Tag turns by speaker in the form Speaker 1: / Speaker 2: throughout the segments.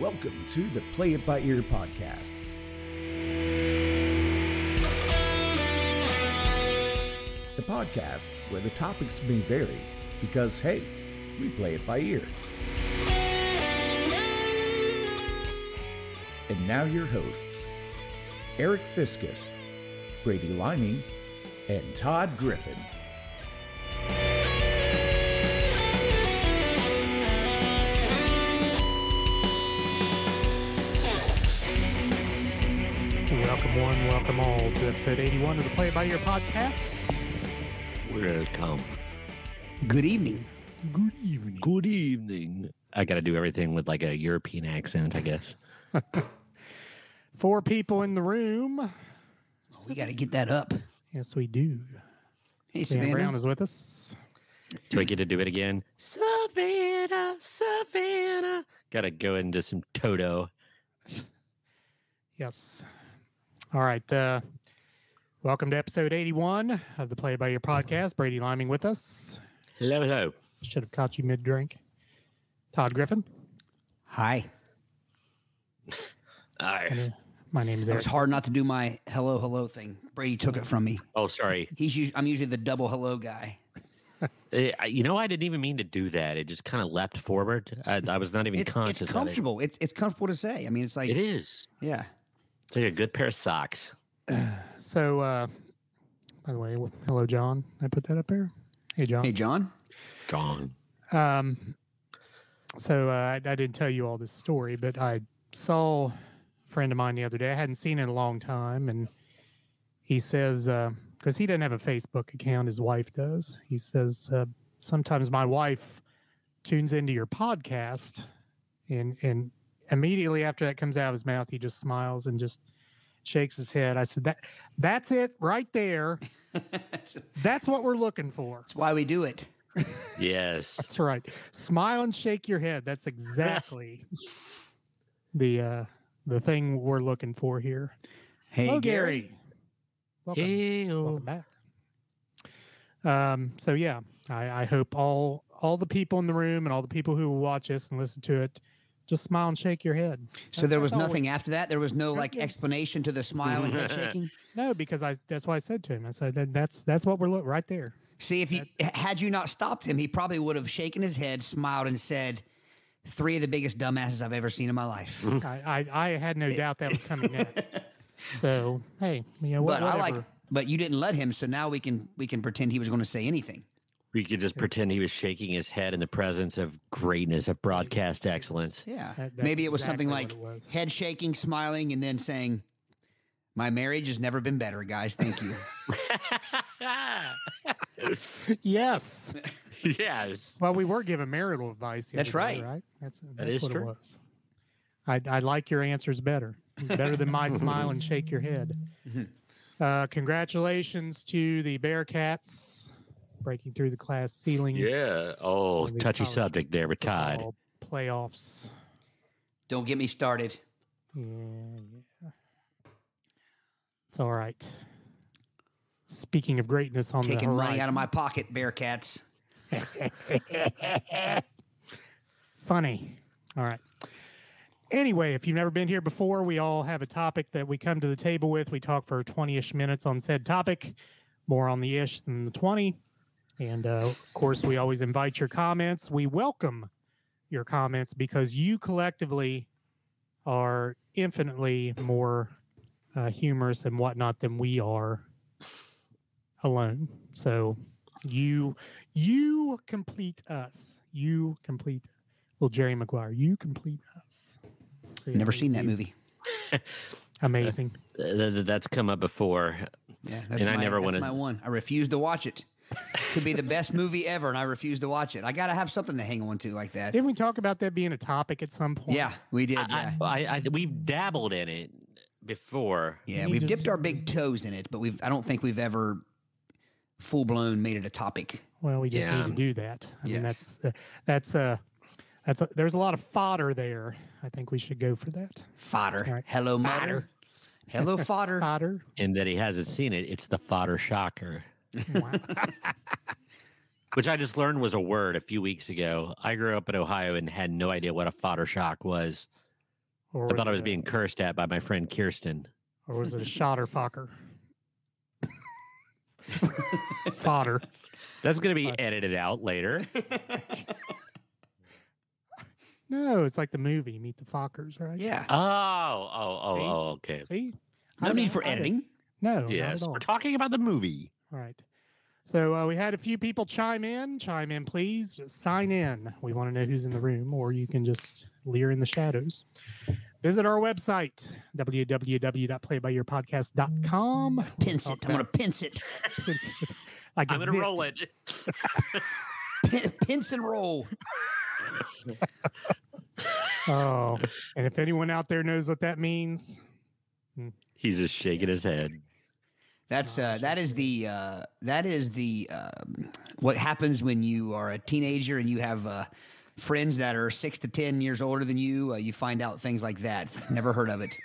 Speaker 1: Welcome to the Play It By Ear podcast. The podcast where the topics may vary because, hey, we play it by ear. And now your hosts, Eric Fiskus, Brady Liming, and Todd Griffin.
Speaker 2: Welcome one, welcome all to episode 81 of the Play It By Ear podcast.
Speaker 3: Welcome.
Speaker 4: Good evening.
Speaker 2: Good evening.
Speaker 3: Good evening. I got to do everything with like a European accent, I guess.
Speaker 2: Four people in the room.
Speaker 4: Oh, We got to get that up.
Speaker 2: Yes, we do.
Speaker 4: Hey,
Speaker 2: Sam
Speaker 4: Savannah.
Speaker 2: Brown is with us.
Speaker 3: Do I get to do it again? Savannah, Savannah. Got to go into some Toto.
Speaker 2: Yes. All right. Uh, welcome to episode 81 of the Play It By Ear podcast. Brady Liming with us.
Speaker 3: Hello, hello.
Speaker 2: Should have caught you mid drink. Todd Griffin.
Speaker 4: Hi.
Speaker 3: Arr.
Speaker 2: My name's
Speaker 4: It
Speaker 2: Eric.
Speaker 4: was hard not to do my hello, hello thing. Brady took it from me.
Speaker 3: Oh, sorry.
Speaker 4: He's us- I'm usually the double hello guy.
Speaker 3: Eh, I- You know, I didn't even mean to do that. It just kind of leapt forward. I, I was not even
Speaker 4: It's,
Speaker 3: conscious.
Speaker 4: it's
Speaker 3: of it.
Speaker 4: comfortable. It's it's comfortable to say. I mean, it's like
Speaker 3: It is.
Speaker 4: yeah.
Speaker 3: It's like a good pair of socks.
Speaker 2: So, uh, by the way, w- hello, John. I put that up there. Hey, John.
Speaker 4: Hey, John.
Speaker 3: John.
Speaker 2: Um, so uh, I, I didn't tell you all this story, but I saw a friend of mine the other day. I hadn't seen in a long time, and he says because he doesn't have a Facebook account, his wife does. He says uh, sometimes my wife tunes into your podcast, and and immediately after that comes out of his mouth, he just smiles and just shakes his head. I said that that's it right there. that's what we're looking for.
Speaker 4: That's why we do it.
Speaker 3: Yes.
Speaker 2: That's right. Smile and shake your head. That's exactly the uh, the thing we're looking for here.
Speaker 4: Hey,
Speaker 2: Hello,
Speaker 4: Gary.
Speaker 2: Welcome,
Speaker 3: Ew.
Speaker 2: welcome back. Um, so yeah, I, I hope all all the people in the room and all the people who will watch this and listen to it just smile and shake your head.
Speaker 4: So there was
Speaker 2: That's all we-
Speaker 4: nothing after that. There was no like
Speaker 2: Nothing.
Speaker 4: explanation to the smile and head shaking.
Speaker 2: No, because I that's why I said to him. I said "That- that's that's what we're look right there.
Speaker 4: See, if you had you not stopped him, he probably would have shaken his head, smiled, and said, three of the biggest dumbasses I've ever seen in my life."
Speaker 2: I, I, I had no doubt that was coming next. So hey, you know what?
Speaker 4: but I like. But you didn't let him, so now we can we can pretend he was going to say anything.
Speaker 3: We could just pretend he was shaking his head in the presence of greatness, of broadcast excellence.
Speaker 4: Yeah.
Speaker 2: That- that's
Speaker 4: Maybe it was something like
Speaker 2: exactly what it was.
Speaker 4: head shaking, smiling, and then saying, My marriage has never been better, guys. Thank you.
Speaker 2: yes.
Speaker 3: Yes.
Speaker 2: Well, we were given marital advice. the
Speaker 4: That's
Speaker 2: other
Speaker 4: right.
Speaker 2: day, right? That's that's
Speaker 3: is
Speaker 2: what
Speaker 3: true.
Speaker 2: it was. I I like your answers better, better than my smile and shake your head. Uh, congratulations to the Bearcats breaking through the class ceiling.
Speaker 3: Yeah. Oh,
Speaker 2: Maybe
Speaker 3: touchy
Speaker 2: college
Speaker 3: subject there with Todd.
Speaker 2: football Playoffs.
Speaker 4: Don't get me started.
Speaker 2: Yeah, yeah. It's all right. Speaking of greatness on the
Speaker 4: Taking money
Speaker 2: horizon.
Speaker 4: out of my pocket, Bearcats.
Speaker 2: Funny. All right. Anyway, if you've never been here before, we all have a topic that we come to the table with. We talk for 20 ish minutes on said topic, more on the ish than the 20. And uh, of course, we always invite your comments. We welcome your comments because you collectively are infinitely more uh, humorous and whatnot than we are alone. So you you complete us. You complete well Jerry Maguire. You complete us. So, yeah,
Speaker 4: Never seen that
Speaker 2: you-
Speaker 4: movie.
Speaker 2: Amazing.
Speaker 3: Th- th- that's come up before.
Speaker 4: Yeah, that's,
Speaker 3: And
Speaker 4: my,
Speaker 3: I never
Speaker 4: that's
Speaker 3: wanted-
Speaker 4: my one. I refuse to watch it. Could be the best movie ever, and I refuse to watch it. I got to have something to hang on to like that.
Speaker 2: Didn't we talk about that being a topic at some point?
Speaker 4: Yeah, we did. Yeah,
Speaker 3: I, I, I, we've dabbled in it before.
Speaker 4: yeah
Speaker 2: we
Speaker 4: we've
Speaker 2: just-
Speaker 4: dipped our big toes in it, but we've I don't think we've ever full blown made it a topic.
Speaker 2: Well, we just
Speaker 3: Yeah.
Speaker 2: need to do that. I mean, that's
Speaker 4: Yes.
Speaker 2: uh, that's uh, that's a, there's a lot of fodder there. I think we should go for that
Speaker 4: Fodder.
Speaker 2: All right.
Speaker 4: Hello, mutter. Hello, fodder.
Speaker 2: fodder.
Speaker 3: And that he hasn't seen it. It's the fodder shocker, which I just learned was a word a few weeks ago. I grew up in Ohio and had no idea what a fodder shock was.
Speaker 2: Or
Speaker 3: I thought I was
Speaker 2: it a-
Speaker 3: being cursed at by my friend Kirsten.
Speaker 2: or was it a shot or focker? Fodder.
Speaker 3: That's going to be
Speaker 2: Fuck.
Speaker 3: edited out later.
Speaker 2: No, it's like the movie Meet the Fockers, right?
Speaker 4: yeah.
Speaker 3: Oh, oh, oh,
Speaker 2: See?
Speaker 3: oh okay.
Speaker 2: See,
Speaker 4: No
Speaker 2: I-
Speaker 4: need for
Speaker 2: I didn't-
Speaker 4: editing.
Speaker 2: No, not
Speaker 3: Yes,
Speaker 2: at all.
Speaker 3: we're talking about the movie.
Speaker 2: All right. So uh, we had a few people chime in. Chime in, please. Just sign in. We want to know who's in the room, or you can just leer in the shadows. Visit our website, www.playbyyourpodcast.com.
Speaker 4: Pince it. I'm gonna pince it.
Speaker 2: like
Speaker 3: I'm going to roll
Speaker 2: zit.
Speaker 3: it.
Speaker 4: Pin, pince and roll.
Speaker 2: Oh, and if anyone out there knows what that means,
Speaker 3: He's just shaking his head.
Speaker 4: That's
Speaker 2: not
Speaker 4: uh, that is the uh, that is the um, what happens when you are a teenager and you have uh, friends that are six to ten years older than you. Uh, you find out things like that. Never heard of it.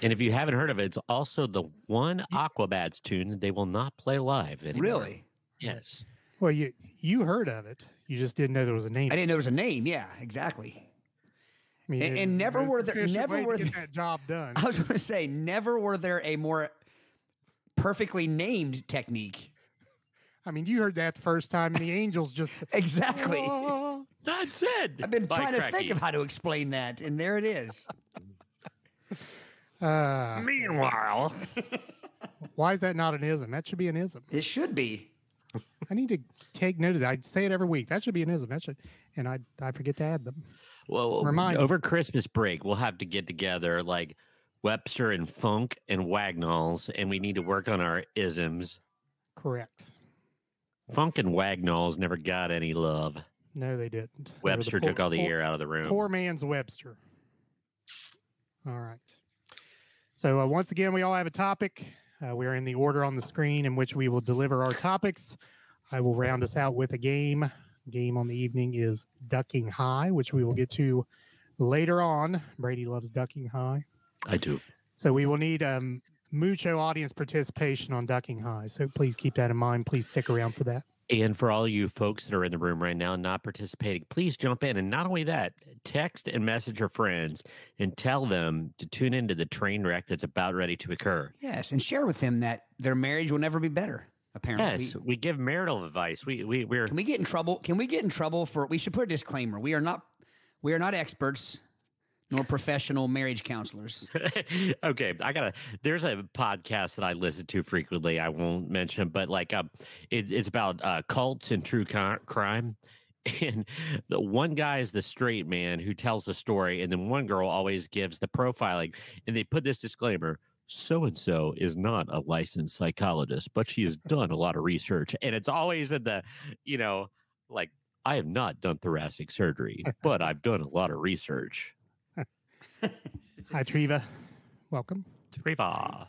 Speaker 3: And if you haven't heard of it, it's also the one Aquabats tune that they will not play live anymore.
Speaker 4: Really?
Speaker 3: Yes.
Speaker 2: well, you you heard of it. You just didn't know there was a name.
Speaker 4: I didn't know there was a name. Yeah, exactly.
Speaker 2: I mean,
Speaker 4: And-
Speaker 2: it
Speaker 4: and
Speaker 2: was the
Speaker 4: never
Speaker 2: most
Speaker 4: were there-
Speaker 2: efficient
Speaker 4: never
Speaker 2: way to
Speaker 4: were
Speaker 2: get
Speaker 4: there-
Speaker 2: that job done.
Speaker 4: I was going to say, never were there a more perfectly named technique.
Speaker 2: I mean, you heard that the first time, and the angels just
Speaker 4: Exactly.
Speaker 2: "Ah."
Speaker 3: That's it.
Speaker 4: I've been
Speaker 3: by
Speaker 4: trying to think
Speaker 3: Cracky.
Speaker 4: of how to explain that, and there it is.
Speaker 2: Uh,
Speaker 3: Meanwhile,
Speaker 2: why is that not an ism? That should be an ism.
Speaker 4: It should be.
Speaker 2: I need to take note of that. I say it every week. That should be an ism. That should, and I I forget to add them.
Speaker 3: well,
Speaker 2: Remind-
Speaker 3: over Christmas break, we'll have to get together like Webster and Funk and Wagnalls, and we need to work on our isms.
Speaker 2: Correct.
Speaker 3: Funk and Wagnalls never got any love.
Speaker 2: No, they didn't. They were the
Speaker 3: Webster took
Speaker 2: poor-
Speaker 3: all the
Speaker 2: poor-
Speaker 3: air out of the room.
Speaker 2: Poor man's Webster. All right. So uh, once again, we all have a topic. Uh, we are in the order on the screen in which we will deliver our topics. I will round us out with a game. Game on the evening is Ducking High, which we will get to later on. Brady loves Ducking High.
Speaker 3: I do.
Speaker 2: So we will need um, mucho audience participation on Ducking High. So please keep that in mind. Please stick around for that.
Speaker 3: And for all you folks that are in the room right now not participating, please jump in. And not only that, text and message your friends and tell them to tune into the train wreck that's about ready to occur.
Speaker 4: Yes, and share with him that their marriage will never be better. Apparently,
Speaker 3: Yes, we give marital advice. We we we're
Speaker 4: Can we get in trouble? Can we get in trouble for? We should put a disclaimer. We are not, we are not experts, nor professional marriage counselors.
Speaker 3: okay. I gotta. There's a podcast that I listen to frequently. I won't mention, but like, um, it's it's about uh, cults and true cri- crime. And the one guy is the straight man who tells the story, and then one girl always gives the profiling, and they put this disclaimer. So and so is not a licensed psychologist, but she has done a lot of research. And it's always in the, you know, like, I have not done thoracic surgery, but I've done a lot of research.
Speaker 2: Hi, Treva. Welcome.
Speaker 3: Treva.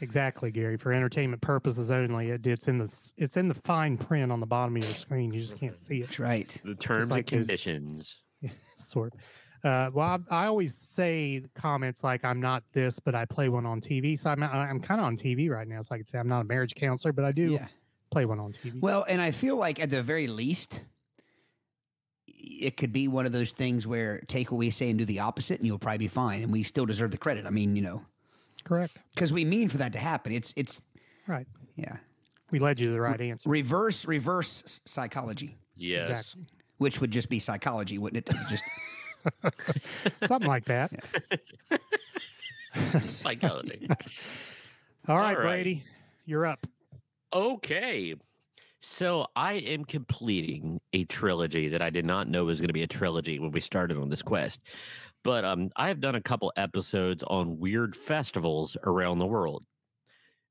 Speaker 2: Exactly, Gary. For entertainment purposes only, it, it's in the s- it's in the fine print on the bottom of your screen. You just can't see it.
Speaker 4: That's right.
Speaker 3: The terms
Speaker 2: like
Speaker 3: and
Speaker 2: his-
Speaker 3: conditions.
Speaker 2: Sort. of. Uh, well, I, I always say comments like "I'm not this, but I play one on TV." So I'm I'm kind of on TV right now, so I could say I'm not a marriage counselor, but I do
Speaker 4: Yeah.
Speaker 2: play one on TV.
Speaker 4: Well, and I feel like at the very least, it could be one of those things where take what we say and do the opposite, and you'll probably be fine. And we still deserve the credit. I mean, you know,
Speaker 2: Correct.
Speaker 4: because we mean for that to happen. It's it's
Speaker 2: Right.
Speaker 4: yeah.
Speaker 2: We led you to the right answer.
Speaker 4: Reverse reverse s- psychology,
Speaker 3: Yes.
Speaker 2: Exactly.
Speaker 4: which would just be psychology, wouldn't it? Just
Speaker 2: Something like that.
Speaker 3: Psychology.
Speaker 2: All right,
Speaker 3: All right.
Speaker 2: Brady, you're up.
Speaker 3: okay. So I am completing a trilogy that I did not know was going to be a trilogy when we started on this quest. But um, I have done a couple episodes on weird festivals around the world.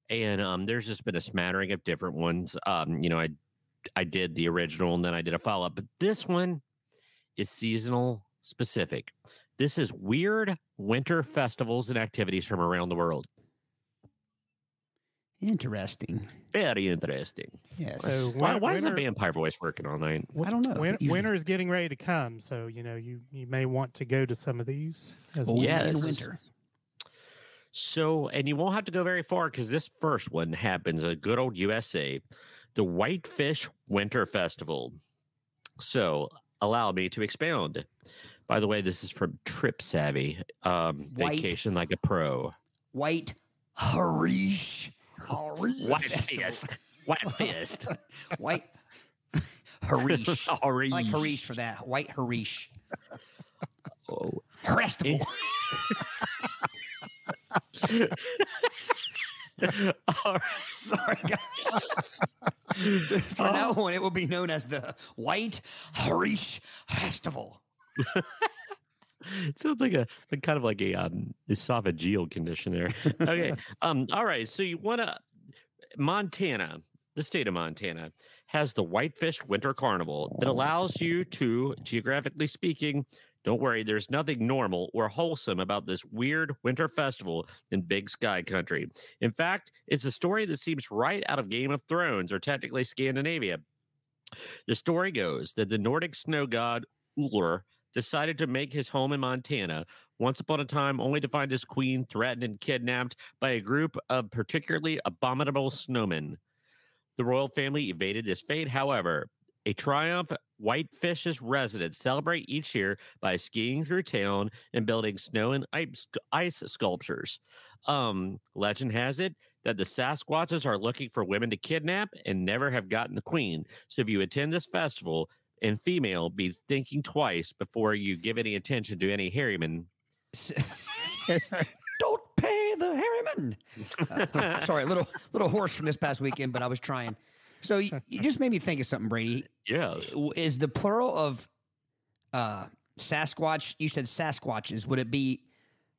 Speaker 3: And um, there's just been a smattering of different ones. Um, you know, I I did the original and then I did a follow up, but this one is seasonal specific. This is weird winter festivals and activities from around the world.
Speaker 4: interesting.
Speaker 3: Very interesting.
Speaker 4: Yes.
Speaker 2: So
Speaker 3: Why,
Speaker 2: win-
Speaker 3: why is the
Speaker 2: winner-
Speaker 3: vampire voice working all night?
Speaker 4: I don't know.
Speaker 2: Win-
Speaker 4: You-
Speaker 2: winter is getting ready to come, so you know you you may want to go to some of these. As
Speaker 4: Oh,
Speaker 2: well.
Speaker 3: yeah, in
Speaker 2: Yes.
Speaker 4: winter.
Speaker 3: So, and you won't have to go very far because this first one happens a good old USA, the Whitefish Winter Festival. So, allow me to expound. By the way, this is from Trip Savvy. Um,
Speaker 4: White.
Speaker 3: vacation like a pro.
Speaker 4: White Harish. Harish.
Speaker 3: White fist. White fist.
Speaker 4: White Harish. I
Speaker 3: Harish.
Speaker 4: like Harish for that. White Harish.
Speaker 3: Oh.
Speaker 4: Harestable.
Speaker 3: All right.
Speaker 4: Sorry, guys. For now on, it will be known as the White Harish Festival.
Speaker 3: It sounds like a like kind of like a um, esophageal condition there. Okay. um. All right. So you want to Montana, the state of Montana, has the Whitefish Winter Carnival that allows you to, geographically speaking, don't worry, there's nothing normal or wholesome about this weird winter festival in Big Sky Country. In fact, it's a story that seems right out of Game of Thrones or technically Scandinavia. The story goes that the Nordic snow god Uller decided to make his home in Montana once upon a time, only to find his queen threatened and kidnapped by a group of particularly abominable snowmen. The royal family evaded this fate, however. A triumph Whitefish's residents celebrate each year by skiing through town and building snow and ice ice sculptures. Um, legend has it that the Sasquatches are looking for women to kidnap and never have gotten the queen. So if you attend this festival and female, be thinking twice before you give any attention to any Harryman.
Speaker 4: S- Don't pay the Harriman. Uh, sorry, a little little horse from this past weekend, but I was trying. So you, you just made me think of something, Brady.
Speaker 3: Yeah.
Speaker 4: W- Is the plural of uh, Sasquatch? You said Sasquatches. Would it be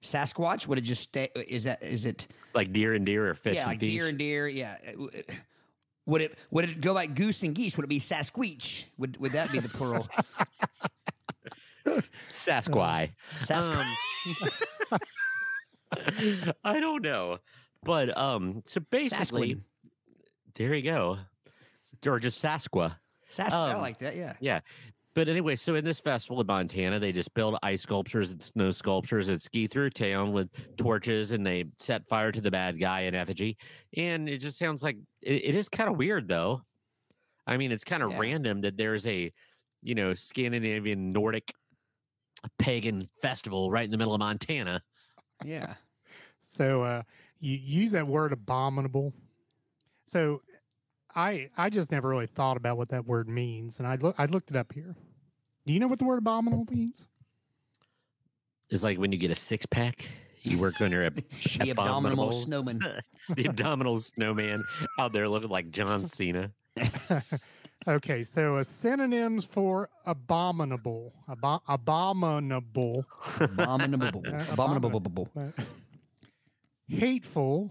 Speaker 4: Sasquatch? Would it just stay? uh, Is that is it?
Speaker 3: Like deer and deer or fish
Speaker 4: yeah,
Speaker 3: and
Speaker 4: like
Speaker 3: fish.
Speaker 4: deer and deer. Yeah. Uh, w- Would it would it go like goose and geese? Would it be Sasquatch? Would would that be the plural?
Speaker 3: Um, Sasquai.
Speaker 4: Sasquatch.
Speaker 3: Um, I don't know. But um so basically
Speaker 4: Sasquin.
Speaker 3: there you go. Or just Sasqua.
Speaker 4: Sasquatch. I
Speaker 3: um,
Speaker 4: like that. Yeah.
Speaker 3: But anyway, so in this festival in Montana, they just build ice sculptures and snow sculptures and ski through town with torches and they set fire to the bad guy in effigy. And it just sounds like it, it is kind of weird though. I mean, it's kind of
Speaker 4: Yeah.
Speaker 3: random that there's a, you know, Scandinavian Nordic pagan festival right in the middle of Montana.
Speaker 4: Yeah.
Speaker 2: So uh, you use that word abominable. So I I just never really thought about what that word means, and I look I looked it up here. Do you know what the word abominable means?
Speaker 3: It's like when you get a six pack, you work on your ab-
Speaker 4: The abdominal
Speaker 3: abominables.
Speaker 4: snowman.
Speaker 3: the abdominal snowman out there looking like John Cena.
Speaker 2: Okay, so uh, synonyms for abominable, abo- abominable,
Speaker 4: Abominable.
Speaker 2: Uh,
Speaker 4: Abominable.
Speaker 2: uh, hateful,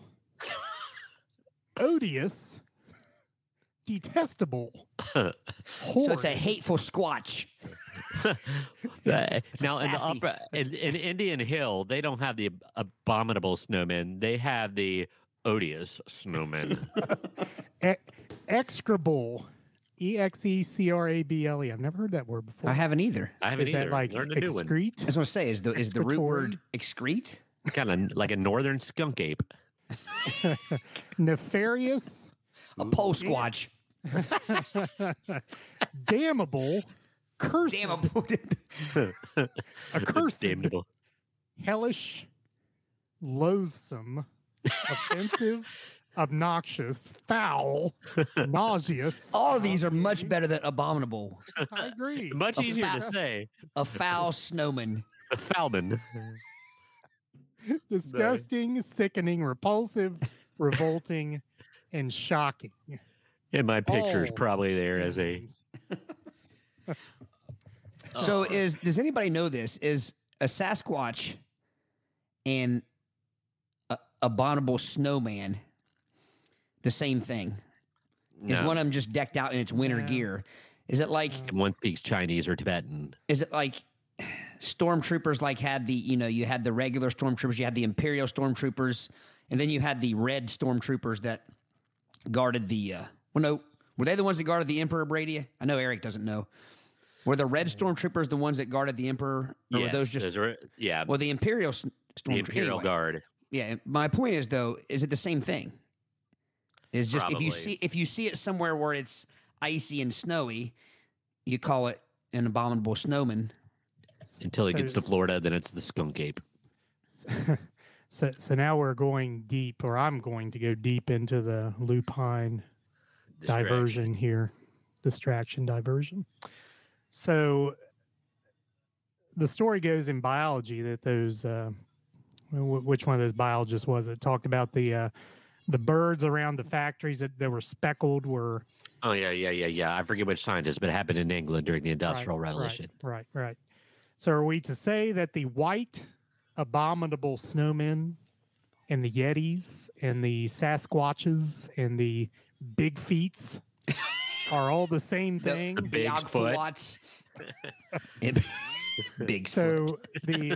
Speaker 2: odious, detestable.
Speaker 4: So it's a
Speaker 2: horrid.
Speaker 4: hateful squatch.
Speaker 3: Uh,
Speaker 4: a
Speaker 3: now in the
Speaker 4: sassy-
Speaker 3: opera, in, in Indian Hill, they don't have the ab- abominable snowman. They have the odious snowman.
Speaker 2: E- execrable. E X E C R A B L E. I've never heard that word before.
Speaker 4: I haven't either.
Speaker 3: I haven't
Speaker 2: Is
Speaker 3: either.
Speaker 2: that like
Speaker 3: Learned a new one.
Speaker 4: I
Speaker 2: excrete?
Speaker 4: was going to say, is the is the root
Speaker 2: Excretory?
Speaker 4: word excrete?
Speaker 3: Kind of like a northern skunk ape.
Speaker 2: nefarious,
Speaker 4: A pole squatch.
Speaker 2: damnable, cursed,
Speaker 4: Damn, I put it.
Speaker 2: accursed,
Speaker 3: Damnable.
Speaker 2: hellish, loathsome, offensive, obnoxious, foul, nauseous.
Speaker 4: All of these are much better than abominable.
Speaker 2: I agree.
Speaker 3: Much
Speaker 4: A
Speaker 3: easier to
Speaker 4: foul-
Speaker 3: say.
Speaker 4: A foul snowman.
Speaker 3: The Falman.
Speaker 2: Disgusting, sickening, repulsive, revolting, and shocking.
Speaker 3: And
Speaker 2: Oh.
Speaker 3: my picture is
Speaker 2: All
Speaker 3: probably there as a.
Speaker 2: Synonyms.
Speaker 3: Oh.
Speaker 4: So is does anybody know this? Is a Sasquatch and a abominable snowman the same thing? Is
Speaker 3: No.
Speaker 4: one of them just decked out in its winter
Speaker 2: Yeah.
Speaker 4: gear? Is it like
Speaker 3: And one speaks Chinese or Tibetan.
Speaker 4: is it like stormtroopers like had the you know you had the regular stormtroopers you had the imperial stormtroopers and then you had the red stormtroopers that guarded the uh well no were they the ones that guarded the emperor brady i know eric doesn't know were the red stormtroopers the ones that guarded the emperor or were those
Speaker 3: Yes,
Speaker 4: just
Speaker 3: are- yeah,
Speaker 4: well the imperial s-
Speaker 3: the
Speaker 4: stormtroopers
Speaker 3: Imperial
Speaker 4: anyway.
Speaker 3: Guard.
Speaker 4: yeah my point is though is it the same thing is just if
Speaker 3: Probably.
Speaker 4: you see if you see it somewhere where it's icy and snowy you call it an abominable snowman
Speaker 3: until he
Speaker 2: So
Speaker 3: gets to
Speaker 2: it's-
Speaker 3: Florida. Then it's the skunk ape.
Speaker 2: so, so now we're going deep, or I'm going to go deep into the lupine diversion here, distraction diversion. So the story goes in biology that those, uh, wh- which one of those biologists was it talked about the uh, the birds around the factories that, that were speckled were
Speaker 3: Oh yeah, yeah, yeah, yeah. I forget which scientist, but it happened in England during the Industrial
Speaker 2: right,
Speaker 3: Revolution.
Speaker 2: Right, right, right. So are we to say that the white abominable snowmen and the Yetis and the Sasquatches and the Big Feets are all the same
Speaker 4: The-
Speaker 2: thing?
Speaker 3: The
Speaker 4: The
Speaker 3: Bigfoot.
Speaker 4: oxalots. It- Bigfoot.
Speaker 2: so the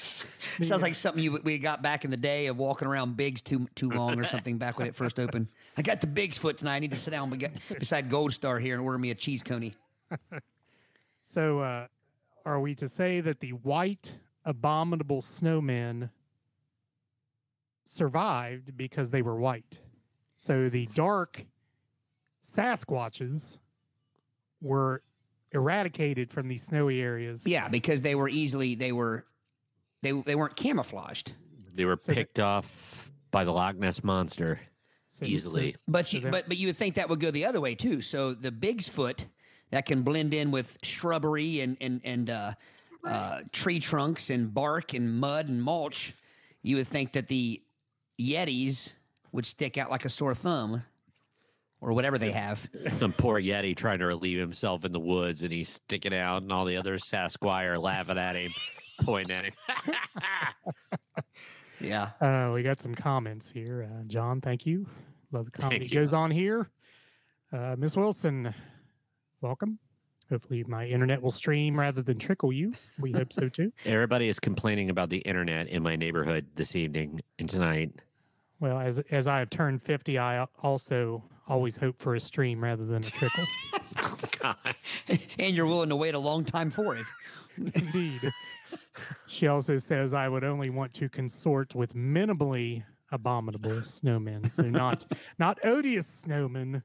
Speaker 4: Sounds like something you we got back in the day of walking around Biggs too too long or something back when it first opened. I got the Biggs foot tonight. I need to sit down bega- beside Gold Star here and order me a cheese coney.
Speaker 2: so uh, are we to say that the white abominable snowmen survived because they were white? So the dark Sasquatches were eradicated from these snowy areas.
Speaker 4: Yeah, because they were easily they were they they weren't camouflaged.
Speaker 3: They were
Speaker 2: So the-
Speaker 3: picked off by the Loch Ness monster
Speaker 2: So- so-
Speaker 3: easily.
Speaker 4: But you,
Speaker 2: So that-
Speaker 4: but but you would think that would go the other way too. So the Biggs foot that can blend in with shrubbery and and and uh, uh, tree trunks and bark and mud and mulch. You would think that the Yetis would stick out like a sore thumb, or whatever they have.
Speaker 3: Some poor Yeti trying to relieve himself in the woods, and he's sticking out, and all the other Sasquatch are laughing at him, pointing at him.
Speaker 4: Yeah.
Speaker 2: Uh, we got some comments here. Uh, John, thank you. Love the comedy
Speaker 3: Thank you.
Speaker 2: goes on here. Uh, Miss Wilson, welcome. Hopefully, my internet will stream rather than trickle you. We hope so too.
Speaker 3: Everybody is complaining about the internet in my neighborhood this evening and tonight.
Speaker 2: Well, as as I have turned fifty, I al- also always hope for a stream rather than a trickle.
Speaker 4: and you're willing to wait a long time for it.
Speaker 2: Indeed. She also says I would only want to consort with minimally abominable snowmen, so not not odious snowmen,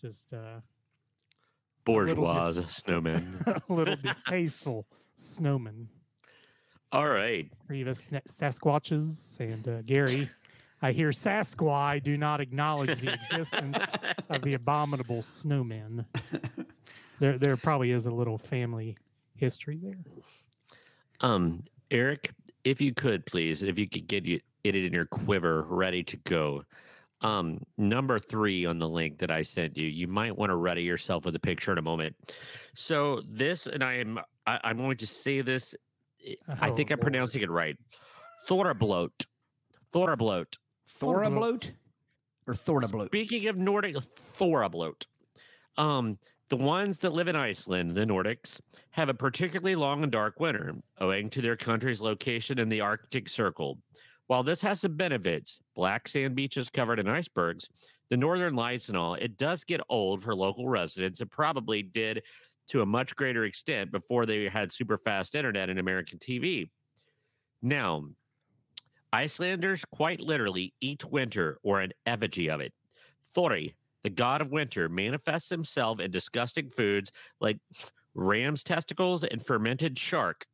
Speaker 2: just uh, little
Speaker 3: Bourgeois snowman.
Speaker 2: a little distasteful snowmen.
Speaker 3: All right.
Speaker 2: Three of us sna- Sasquatches and uh, Gary. I hear Sasquai do not acknowledge the existence of the abominable snowmen. There, there probably is a little family history there.
Speaker 3: Um, Eric, if you could please, if you could get you, it in your quiver, ready to go. Um, number three on the link that I sent you, you might want to ready yourself with a picture in a moment. So this, and I am, I, I'm going to say this. i- I
Speaker 2: Oh,
Speaker 3: think I'm
Speaker 2: Lord.
Speaker 3: pronouncing it right. Thorbloat. Thorbloat.
Speaker 4: Thorabloat or Thorabloat?
Speaker 3: Speaking of Nordic Thorabloat, um, the ones that live in Iceland, the Nordics, have a particularly long and dark winter, owing to their country's location in the Arctic Circle. While this has some benefits, black sand beaches covered in icebergs, the northern lights and all, it does get old for local residents. It probably did to a much greater extent before they had super fast internet and American TV. Now, Icelanders quite literally eat winter or an effigy of it. Thori, the god of winter, manifests himself in disgusting foods like ram's testicles and fermented shark.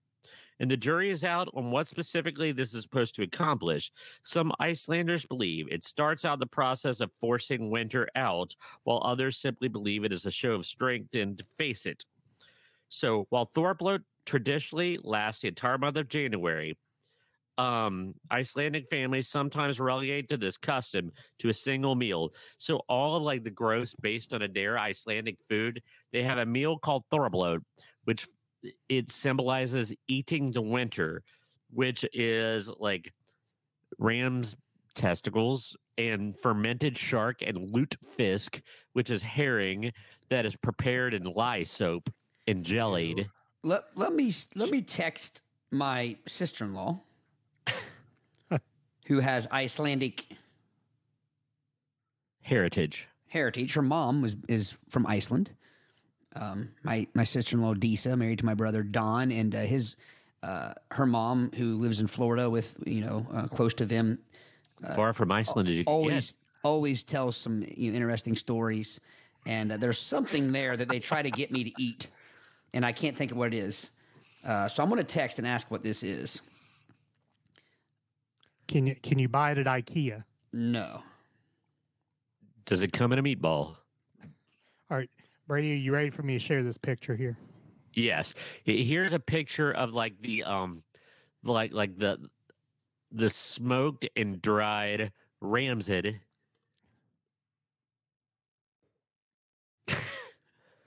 Speaker 3: And the jury is out on what specifically this is supposed to accomplish. Some Icelanders believe it starts out the process of forcing winter out, while others simply believe it is a show of strength and to face it. So while Thorbloat traditionally lasts the entire month of January, um, Icelandic families sometimes relegate to this custom to a single meal. So all of like the gross based on a dare Icelandic food, they have a meal called Thorbloat, which it symbolizes eating the winter, which is like ram's testicles and fermented shark and lutefisk, which is herring that is prepared in lye soap and jellied.
Speaker 4: Let, let me let me text my sister in law, who has Icelandic
Speaker 3: Heritage.
Speaker 4: heritage. Her mom was is from Iceland. Um, my my sister in law Disa, married to my brother Don, and uh, his uh, her mom who lives in Florida with you know uh, close to them
Speaker 3: Far from Iceland as you can get.
Speaker 4: always always tells some you know, interesting stories, and uh, there's something there that they try to get me to eat, and I can't think of what it is. Uh, so I'm going to text and ask what this is.
Speaker 2: Can you can you buy it at IKEA?
Speaker 4: No.
Speaker 3: Does it come in a meatball?
Speaker 2: All right, Brady, are you ready for me to share this picture here?
Speaker 3: Yes. He- Here's a picture of like the um like like the the smoked and dried ram's head.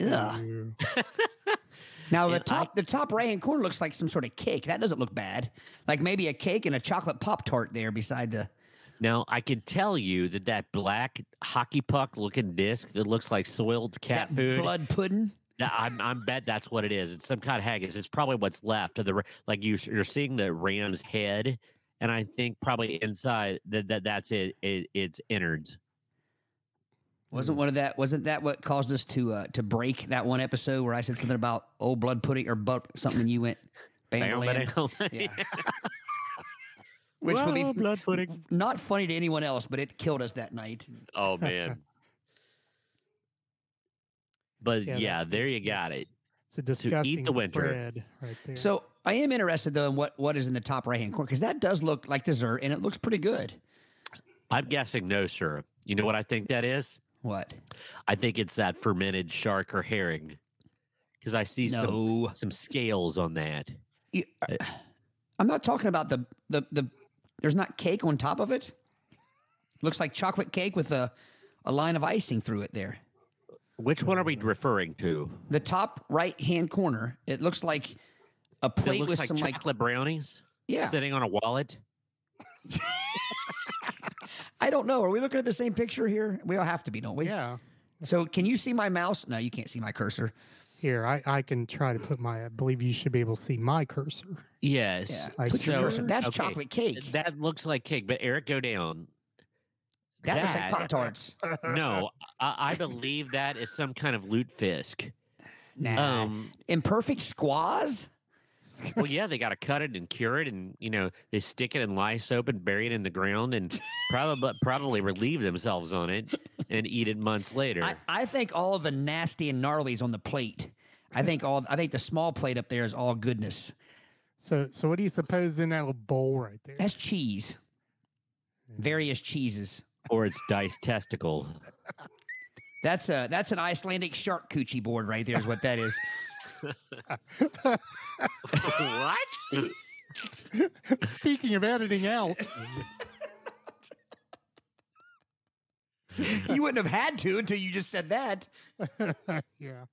Speaker 4: Ugh.
Speaker 2: Ooh.
Speaker 4: Now
Speaker 3: And I-
Speaker 4: the top the top right hand corner looks like some sort of cake. That doesn't look bad. Like maybe a cake and a chocolate pop tart there beside the.
Speaker 3: Now I can tell you that that black hockey puck looking disc that looks like soiled
Speaker 4: is
Speaker 3: cat
Speaker 4: that
Speaker 3: food.
Speaker 4: blood pudding.
Speaker 3: that- I'm I'm bet that's what it is. It's some kind of haggis. It's probably what's left of the ra- like you you're seeing the ram's head, and I think probably inside that, that that's it, it it's innards.
Speaker 4: Wasn't one of that? Wasn't that what caused us to uh, to break that one episode where I said something about old blood pudding or but something? And you went bam, bam, Yeah. which would be
Speaker 3: Wow, blood pudding.
Speaker 4: not funny to anyone else, but it killed us that night.
Speaker 3: Oh man. But
Speaker 2: Yeah,
Speaker 3: yeah,
Speaker 2: that-
Speaker 3: there you got it.
Speaker 2: It's a disgusting
Speaker 3: the winter.
Speaker 2: spread right there.
Speaker 4: So I am interested though in what what is in the top right hand corner because that does look like dessert and it looks pretty good.
Speaker 3: I'm guessing no syrup. You know what I think that is?
Speaker 4: What?
Speaker 3: I think it's that fermented shark or herring. Because I see some
Speaker 4: No,
Speaker 3: some scales on that.
Speaker 4: You- uh,
Speaker 3: Eh.
Speaker 4: I'm not talking about the the the. There's not cake on top of it. Looks like chocolate cake with a a line of icing through it there.
Speaker 3: Which one are we referring to?
Speaker 4: The top right hand corner. It looks like a
Speaker 3: That
Speaker 4: plate
Speaker 3: looks
Speaker 4: with
Speaker 3: like
Speaker 4: some
Speaker 3: chocolate
Speaker 4: like
Speaker 3: brownies
Speaker 4: yeah.
Speaker 3: sitting on a wallet.
Speaker 4: I don't know. Are we looking at the same picture here? We all have to be, don't we?
Speaker 2: yeah,
Speaker 4: So can you see my mouse? No, you can't see my cursor.
Speaker 2: here I, I can try to put my. I believe you should be able to see my cursor.
Speaker 3: Yes.
Speaker 4: Yeah.
Speaker 2: I
Speaker 4: Put your
Speaker 2: see.
Speaker 4: cursor. That's
Speaker 3: okay,
Speaker 4: chocolate cake. That,
Speaker 3: That looks like cake, but Eric, go down.
Speaker 4: looks like Pop Tarts.
Speaker 3: No, I, I believe that is some kind of loot fisk.
Speaker 4: Nah.
Speaker 3: Um,
Speaker 4: Imperfect squaws?
Speaker 3: well, yeah, they got to cut it and cure it, and you know they stick it in lye soap and bury it in the ground, and probably probably relieve themselves on it and eat it months later.
Speaker 4: I, I think all of the nasty and gnarlies on the plate. I think all I think the small plate up there is all goodness.
Speaker 2: So so what do you suppose in that little bowl right there?
Speaker 4: That's cheese. Various cheeses.
Speaker 3: or it's diced testicle.
Speaker 4: That's a that's an Icelandic shark coochie board right there is what that is.
Speaker 3: what?
Speaker 2: Speaking of editing out,
Speaker 4: you wouldn't have had to until you just said that.
Speaker 2: yeah.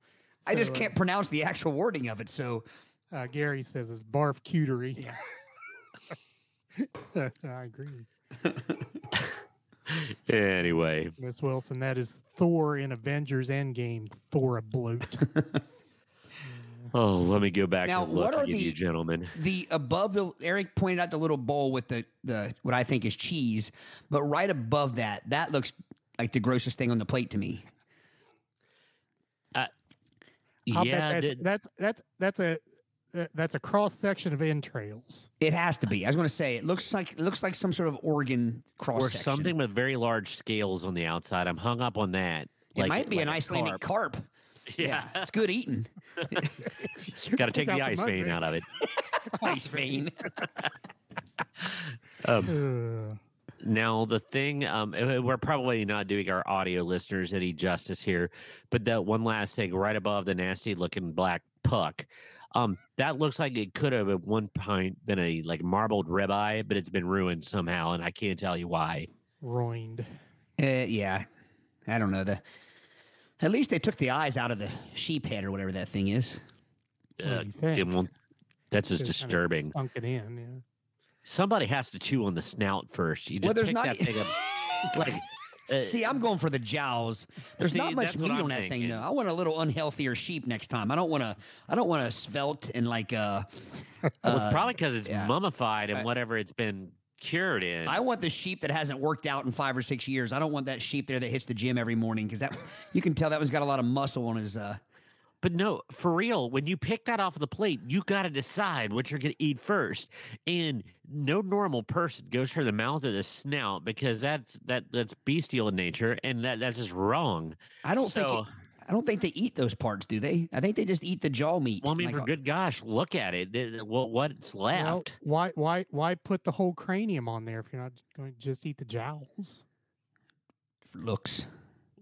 Speaker 4: I just
Speaker 2: So, uh,
Speaker 4: can't pronounce the actual wording of it. So
Speaker 2: Uh, Gary says it's barf cutery. I agree.
Speaker 3: Anyway,
Speaker 2: Miss Wilson, that is Thor in Avengers Endgame, Thor a bloat.
Speaker 3: oh, let me go back
Speaker 4: Now,
Speaker 3: and look
Speaker 4: what are
Speaker 3: at you,
Speaker 4: the-
Speaker 3: gentlemen.
Speaker 4: the above the Eric pointed out the little bowl with the the what I think is cheese, but right above that, that looks like the grossest thing on the plate to me.
Speaker 2: I'll bet
Speaker 3: yeah,
Speaker 2: that's,
Speaker 3: th-
Speaker 2: that's that's that's a that- that's a cross section of entrails.
Speaker 4: It has to be. I was going to say it looks like it looks like some sort of organ cross
Speaker 3: or something with very large scales on the outside. I'm hung up on that.
Speaker 4: It might be an
Speaker 3: a
Speaker 4: Icelandic
Speaker 3: carp.
Speaker 4: carp.
Speaker 3: Yeah,
Speaker 4: it's good eating.
Speaker 3: got to take
Speaker 2: out
Speaker 3: the
Speaker 2: the
Speaker 3: ice
Speaker 2: mud,
Speaker 3: vein
Speaker 2: man.
Speaker 3: out of it.
Speaker 4: Ice vein.
Speaker 2: Uh,
Speaker 3: Um, Now the thing, um, uh, we're probably not doing our audio listeners any justice here, but that one last thing right above the nasty looking black puck, um, that looks like it could have at one point been a like marbled ribeye, but it's been ruined somehow, and I can't tell you why.
Speaker 2: ruined.
Speaker 4: Uh, yeah, I don't know the. At least they took the eyes out of the sheep head or whatever that thing is.
Speaker 2: What do
Speaker 3: Uh,
Speaker 2: you
Speaker 3: it
Speaker 2: think?
Speaker 3: won't- that's just
Speaker 2: Just kinda
Speaker 3: disturbing.
Speaker 2: Sunk it in. Yeah.
Speaker 3: Somebody has to chew on the snout first. You just
Speaker 4: well, there's
Speaker 3: pick
Speaker 4: not.
Speaker 3: that
Speaker 4: e-
Speaker 3: thing up. Like, uh,
Speaker 4: See, I'm going for the jowls. There's
Speaker 3: See,
Speaker 4: not much
Speaker 3: that's what
Speaker 4: meat
Speaker 3: I'm
Speaker 4: on that thing,
Speaker 3: thinking.
Speaker 4: though. I want a little unhealthier sheep next time. I don't want to. I don't want a svelte and like uh.
Speaker 3: well, it's
Speaker 4: uh,
Speaker 3: probably because it's
Speaker 4: yeah.
Speaker 3: mummified and
Speaker 4: I-
Speaker 3: whatever it's been cured in.
Speaker 4: I want the sheep that hasn't worked out in five or six years. I don't want that sheep there that hits the gym every morning because that you can tell that one's got a lot of muscle on his. Uh,
Speaker 3: But no, for real, when you pick that off of the plate, you got to decide what you're going to eat first. And no normal person goes for the mouth or the snout because that's that that's bestial in nature, and that that's just wrong.
Speaker 2: Oh
Speaker 4: I don't think.
Speaker 3: So-
Speaker 4: it- I don't think they eat those parts, do they? I think they just eat the jaw meat.
Speaker 3: Well, I mean,
Speaker 4: Like,
Speaker 3: for
Speaker 4: uh,
Speaker 3: good gosh, look at it. Th- th- What what's left?
Speaker 2: Well, why why why put the whole cranium on there if you're not going to just eat the jowls?
Speaker 4: for looks.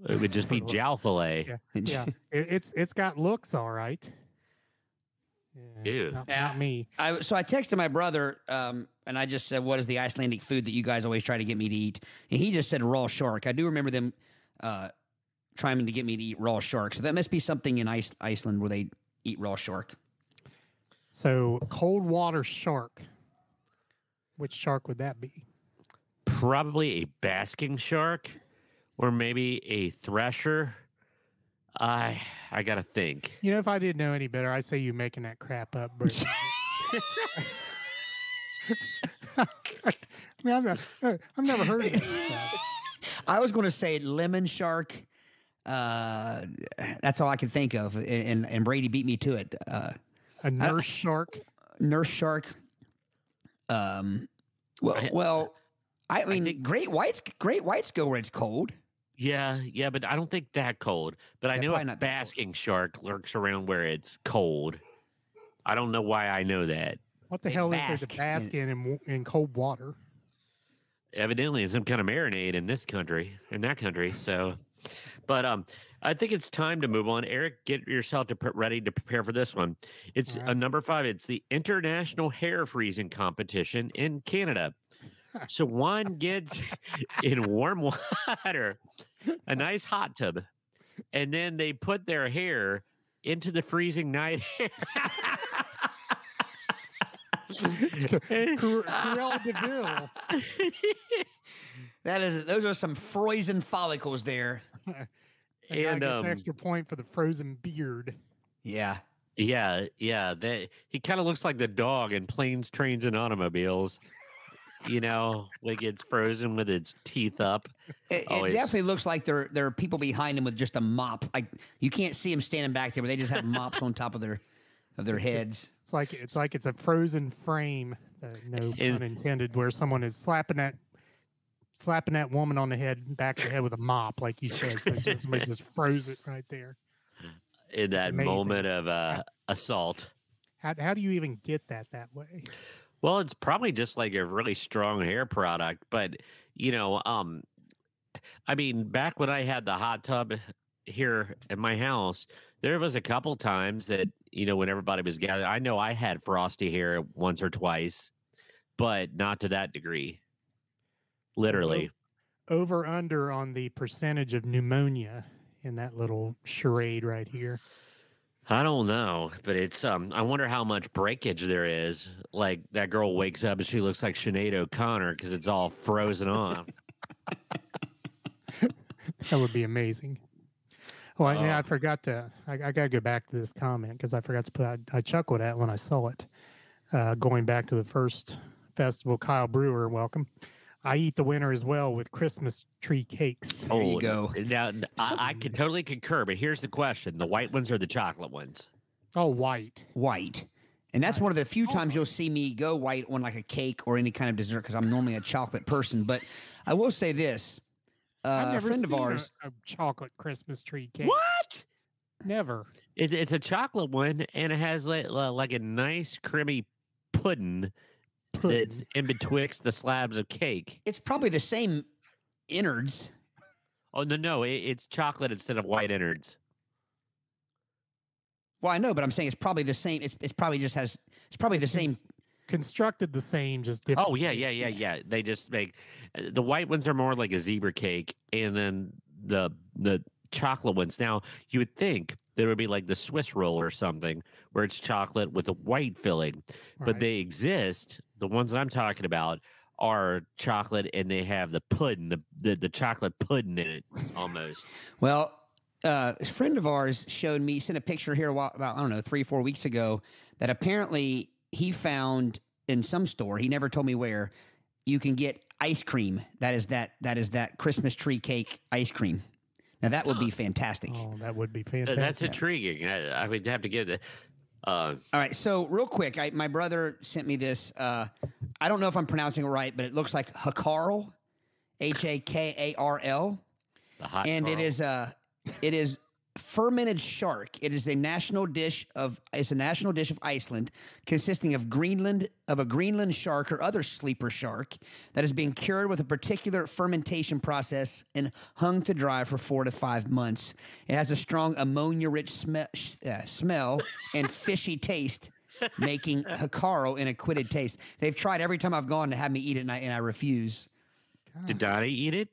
Speaker 3: it would just be
Speaker 2: for-
Speaker 3: jowl fillet.
Speaker 2: Yeah. Yeah, it, it's it's got looks all right. Yeah,
Speaker 3: Ew.
Speaker 2: Not,
Speaker 4: Yeah.
Speaker 2: not me.
Speaker 4: I, so I texted my brother, um, and I just said, "What is the Icelandic food that you guys always try to get me to eat?" And he just said raw shark. I do remember them uh, trying to get me to eat raw shark. So that must be something in Ice- Iceland where they eat raw shark.
Speaker 2: So cold water shark. Which shark would that be?
Speaker 3: Probably a basking shark, or maybe a thresher. I I gotta think.
Speaker 2: You know, if I didn't know any better, I'd say you making that crap up, bro. I mean, I'm not, I've never heard of that.
Speaker 4: I was going to say lemon shark. Uh, that's all I could think of, and and Brady beat me to it. Uh,
Speaker 2: A nurse shark.
Speaker 4: nurse shark. Um, well,
Speaker 3: I-
Speaker 4: well, I mean,
Speaker 3: think-
Speaker 4: great whites, great whites go where it's cold.
Speaker 3: Yeah, yeah, but I don't think that cold. But I
Speaker 4: Yeah,
Speaker 3: know
Speaker 4: probably
Speaker 3: a
Speaker 4: not that cold.
Speaker 3: basking shark lurks around where it's cold. I don't know why I know that.
Speaker 2: What the
Speaker 4: They
Speaker 2: hell is there to
Speaker 4: bask in
Speaker 2: bask
Speaker 4: it.
Speaker 2: in in, wa- in cold water?
Speaker 3: evidently it's some kind of marinade in this country in that country so but um i think it's time to move on eric get yourself to pre- ready to prepare for this one it's
Speaker 2: All
Speaker 3: uh,
Speaker 2: right.
Speaker 3: number five it's the international hair freezing competition in canada so one gets in warm water a nice hot tub and then they put their hair into the freezing night air
Speaker 2: Cor- Cruella Deville.
Speaker 4: That is, those are some frozen follicles there.
Speaker 2: And, I
Speaker 3: And,
Speaker 2: get an
Speaker 3: um,
Speaker 2: extra point for the frozen beard.
Speaker 4: Yeah.
Speaker 3: Yeah, yeah. That he kind of looks like the dog in planes, trains, and automobiles. You know, like it's frozen with its teeth up.
Speaker 4: It, it
Speaker 3: Always.
Speaker 4: definitely looks like there there are people behind him with just a mop. Like you can't see them standing back there, but they just have mops on top of their of their heads.
Speaker 2: It's like it's like it's a frozen frame. Uh, no
Speaker 3: And-
Speaker 2: pun intended. Where someone is slapping that slapping that woman on the head, back of the head with a mop, like you said. So just, somebody just froze it right there.
Speaker 3: In that
Speaker 2: amazing.
Speaker 3: moment of uh, assault.
Speaker 2: How how do you even get that that way?
Speaker 3: Well, it's probably just like a really strong hair product, but you know, um I mean, back when I had the hot tub here in my house, there was a couple times that, you know, when everybody was gathered, I know I had frosty hair once or twice, but not to that degree. Literally.
Speaker 2: Over under on the percentage of pneumonia in that little charade right here.
Speaker 3: I don't know, but it's um I wonder how much breakage there is. Like that girl wakes up and she looks like Sinead O'Connor because it's all frozen off.
Speaker 2: That would be amazing. Oh, I, yeah,
Speaker 3: Oh.
Speaker 2: I forgot to. I, I gotta go back to this comment because I forgot to put. I, I chuckled at when I saw it. Uh, going back to the first festival, Kyle Brewer, welcome. I eat the winter as well with Christmas tree cakes.
Speaker 4: There you
Speaker 3: Oh,
Speaker 4: go.
Speaker 3: Now n- I, I
Speaker 2: Some-
Speaker 3: can totally concur, but here's the question: the white ones or the chocolate ones?
Speaker 2: Oh, white.
Speaker 4: White. And that's one of the few times you'll see me go white on like a cake or any kind of dessert because I'm normally a chocolate person. But I will say this: uh,
Speaker 2: I've
Speaker 4: a
Speaker 2: never
Speaker 4: friend
Speaker 2: seen
Speaker 4: of ours,
Speaker 2: a, a chocolate Christmas tree cake.
Speaker 3: What?
Speaker 2: Never.
Speaker 3: It, it's a chocolate one, and it has like, like a nice creamy pudding, that's
Speaker 2: Pudding.
Speaker 3: in betwixt the slabs of cake.
Speaker 4: it's probably the same innards.
Speaker 3: Oh no, no, it, it's chocolate instead of white innards.
Speaker 4: Well, I know, but I'm saying it's probably the same. It's it's probably just has it's probably the same.
Speaker 2: Cons- constructed the same, just different.
Speaker 3: Oh yeah, yeah, yeah, yeah. They just make uh, the white ones are more like a zebra cake, and then the the chocolate ones. Now you would think there would be like the Swiss roll or something, where it's chocolate with a white filling. but
Speaker 2: Right.
Speaker 3: they exist. The ones that I'm talking about are chocolate, and they have the pudding, the the, the chocolate pudding in it almost.
Speaker 4: Well, uh, a friend of ours showed me sent a picture here a while, about I don't know three four weeks ago that apparently he found in some store. He never told me where. You can get ice cream. That is that that is that Christmas tree cake ice cream. Now that would be fantastic.
Speaker 2: oh, that would be
Speaker 3: Uh,
Speaker 2: fantastic.
Speaker 3: That's intriguing. I, I would have to give the. Uh,
Speaker 4: All right, so real quick, I, my brother sent me this. Uh, I don't know if I'm pronouncing it right, but it looks like Hakarl, H A K A R L.
Speaker 3: the hot
Speaker 4: and it
Speaker 3: Carl.
Speaker 4: is uh it is fermented shark. It is a national dish of it's a national dish of Iceland, consisting of Greenland of a Greenland shark or other sleeper shark that is being cured with a particular fermentation process and hung to dry for four to five months. It has a strong ammonia-rich sme- uh, smell and fishy taste. making Hakaro an acquitted taste. They've tried every time I've gone to have me eat it, and I, and I refuse.
Speaker 3: Did Donnie eat it?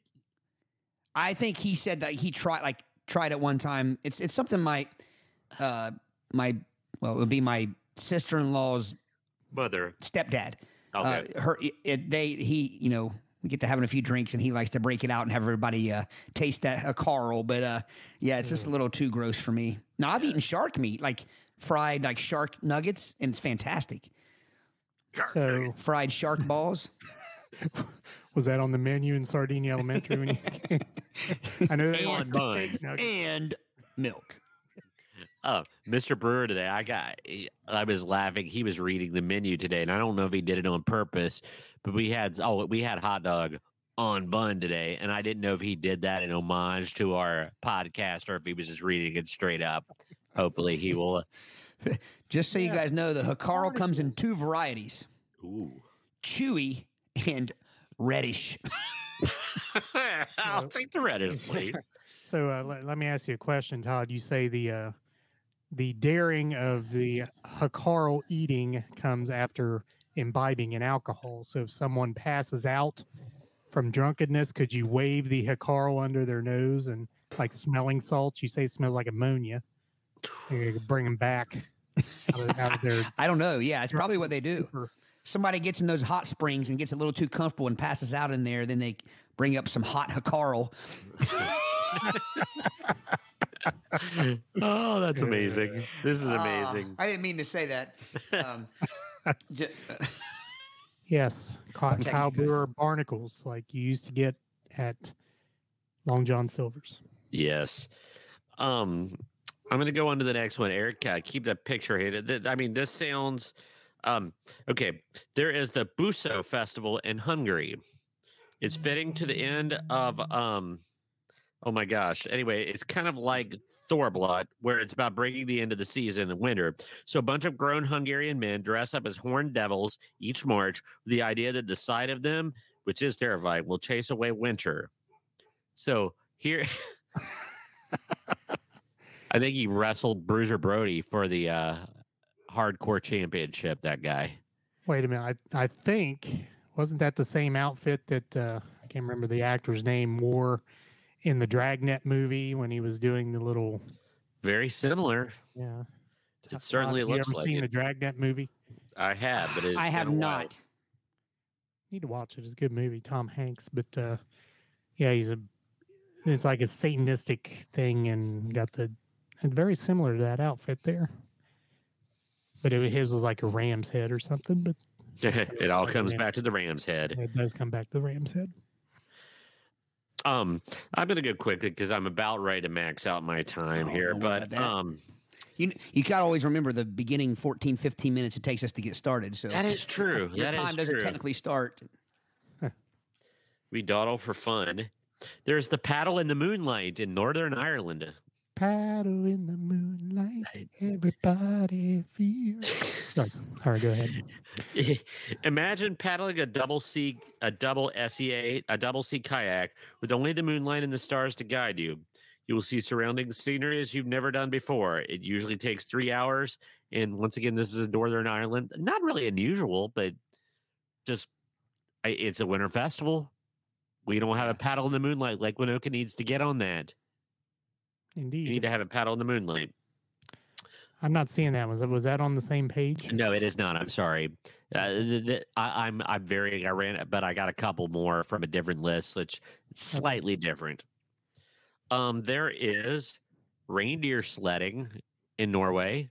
Speaker 4: I think he said that he tried like tried it one time. It's it's something my uh my well it would be my sister in law's
Speaker 3: Mother.
Speaker 4: stepdad.
Speaker 3: Okay.
Speaker 4: Uh, her it, they he you know we get to having a few drinks and he likes to break it out and have everybody uh taste that a Carl. But uh yeah, it's just a little too gross for me. Now I've eaten shark meat like fried like shark nuggets and it's fantastic.
Speaker 2: So
Speaker 4: Fried shark balls.
Speaker 2: was that on the menu in Sardinia Elementary? When you came? I know they
Speaker 3: and
Speaker 2: weren't
Speaker 3: bun.
Speaker 2: nuggets.
Speaker 4: and milk.
Speaker 3: Oh, Mr. Brewer today, I got, eh, I was laughing. He was reading the menu today, and I don't know if he did it on purpose, but we had, oh, we had hot dog on bun today, and I didn't know if he did that in homage to our podcast or if he was just reading it straight up. Hopefully, he will.
Speaker 4: Just so you guys know, the Hakaro comes in two varieties:
Speaker 3: Ooh.
Speaker 4: chewy and reddish.
Speaker 3: I'll take the reddish, please.
Speaker 2: So uh, let, let me ask you a question, Todd. You say the uh, the daring of the Hakarl eating comes after imbibing in alcohol. So if someone passes out from drunkenness, could you wave the Hakarl under their nose and like smelling salts? You say it smells like ammonia. You could bring them back out of, out of their.
Speaker 4: I don't know. Yeah, it's probably what they do.
Speaker 2: Or-
Speaker 4: Somebody gets in those hot springs and gets a little too comfortable and passes out in there. Then they bring up some hot Hakaro.
Speaker 3: Oh, that's amazing. This is
Speaker 4: Ah,
Speaker 3: amazing.
Speaker 4: I didn't mean to say that. Um, ju-
Speaker 2: Yes, cotton
Speaker 4: Texas
Speaker 2: cow
Speaker 4: goose.
Speaker 2: brewer barnacles, like you used to get at Long John Silver's.
Speaker 3: Yes. Um, I'm going to go on to the next one. Eric, uh, keep that picture hidden. Th- I mean, this sounds. Um, okay. There is the Buso Festival in Hungary. It's fitting to the end of. Um, oh my gosh. Anyway, it's kind of like Thorblut, where it's about bringing the end of the season in winter. So a bunch of grown Hungarian men dress up as horned devils each March, with the idea that the sight of them, which is terrifying, will chase away winter. So here. I think he wrestled Bruiser Brody for the uh, hardcore championship. That guy.
Speaker 2: Wait a minute. I, I think wasn't that the same outfit that uh, I can't remember the actor's name wore in the Dragnet movie when he was doing the little
Speaker 3: Very similar.
Speaker 2: yeah.
Speaker 3: It certainly
Speaker 2: Have
Speaker 3: looks
Speaker 2: you ever
Speaker 3: like
Speaker 2: seen
Speaker 3: it.
Speaker 2: the Dragnet movie?
Speaker 3: I have, but it's
Speaker 4: I
Speaker 3: been
Speaker 4: have
Speaker 3: a while.
Speaker 4: not.
Speaker 2: Need to watch it. It's a good movie. Tom Hanks, but uh, yeah, he's a. It's like a satanistic thing, and got the and very similar to that outfit there. But it, his was like a ram's head or something. But
Speaker 3: it all comes
Speaker 2: Yeah.
Speaker 3: back to the ram's head.
Speaker 2: it does come back to the ram's head.
Speaker 3: Um, I'm gonna go quickly because I'm about ready to max out my time
Speaker 4: Oh,
Speaker 3: here.
Speaker 4: don't worry
Speaker 3: But
Speaker 4: about that.
Speaker 3: um,
Speaker 4: You you gotta always remember the beginning 14, 15 minutes it takes us to get started. So
Speaker 3: that is true.
Speaker 4: your
Speaker 3: That is
Speaker 4: time doesn't
Speaker 3: true.
Speaker 4: technically start.
Speaker 3: we dawdle for fun. There's the paddle in the moonlight in Northern Ireland.
Speaker 2: Paddle in the moonlight, everybody feel. Sorry. All right, go ahead.
Speaker 3: Imagine paddling a double C, a double SEA, a double C kayak with only the moonlight and the stars to guide you. You will see surrounding sceneries you've never done before. It usually takes three hours. And once again, this is Northern Ireland. Not really unusual, but just I, it's a winter festival. We don't have a paddle in the moonlight. Lake Winoka needs to get on that. You need
Speaker 2: Indeed.
Speaker 3: to have a paddle in the moonlight.
Speaker 2: I'm not seeing that. Was that, was that on the same page?
Speaker 3: No, it is not. I'm sorry. Uh, th- th- I, I'm I'm varying. I ran, but I got a couple more from a different list, which is
Speaker 2: Okay.
Speaker 3: slightly different. Um, there is reindeer sledding in Norway.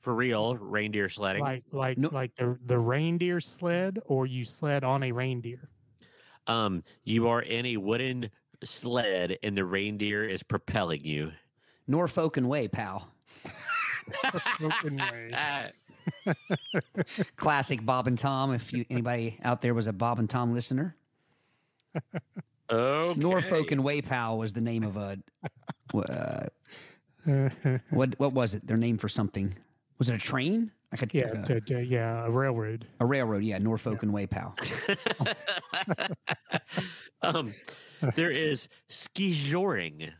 Speaker 3: For real, reindeer sledding.
Speaker 2: Like like
Speaker 4: No.
Speaker 2: like the the reindeer sled, or you sled on a reindeer.
Speaker 3: Um, you are in a wooden sled, and the reindeer is propelling you.
Speaker 4: Norfolk and way, pal.
Speaker 2: Spoken way.
Speaker 4: Classic Bob and Tom. If you anybody out there was a Bob and Tom listener,
Speaker 3: Okay.
Speaker 4: Norfolk and Waypal was the name of a. uh,
Speaker 2: yeah,
Speaker 4: what what was it? Their name for something? Was it a train? Like a, like a,
Speaker 2: to- to- yeah, a railroad.
Speaker 4: a railroad? Yeah, Norfolk and Waypal.
Speaker 3: um, there is skijoring.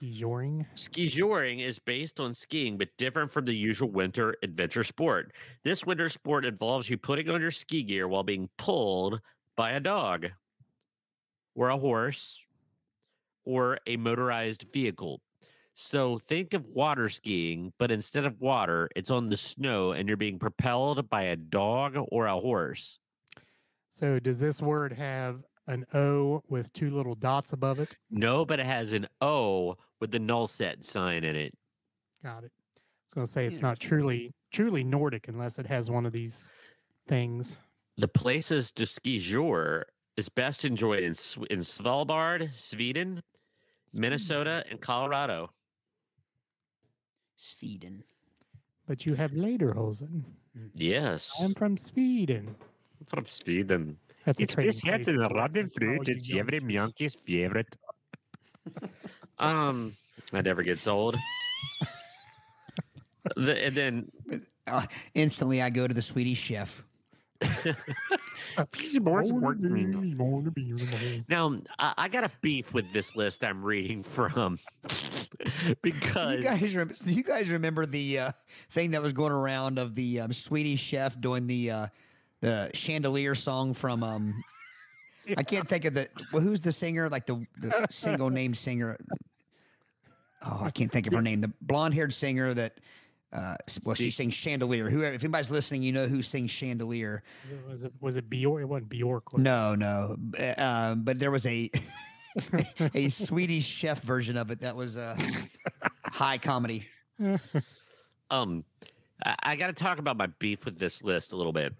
Speaker 2: Skijoring.
Speaker 3: Skijoring is based on skiing, but different from the usual winter adventure sport. This winter sport involves you putting on your ski gear while being pulled by a dog, or a horse, or a motorized vehicle. So think of water skiing, but instead of water, it's on the snow and you're being propelled by a dog or a horse.
Speaker 2: So does this word have an O with two little dots above it?
Speaker 3: No, but it has an O with the null set sign in it.
Speaker 2: Got it. I was going to say it's not truly truly Nordic unless it has one of these things.
Speaker 3: The places to ski jour is best enjoyed in Sw- in Svalbard, Sweden, Minnesota, and Colorado.
Speaker 4: Sweden.
Speaker 2: But you have Lederhosen.
Speaker 3: Yes,
Speaker 2: I'm from Sweden.
Speaker 3: from Sweden.
Speaker 2: That's a
Speaker 3: It's
Speaker 2: trading
Speaker 3: this hat
Speaker 2: place
Speaker 3: is
Speaker 2: for
Speaker 3: running through.
Speaker 2: technology
Speaker 3: It's every
Speaker 2: youngsters.
Speaker 3: monkey's favorite. um, that never gets old. the, and then,
Speaker 4: Uh, instantly, I go to the Swedish chef.
Speaker 3: Please, Boris Wortman. Now, I, I got a beef with this list I'm reading from because
Speaker 4: You guys, rem- so you guys remember the uh, thing that was going around of the um, Swedish chef doing the uh, the chandelier song from um, I can't think of the well, who's the singer like the, the single named singer. Oh, I can't think of her name. The blonde haired singer that uh, s- well, she
Speaker 3: Steve-
Speaker 4: sings chandelier. Whoever, if anybody's listening, you know who sings chandelier.
Speaker 2: Was it, was it, was it Bjork? It wasn't Bjork. was it?
Speaker 4: No, no, b- uh, but there was a a Swedish chef version of it that was uh, high comedy.
Speaker 3: um I, I got to talk about my beef with this list a little bit.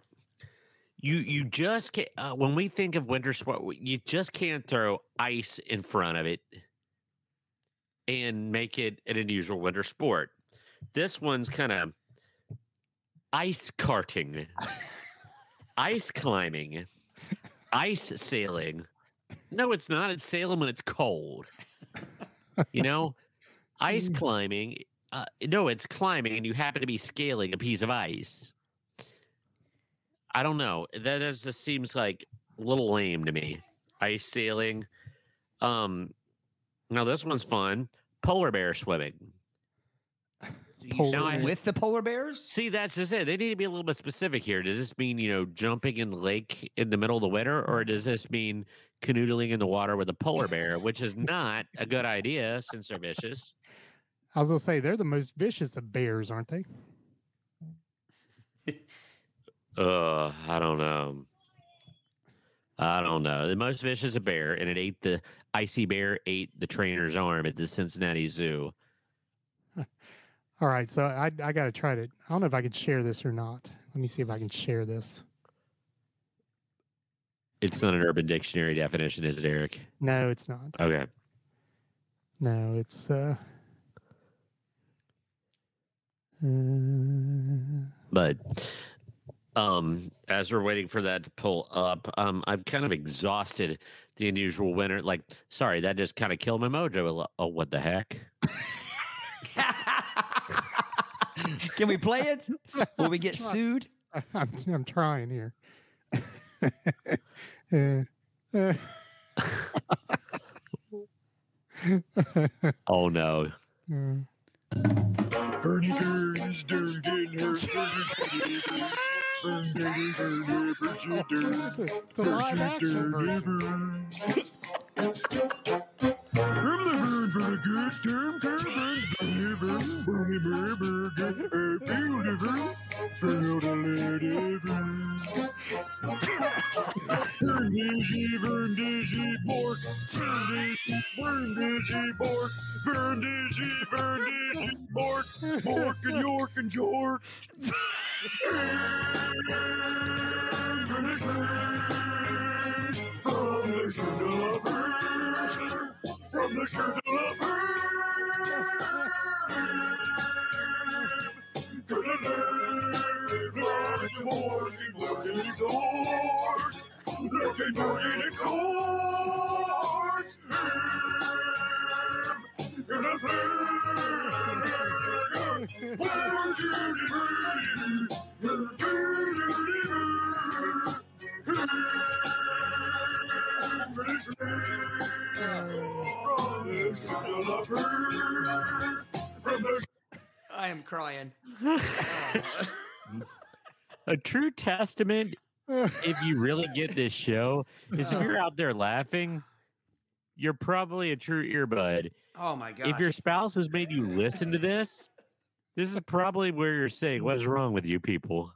Speaker 3: You you just can't, uh, when we think of winter sport, w- you just can't throw ice in front of it and make it an unusual winter sport. This one's kind of ice karting, ice climbing, ice sailing. No, it's not. It's sailing when it's cold. You know, ice climbing uh, no, it's climbing, and you happen to be scaling a piece of ice. I don't know. That is, just seems like a little lame to me. Ice sailing. Um, now this one's fun. Polar bear swimming.
Speaker 4: Do you
Speaker 2: Polar
Speaker 4: swim
Speaker 3: bear.
Speaker 4: with the polar bears?
Speaker 3: See, that's just it. They need to be a little bit specific here. Does this mean you know jumping in the lake in the middle of the winter, or does this mean canoodling in the water with a polar bear, which is not a good idea since they're vicious?
Speaker 2: I was going to say they're the most vicious of bears, aren't they?
Speaker 3: Uh, I don't know. I don't know. The most vicious a bear, and it ate the icy bear ate the trainer's arm at the Cincinnati Zoo.
Speaker 2: All right, so I I got to try to. I don't know if I can share this or not. Let me see if I can share this.
Speaker 3: It's not an Urban Dictionary definition, is it, Eric?
Speaker 2: No, it's not.
Speaker 3: Okay.
Speaker 2: No, it's uh. uh,
Speaker 3: But um, as we're waiting for that to pull up, um, I've kind of exhausted the unusual winter. Like, sorry, that just kind of killed my mojo. a lo- Oh, what the heck?
Speaker 4: Can we play it? Will we get
Speaker 2: Come on.
Speaker 4: sued?
Speaker 2: I'm I'm trying here. Uh, uh,
Speaker 3: Oh no.
Speaker 2: uh, it's, a, it's a live action version.
Speaker 5: Gonna learn, learn to work and work is hard.
Speaker 4: I am crying.
Speaker 3: a true testament if you really get this show is if you're out there laughing, you're probably a true earbud.
Speaker 4: Oh my gosh.
Speaker 3: If your spouse has made you listen to this, this is probably where you're saying, What's wrong with you people?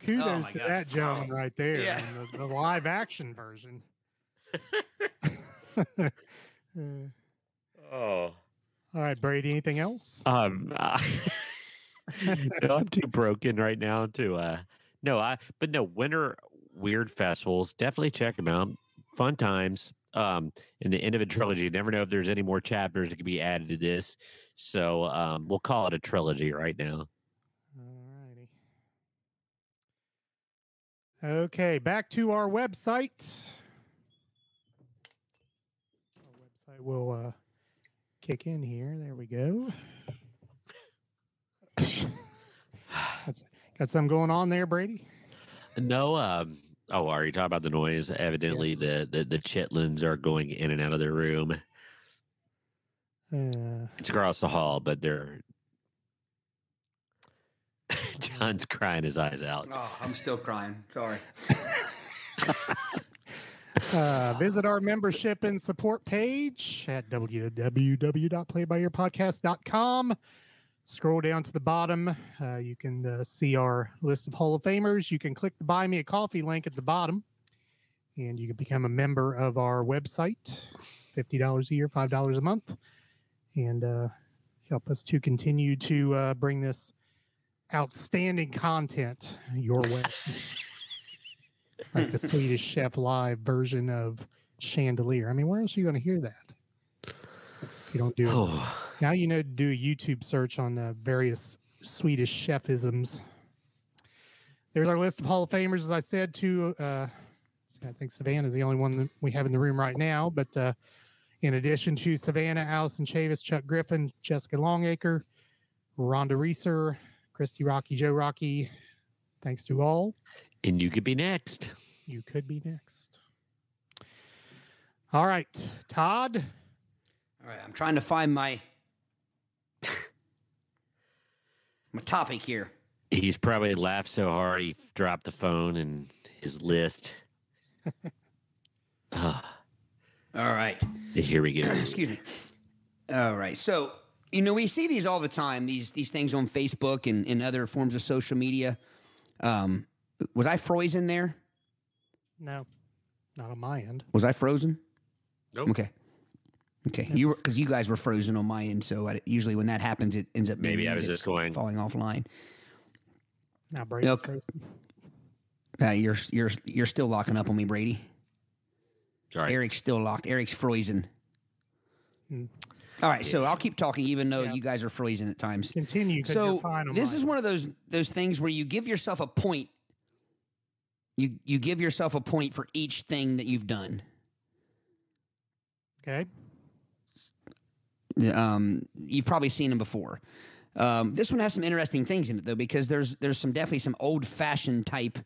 Speaker 2: Kudos
Speaker 4: my
Speaker 2: to
Speaker 4: God.
Speaker 2: that John right there.
Speaker 4: Yeah.
Speaker 2: and The, the live action version. Uh,
Speaker 3: Oh.
Speaker 2: all right, Brady. Anything else?
Speaker 3: Um I- No, I'm too broken right now to uh no, I but no, winter weird festivals, definitely check them out. Fun times. Um, in the end of a trilogy, you never know if there's any more chapters that can be added to this. So um we'll call it a trilogy right now.
Speaker 2: Alrighty. Okay, back to our website. Our website will uh, kick in here. There we go. That's, got something going on there, Brady?
Speaker 3: No, um, oh, are you talking about the noise? Evidently, the, the the chitlins are going in and out of their room.
Speaker 2: Uh,
Speaker 3: It's across the hall, but they're. John's crying his eyes out.
Speaker 4: oh, I'm still crying. Sorry.
Speaker 2: uh, visit our membership and support page at www.playbyyourpodcast.com. Scroll down to the bottom. Uh, you can uh, see our list of Hall of Famers. You can click the Buy Me a Coffee link at the bottom, and you can become a member of our website $50 a year, $5 a month, and uh, help us to continue to uh, bring this outstanding content your way like the Swedish Chef live version of Chandelier. I mean, where else are you going to hear that? If you don't do it.
Speaker 3: Oh,
Speaker 2: Now you know to do a YouTube search on uh, various Swedish chefisms. There's our list of Hall of Famers, as I said. To uh, I think Savannah is the only one that we have in the room right now. But uh, in addition to Savannah, Allison Chavis, Chuck Griffin, Jessica Longacre, Rhonda Reeser, Christy Rocky, Joe Rocky. Thanks to all.
Speaker 3: and you could be next.
Speaker 2: You could be next. All right, Todd.
Speaker 4: All right, I'm trying to find my my topic here.
Speaker 3: He's probably laughed so hard he dropped the phone and his list. Ah,
Speaker 4: All right.
Speaker 3: here we go.
Speaker 4: Excuse me. All right. So, you know, we see these all the time, these these things on Facebook and, and other forms of social media. Um, was I frozen there?
Speaker 2: No, not on my end.
Speaker 4: Was I frozen?
Speaker 3: Nope.
Speaker 4: Okay. Okay. You were because you guys were frozen on my end, so I, usually when that happens, it ends up being
Speaker 3: Maybe
Speaker 4: me
Speaker 3: I was
Speaker 4: that's
Speaker 3: just going.
Speaker 4: falling offline.
Speaker 2: Now Brady's
Speaker 4: Okay. Uh, you're you're you're still locking up on me, Brady.
Speaker 3: Sorry.
Speaker 4: Eric's still locked. Eric's frozen.
Speaker 2: Hmm.
Speaker 4: All right, so I'll keep talking, even though
Speaker 2: Yeah.
Speaker 4: you guys are frozen at times.
Speaker 2: Continue. 'cause you're
Speaker 4: So
Speaker 2: fine on
Speaker 4: this
Speaker 2: mine.
Speaker 4: is one of those those things where you give yourself a point. You you give yourself a point for each thing that you've done.
Speaker 2: okay.
Speaker 4: Um, you've probably seen them before. Um, this one has some interesting things in it though, because there's there's some definitely some old fashioned type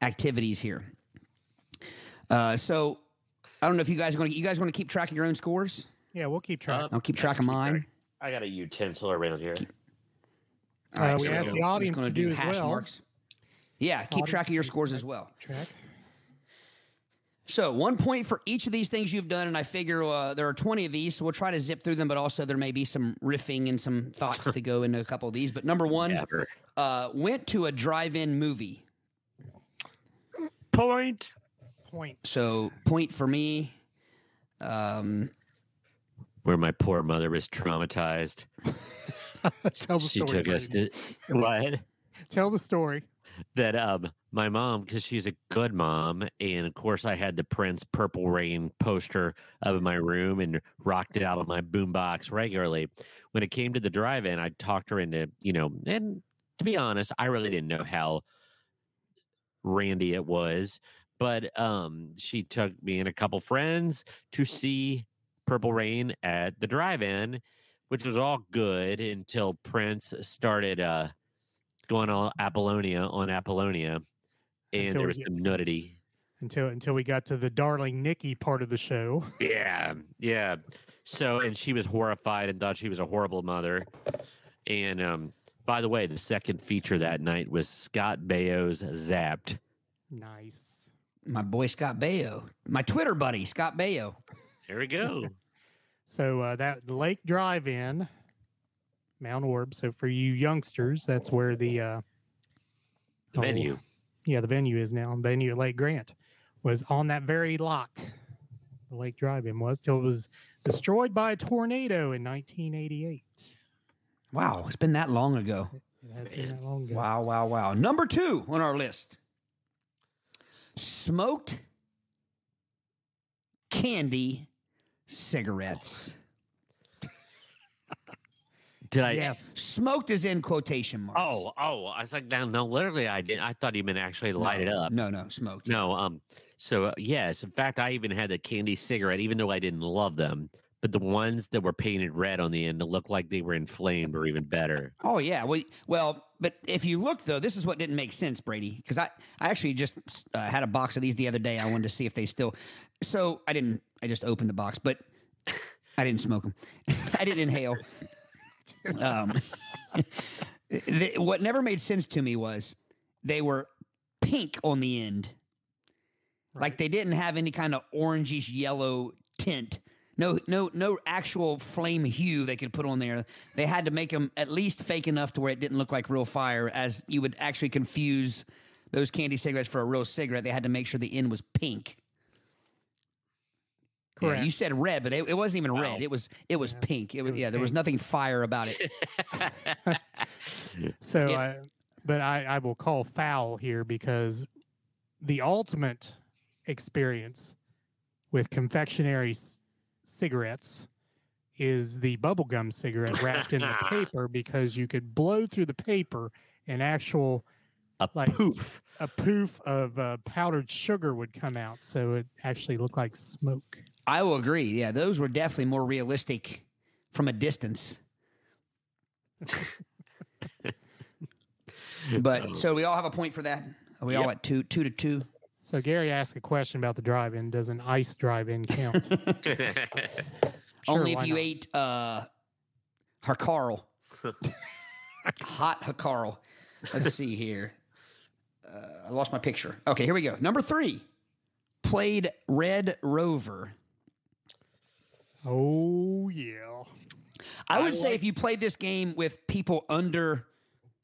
Speaker 4: activities here. Uh, so I don't know if you guys are going to you guys going to keep track of your own scores.
Speaker 2: Yeah, we'll keep track.
Speaker 3: Up.
Speaker 4: I'll keep track of mine.
Speaker 3: I got a utensil around here.
Speaker 4: All right,
Speaker 2: Uh, we
Speaker 4: so
Speaker 2: asked the
Speaker 4: I'm just
Speaker 2: audience
Speaker 4: gonna
Speaker 2: to do as well.
Speaker 4: Yeah, keep
Speaker 2: Audience
Speaker 4: track of your scores as well.
Speaker 2: track.
Speaker 4: So one point for each of these things you've done, and I figure uh, there are twenty of these, so we'll try to zip through them. But also there may be some riffing and some thoughts to go into a couple of these. But number one,
Speaker 3: Never.
Speaker 4: uh, went to a drive-in movie.
Speaker 3: Point.
Speaker 2: Point.
Speaker 4: So point for me. Um,
Speaker 3: Where my poor mother was traumatized.
Speaker 2: Tell the
Speaker 3: she
Speaker 2: story.
Speaker 3: took us
Speaker 2: Brady.
Speaker 3: to what
Speaker 2: Tell the story.
Speaker 3: that um my mom because she's a good mom and of course i had the prince purple rain poster up in my room and rocked it out of my boombox regularly when it came to the drive-in i talked her into you know and to be honest i really didn't know how randy it was But um, she took me and a couple friends to see Purple Rain at the drive-in, which was all good until Prince started uh, going all Apollonia on Apollonia, and
Speaker 2: Until
Speaker 3: there
Speaker 2: we
Speaker 3: was
Speaker 2: get-
Speaker 3: some nudity.
Speaker 2: until until we got to the darling Nikki part of the show.
Speaker 3: Yeah, yeah. So, and she was horrified and thought she was a horrible mother. And um, by the way, the second feature that night was Scott Baio's Zapped.
Speaker 2: Nice.
Speaker 4: My boy Scott Baio, my Twitter buddy Scott Baio.
Speaker 3: There we go.
Speaker 2: So uh, that Lake Drive-In, Mount Orb. So for you youngsters, that's where the uh,
Speaker 3: The
Speaker 2: Oh.
Speaker 3: venue.
Speaker 2: yeah the venue is now. Venue at Lake Grant was on that very lot. The Lake Drive-In was till it was destroyed by a tornado in 1988.
Speaker 4: Wow, it's been that long ago.
Speaker 2: It has been that long ago.
Speaker 4: Wow, wow, wow. Number two on our list smoked candy cigarettes.
Speaker 3: Did I?
Speaker 2: Yes.
Speaker 4: Smoked is in quotation marks.
Speaker 3: Oh, oh. I was like, no, no. Literally, I didn't. I thought he meant actually
Speaker 4: No,
Speaker 3: light it up.
Speaker 4: No, no, smoked.
Speaker 3: No. Um. So uh, yes, in fact, I even had a candy cigarette, even though I didn't love them. But the ones that were painted red on the end that looked like they were inflamed were even better.
Speaker 4: Oh, yeah. Well, well, but if you look, though, this is what didn't make sense, Brady, because I, I actually just uh, had a box of these the other day. I wanted to see if they still. So I didn't, I just opened the box, but I didn't smoke them. I didn't inhale. Um, th- what never made sense to me was they were pink on the end. Like they didn't have any kind of orangish yellow tint. No, no, no actual flame hue they could put on there. They had to make them at least fake enough to where it didn't look like real fire, as you would actually confuse those candy cigarettes for a real cigarette. They had to make sure the end was pink. Yeah,
Speaker 2: Correct.
Speaker 4: you said red, but it, it wasn't even red.
Speaker 3: Wow.
Speaker 4: It was it was
Speaker 2: Yeah.
Speaker 4: pink. It was,
Speaker 2: was
Speaker 4: yeah. There was
Speaker 2: pink.
Speaker 4: nothing fire about it.
Speaker 2: So,
Speaker 4: Yeah.
Speaker 2: I, but I, I will call foul here because the ultimate experience with confectionery c- cigarettes is the bubblegum cigarette wrapped in the paper because you could blow through the paper and actual
Speaker 3: A
Speaker 2: Like-
Speaker 3: poof.
Speaker 2: a poof of uh, powdered sugar would come out so it actually looked like smoke
Speaker 4: I will agree. Yeah, those were definitely more realistic from a distance.
Speaker 3: Oh.
Speaker 4: But so we all have a point for that. Are we all
Speaker 3: Yep.
Speaker 4: at two, two to two.
Speaker 2: so gary asked a question about the drive-in does an ice drive-in count Sure,
Speaker 4: Only
Speaker 2: why
Speaker 4: if you
Speaker 2: not?
Speaker 4: ate uh, Hakarl. Hot Hakarl. Let's see here. Uh, I lost my picture. Okay, here we go. Number three played Red Rover.
Speaker 2: oh yeah
Speaker 4: I
Speaker 3: I
Speaker 4: would say
Speaker 3: like-
Speaker 4: if you played this game with people under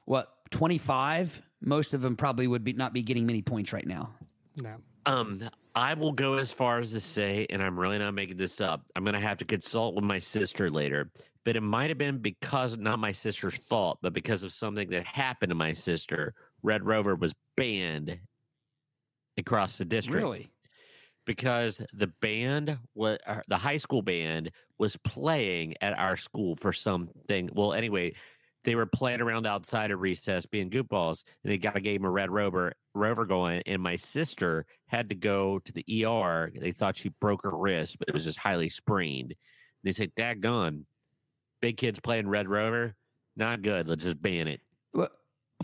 Speaker 4: what twenty five, most of them probably would be not be getting many points right now.
Speaker 2: no
Speaker 3: Um, I will go as far as to say, and I'm really not making this up. I'm gonna have to consult with my sister later, but it might have been because not my sister's fault, but because of something that happened to my sister. Red Rover was banned across the district
Speaker 4: Really?
Speaker 3: because the band was the high school band was playing at our school for something. Well, anyway, they were playing around outside of recess, being goofballs, and they got a game of Red Rover Rover going. And my sister had to go to the ER. They thought she broke her wrist, but it was just highly sprained. They said, "Dad, gone, big kids playing Red Rover, not good. Let's just ban it."
Speaker 4: Well,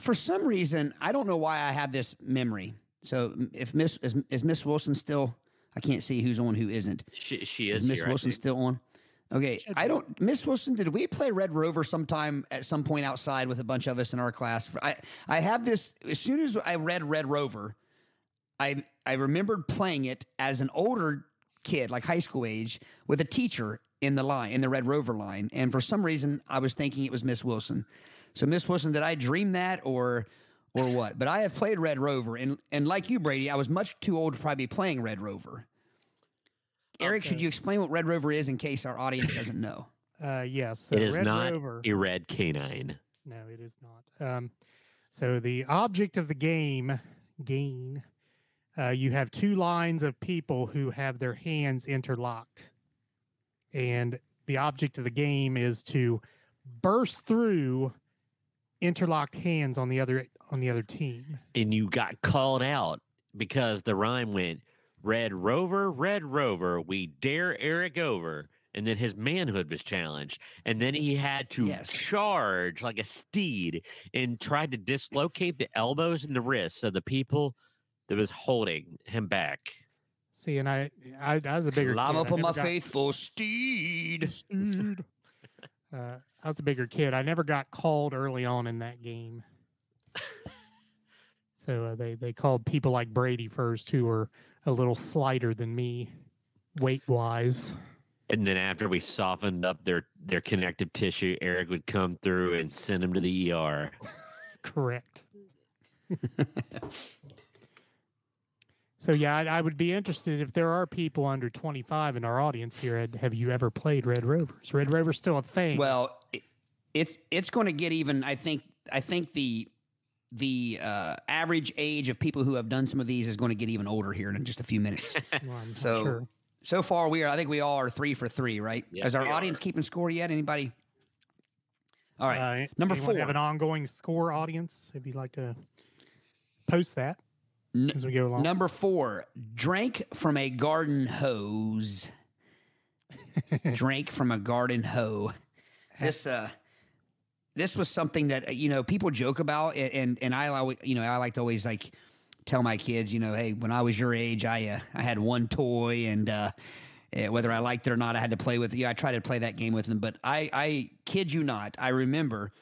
Speaker 4: for some reason, I don't know why I have this memory. So m- if Miss is, is Miss Wilson still? I can't see who's on, who isn't.
Speaker 3: She, she
Speaker 4: Is
Speaker 3: is
Speaker 4: Miss
Speaker 3: here, I
Speaker 4: Wilson
Speaker 3: think.
Speaker 4: still on? Okay,
Speaker 2: Should
Speaker 4: I don't. Miss Wilson, did we play Red Rover sometime at some point outside with a bunch of us in our class? I I have this. As soon as I read Red Rover, I I remembered playing it as an older kid, like high school age, with a teacher in the line in the Red Rover line, and for some reason I was thinking it was Miss Wilson. So Miss Wilson, did I dream that or? Or what? But I have played Red Rover, and and like you, Brady, I was much too old to probably be playing Red Rover. Eric, should
Speaker 2: Okay.
Speaker 4: you explain what Red Rover is in case our audience doesn't know?
Speaker 2: uh yes so
Speaker 3: It is
Speaker 2: Red
Speaker 3: not e
Speaker 2: Rover-
Speaker 3: a red canine.
Speaker 2: No, it is not. Um, so the object of the game, gain, uh, you have two lines of people who have their hands interlocked, and the object of the game is to burst through interlocked hands on the other on the other team.
Speaker 3: and you got called out because the rhyme went Red Rover, Red Rover, we dare Eric over. And then his manhood was challenged. And then he had to
Speaker 4: Yes.
Speaker 3: charge like a steed and tried to dislocate the elbows and the wrists of the people that was holding him back.
Speaker 2: See, and I, I, I was a bigger
Speaker 4: Climb
Speaker 2: kid.
Speaker 4: up
Speaker 2: I
Speaker 4: on my
Speaker 2: never got-
Speaker 4: faithful steed.
Speaker 2: Uh, I was a bigger kid. I never got called early on in that game. so uh, they they called people like Brady first, who were a little slighter than me, weight wise.
Speaker 3: And then after we softened up their, their connective tissue, Eric would come through and send him to the ER.
Speaker 2: Correct. so yeah, I, I would be interested if there are people under 25 in our audience here. had- Have you ever played Red Rovers? Red Rover's still a thing.
Speaker 4: Well, it, it's it's going to get even. I think I think the the uh, average age of people who have done some of these is going to get even older here in just a few minutes.
Speaker 2: Well, I'm not
Speaker 4: so-
Speaker 2: sure.
Speaker 4: so far, we are. I think we all are three for three, right?
Speaker 3: Yes,
Speaker 4: is our
Speaker 3: we
Speaker 4: audience
Speaker 3: are.
Speaker 4: keeping score yet? Anybody? All right.
Speaker 2: Uh,
Speaker 4: number
Speaker 2: anyone Have
Speaker 4: four.
Speaker 2: an ongoing score audience. If you'd like to post that
Speaker 4: N-
Speaker 2: as we go along.
Speaker 4: Number four, drank from a garden hose. drank from a garden hoe. This uh, this was something that uh, you know people joke about, a- and and I always you know I like to always like tell my kids, you know, hey, when I was your age, I uh, I had one toy, and uh, eh, whether I liked it or not, I had to play with. Yeah, I tried to play that game with them, but I I kid you not, I remember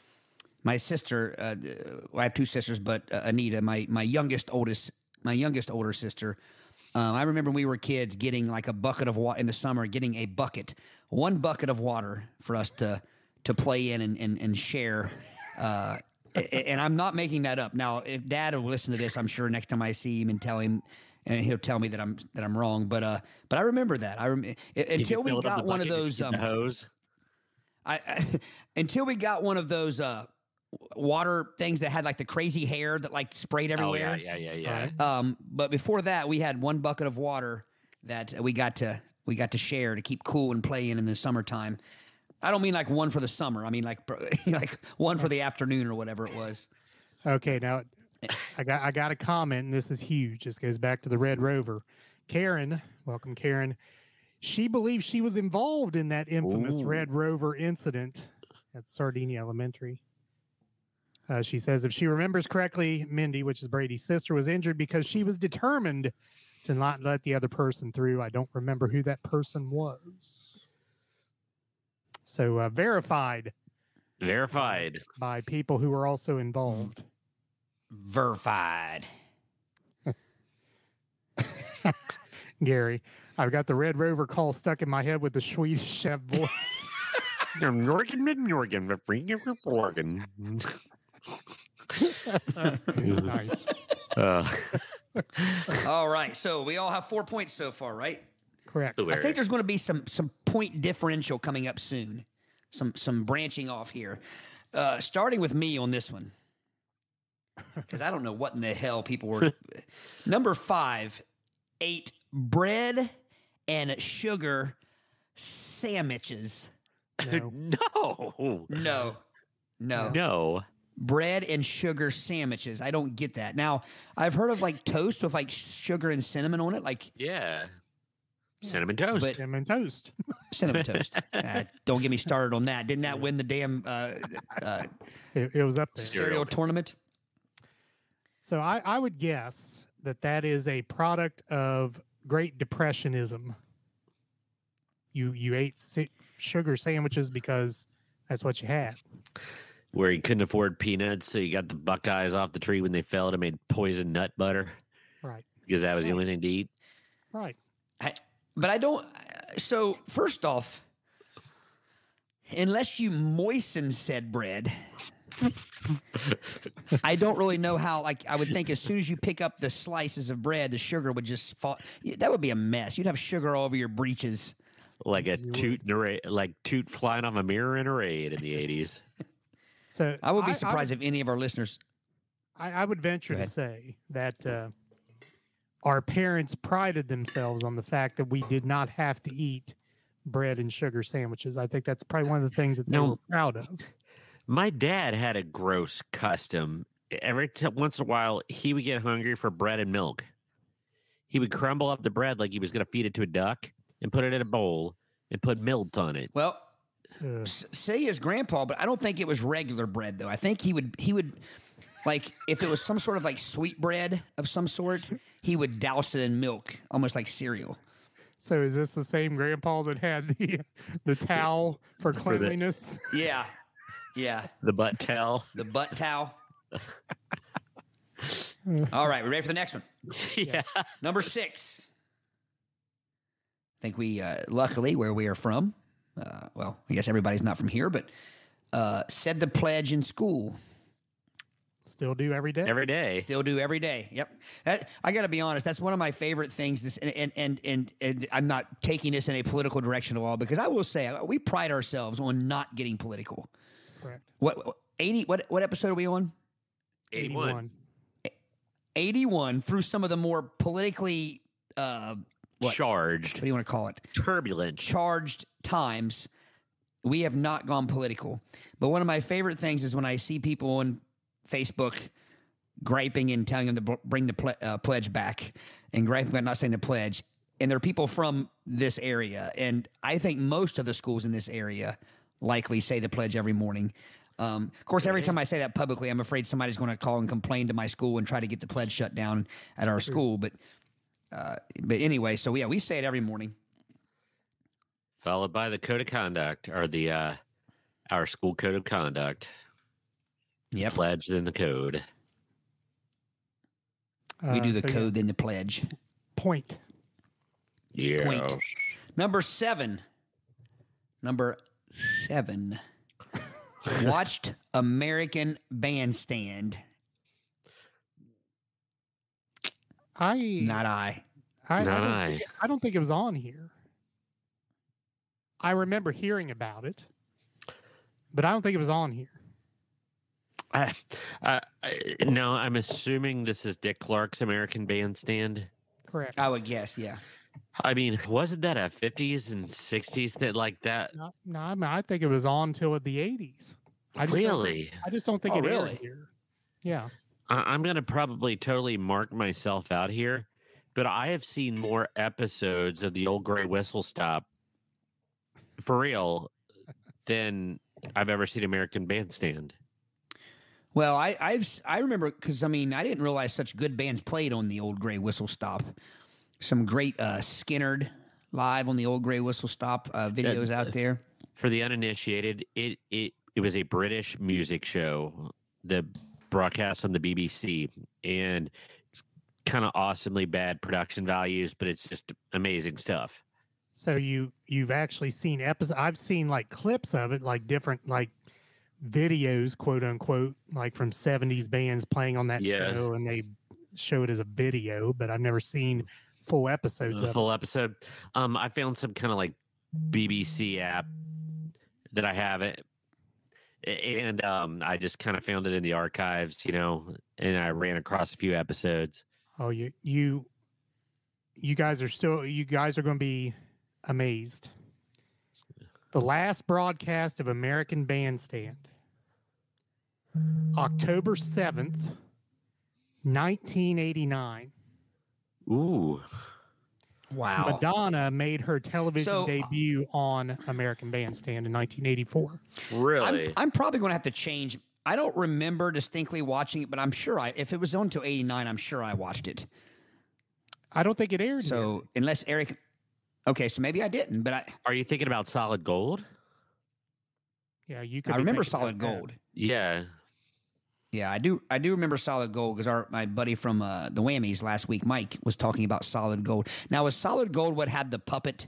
Speaker 4: my sister uh, d- well, i have two sisters but uh, anita my, my youngest oldest my youngest older sister um, i remember when we were kids getting like a bucket of water in the summer getting a bucket one bucket of water for us to to play in and, and, and share uh, a- a- and i'm not making that up now if dad will listen to this i'm sure next time i see him and tell him and he'll tell me that i'm that i'm wrong but uh but i remember that i rem-
Speaker 3: Did you fill
Speaker 4: until we
Speaker 3: it up
Speaker 4: got
Speaker 3: the
Speaker 4: one of
Speaker 3: bucket and
Speaker 4: those
Speaker 3: shoot
Speaker 4: um,
Speaker 3: the hose?
Speaker 4: I, I until we got one of those uh w- water things that had like the crazy hair that like sprayed
Speaker 3: Oh
Speaker 4: everywhere.
Speaker 3: yeah, yeah, yeah, yeah.
Speaker 2: Alright.
Speaker 4: Um, but before that, we had one bucket of water that we got to we got to share to keep cool and play in in the summertime. I don't mean like one for the summer. I mean like pro- like one for the afternoon or whatever it was.
Speaker 2: Okay, now I got I got a comment, and this is huge. This goes back to the Red Rover. Karen, welcome, Karen. She believes she was involved in that infamous
Speaker 3: Ooh.
Speaker 2: Red Rover incident at Sardinia Elementary. Uh, she says, if she remembers correctly, Mindy, which is Brady's sister, was injured because she was determined to not let the other person through. I don't remember who that person was. So uh, verified
Speaker 3: Verified.
Speaker 2: by people who were also involved.
Speaker 4: Verified.
Speaker 2: Gary. I've got the Red Rover call stuck in my head with the Swedish chef voice. nice.
Speaker 3: Uh,
Speaker 4: all right. So we all have four points so far, right?
Speaker 2: Correct.
Speaker 4: I think there's going to be some some point differential coming up soon. Some some branching off here, uh, starting with me on this one, because I don't know what in the hell people were. Number five, ate bread and sugar sandwiches.
Speaker 2: No.
Speaker 3: no.
Speaker 4: No, no,
Speaker 3: No.
Speaker 4: bread and sugar sandwiches. I don't get that. Now I've heard of like toast with like sugar and cinnamon on it, like
Speaker 3: Yeah. Cinnamon toast.
Speaker 4: But-
Speaker 2: Cinnamon toast.
Speaker 4: cinnamon toast. Uh, don't get me started on that. Didn't that win the damn uh, uh,
Speaker 2: It, it was up there.
Speaker 3: Cereal
Speaker 4: cereal
Speaker 3: tournament.
Speaker 4: tournament?
Speaker 2: So I, I would guess that that is a product of Great Depressionism. You you ate si- sugar sandwiches because that's what you had.
Speaker 3: Where you couldn't afford peanuts, so you got the buckeyes off the tree when they fell to made poison nut butter
Speaker 2: Right.
Speaker 3: because that was the only thing to eat.
Speaker 2: Right.
Speaker 4: But I don't. So first off, unless you moisten said bread, I don't really know how. Like I would think, as soon as you pick up the slices of bread, the sugar would just fall. That would be a mess. You'd have sugar all over your breeches.
Speaker 3: Like a
Speaker 2: You would.
Speaker 3: toot in a ra- like toot flying off a mirror in a raid in the eighties.
Speaker 2: So
Speaker 4: I would be surprised if any of our listeners.
Speaker 2: I, I would venture
Speaker 4: Go
Speaker 2: to
Speaker 4: ahead.
Speaker 2: say that uh, our parents prided themselves on the fact that we did not have to eat bread and sugar sandwiches. I think that's probably one of the things that they
Speaker 3: No.
Speaker 2: were proud of.
Speaker 3: My dad had a E, gross custom. Every t- once in a while, he would get hungry for bread and milk. He would crumble up the bread like he was going to feed it to a duck and put it in a bowl and put milk on it.
Speaker 4: Well,
Speaker 2: Ugh.
Speaker 4: s- say his grandpa, but I don't think it was regular bread though. I think he would he would like if it was some sort of like sweet bread of some sort, he would douse it in milk, almost like cereal.
Speaker 2: So is this the same grandpa that had the the towel for
Speaker 3: For the-
Speaker 2: cleanliness?
Speaker 4: Yeah, yeah,
Speaker 3: The butt towel.
Speaker 4: the butt towel. All right, we ready for the next one?
Speaker 3: yeah.
Speaker 4: Number six. I think we, uh, luckily, where we are from, uh, well, I guess everybody's not from here, but uh, said the pledge in school.
Speaker 2: Still do every day.
Speaker 3: Every day.
Speaker 4: Still do every day. Yep. That, I got to be honest. That's one of my favorite things. This and and, and and and I'm not taking this in a political direction at all because I will say uh, we pride ourselves on not getting political.
Speaker 2: Correct.
Speaker 4: What what- eighty? What what episode are we on?
Speaker 3: 81.
Speaker 4: 81 through some of the more politically uh, What? what
Speaker 3: Charged.
Speaker 4: do you want to call it?
Speaker 3: Turbulent.
Speaker 4: charged times, we have not gone political. But one of my favorite things is when I see people on Facebook griping and telling them to br- bring the ple- uh, pledge back and griping about not saying the pledge. And there are people from this area. And I think most of the schools in this area likely say the pledge every morning. Um, of course, every time I say that publicly, I'm afraid somebody's going to call and complain to my school and try to get the pledge shut down at our school. But uh, but anyway, so yeah, we say it every morning.
Speaker 3: Followed by the code of conduct or the uh our school code of conduct.
Speaker 4: Yep.
Speaker 3: Pledged in the code.
Speaker 4: We do
Speaker 2: Uh,
Speaker 4: the
Speaker 2: so yeah,
Speaker 4: code, then the pledge.
Speaker 2: point.
Speaker 3: Yeah.
Speaker 4: Point. Number seven. Number seven. Watched American Bandstand.
Speaker 2: I,
Speaker 4: Not I.
Speaker 2: I, I,
Speaker 3: Not
Speaker 2: don't
Speaker 3: I.
Speaker 2: think it- I don't think it was on here. I remember hearing about it, but I don't think it was on here.
Speaker 3: I, I, I, no, I'm assuming this is Dick Clark's American Bandstand. Uh,
Speaker 2: Correct.
Speaker 4: I would guess, yeah.
Speaker 3: I mean, wasn't that a 50s and 60s that like that?
Speaker 2: No, no, I, mean, I think it was on till the 80s. I just don't-
Speaker 3: really?
Speaker 2: I just don't think
Speaker 4: Oh,
Speaker 2: it aired
Speaker 4: really?
Speaker 2: here. Yeah.
Speaker 3: I, I'm going to probably totally mark myself out here, but I have seen more episodes of the old gray whistle stop for real than I've ever seen American Bandstand.
Speaker 4: Well, I I've s- I remember because I mean I didn't realize such good bands played on the old Gray Whistle Stop. Some great uh, Skinnerd live on the old Gray Whistle Stop uh, videos out there.
Speaker 3: For the uninitiated, it, it, it was a British music show that broadcast on the BBC, and it's kind of awesomely bad production values, but it's just amazing stuff.
Speaker 2: So you you've actually seen episodes. I've seen like clips of it, like different like videos, quote unquote, like from seventies bands playing on that
Speaker 3: Yeah.
Speaker 2: show, and they show it as a video. But I've never seen full episodes
Speaker 3: the
Speaker 2: of
Speaker 3: full episode. Um, I found some kind of like BBC app that I have it, a- and um, I just kind of found it in the archives, you know, and I ran across a few episodes.
Speaker 2: it. Oh, you you you guys are still you guys are going to be amazed. The last broadcast of American Bandstand, October seventh, nineteen eighty nine.
Speaker 3: Ooh,
Speaker 4: Wow.
Speaker 2: Madonna made her television
Speaker 4: So, uh,
Speaker 2: debut on American Bandstand in 1984.
Speaker 3: really?
Speaker 4: I'm, I'm probably going to have to change. I don't remember distinctly watching it, but I'm sure I if it was on until '89, I'm sure I watched it.
Speaker 2: I don't think it aired. here.
Speaker 4: So unless Eric, okay, so maybe I didn't, but I
Speaker 3: Are you thinking about Solid Gold?
Speaker 2: yeah, you could.
Speaker 4: I
Speaker 2: be
Speaker 4: remember
Speaker 2: thinking about
Speaker 4: Solid
Speaker 2: that.
Speaker 4: Gold.
Speaker 3: Yeah.
Speaker 4: Yeah, I do. I do remember Solid Gold because our my buddy from uh, the Whammies last week, Mike, was talking about Solid Gold. Now, was Solid Gold what had the puppet,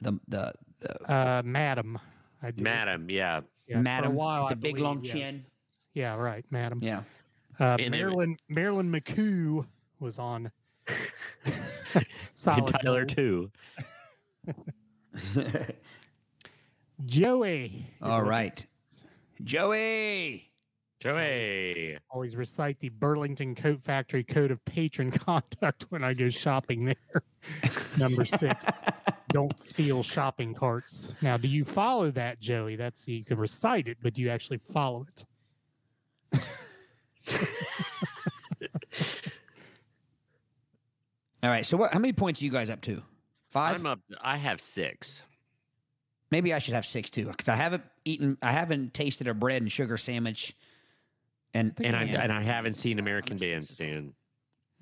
Speaker 4: the the, the
Speaker 2: Uh, Madam. I do.
Speaker 3: Madam, yeah.
Speaker 2: Yeah, for a
Speaker 4: madam,
Speaker 2: while,
Speaker 4: with
Speaker 2: I
Speaker 4: the big
Speaker 2: believe,
Speaker 4: long
Speaker 2: yeah.
Speaker 4: chin?
Speaker 2: Yeah, right, Madam.
Speaker 4: Yeah,
Speaker 2: Uh,
Speaker 3: And it was-
Speaker 2: Marilyn Marilyn McCoo was on. Solid
Speaker 3: and Tyler
Speaker 2: Gold.
Speaker 3: too.
Speaker 2: Joey. is
Speaker 4: All
Speaker 2: with us.
Speaker 4: right. Joey.
Speaker 3: Joey.
Speaker 2: Always recite the Burlington Coat Factory Code of Patron Conduct when I go shopping there. Number six. don't steal shopping carts. Now, do you follow that, Joey? That's you can recite it, but do you actually follow it?
Speaker 4: All right. So what? How many points are you guys up to? 5
Speaker 3: I'm up. I have six.
Speaker 4: Maybe I should have six too, because I haven't eaten. I haven't tasted a bread and sugar sandwich. And
Speaker 3: And I
Speaker 4: man.
Speaker 3: and I haven't seen American
Speaker 4: I'm at six as well.
Speaker 3: Bandstand.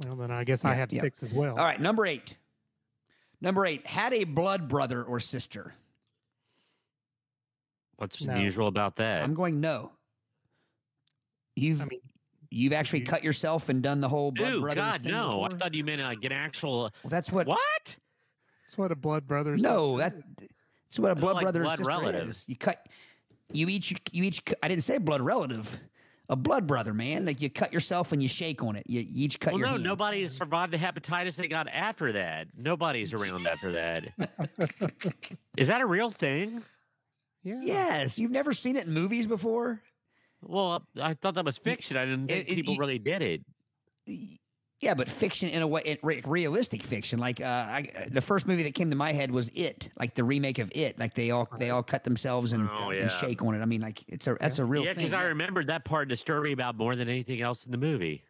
Speaker 2: Well, then I guess I
Speaker 4: Yeah,
Speaker 2: have
Speaker 4: yeah.
Speaker 2: six as well.
Speaker 4: All right, number eight. Number eight had a blood brother or sister.
Speaker 3: What's
Speaker 2: No.
Speaker 3: unusual about that?
Speaker 4: I'm going no. You've
Speaker 2: I mean,
Speaker 4: you've actually
Speaker 2: you-
Speaker 4: cut yourself and done the whole blood
Speaker 3: Ew,
Speaker 4: brother.
Speaker 3: God,
Speaker 4: thing
Speaker 3: no! I
Speaker 4: before?
Speaker 3: thought you meant like an actual.
Speaker 4: well, that's what.
Speaker 3: what?
Speaker 2: that's what a blood brother.
Speaker 4: No, that that's what a
Speaker 3: I
Speaker 4: blood
Speaker 3: like
Speaker 4: brother
Speaker 3: blood
Speaker 4: and sister
Speaker 3: relative.
Speaker 4: is. You cut. You each you each. cu- I didn't say blood relative. A blood brother, man. Like you cut yourself and you shake on it. You, you each cut
Speaker 3: Well,
Speaker 4: your.
Speaker 3: no,
Speaker 4: hand.
Speaker 3: nobody has survived the hepatitis they got after that. Nobody's around after that. Is that a real thing?
Speaker 2: Yeah.
Speaker 4: Yes, you've never seen it in movies before.
Speaker 3: Well, I thought that was fiction. I didn't think
Speaker 4: it- it-
Speaker 3: people
Speaker 4: you-
Speaker 3: really did it.
Speaker 4: Yeah, but fiction in a way, it, re- realistic fiction. Like uh, I, the first movie that came to my head was It, like the remake of It. Like they all they all cut themselves and,
Speaker 3: Oh,
Speaker 4: and
Speaker 3: yeah.
Speaker 4: shake on it. I mean, like it's a that's a real
Speaker 3: yeah,
Speaker 4: thing.
Speaker 3: because I remembered that part disturbed me about more than anything else in the movie.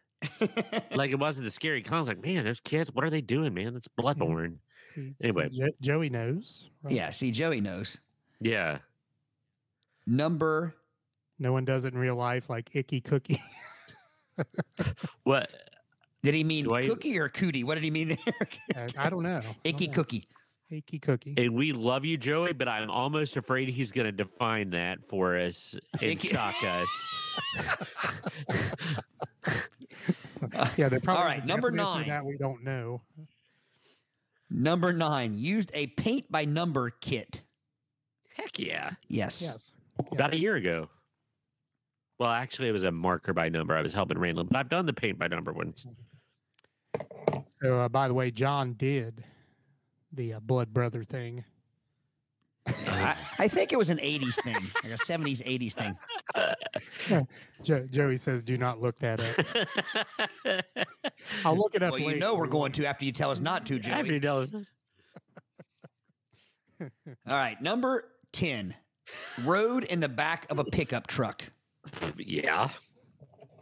Speaker 3: like it wasn't the scary clown. I was like, man, those kids, what are they doing, man? That's
Speaker 4: Mm-hmm.
Speaker 3: bloodborne.
Speaker 2: See,
Speaker 3: Anyway.
Speaker 2: Jo- Joey knows. right?
Speaker 4: yeah, see, Joey knows
Speaker 3: Yeah.
Speaker 4: number.
Speaker 2: No one does it in real life like Icky Cookie.
Speaker 3: What?
Speaker 4: Did he mean
Speaker 3: Do I-
Speaker 4: cookie or cootie? What did he mean there?
Speaker 2: I I don't know. I don't
Speaker 4: Icky
Speaker 2: know.
Speaker 4: cookie.
Speaker 2: Icky Cookie.
Speaker 3: And we love you, Joey, but I'm almost afraid he's going to define that for us and
Speaker 4: Icky-
Speaker 3: shock us.
Speaker 2: yeah, they're probably
Speaker 4: right,
Speaker 2: the
Speaker 4: number
Speaker 2: definition of
Speaker 4: nine.
Speaker 2: That we don't know.
Speaker 4: Number nine used a paint by number kit.
Speaker 3: Heck yeah.
Speaker 4: Yes.
Speaker 2: Yes.
Speaker 3: About a year ago. Well, actually, it was a marker by number. I was helping Randall, but I've done the paint by number ones.
Speaker 2: So, uh, by the way, John did the uh, blood brother thing.
Speaker 4: Uh, I, I think it was an '80s thing, like a '70s '80s thing.
Speaker 2: Jo- Joey says, "Do not look that up." I'll look it up.
Speaker 4: Well, you
Speaker 2: later.
Speaker 4: know we're going to after you tell us not to,
Speaker 3: After
Speaker 4: Joey.
Speaker 3: you tell us-
Speaker 4: All right, number 10. Rode in the back of a pickup truck.
Speaker 3: Yeah.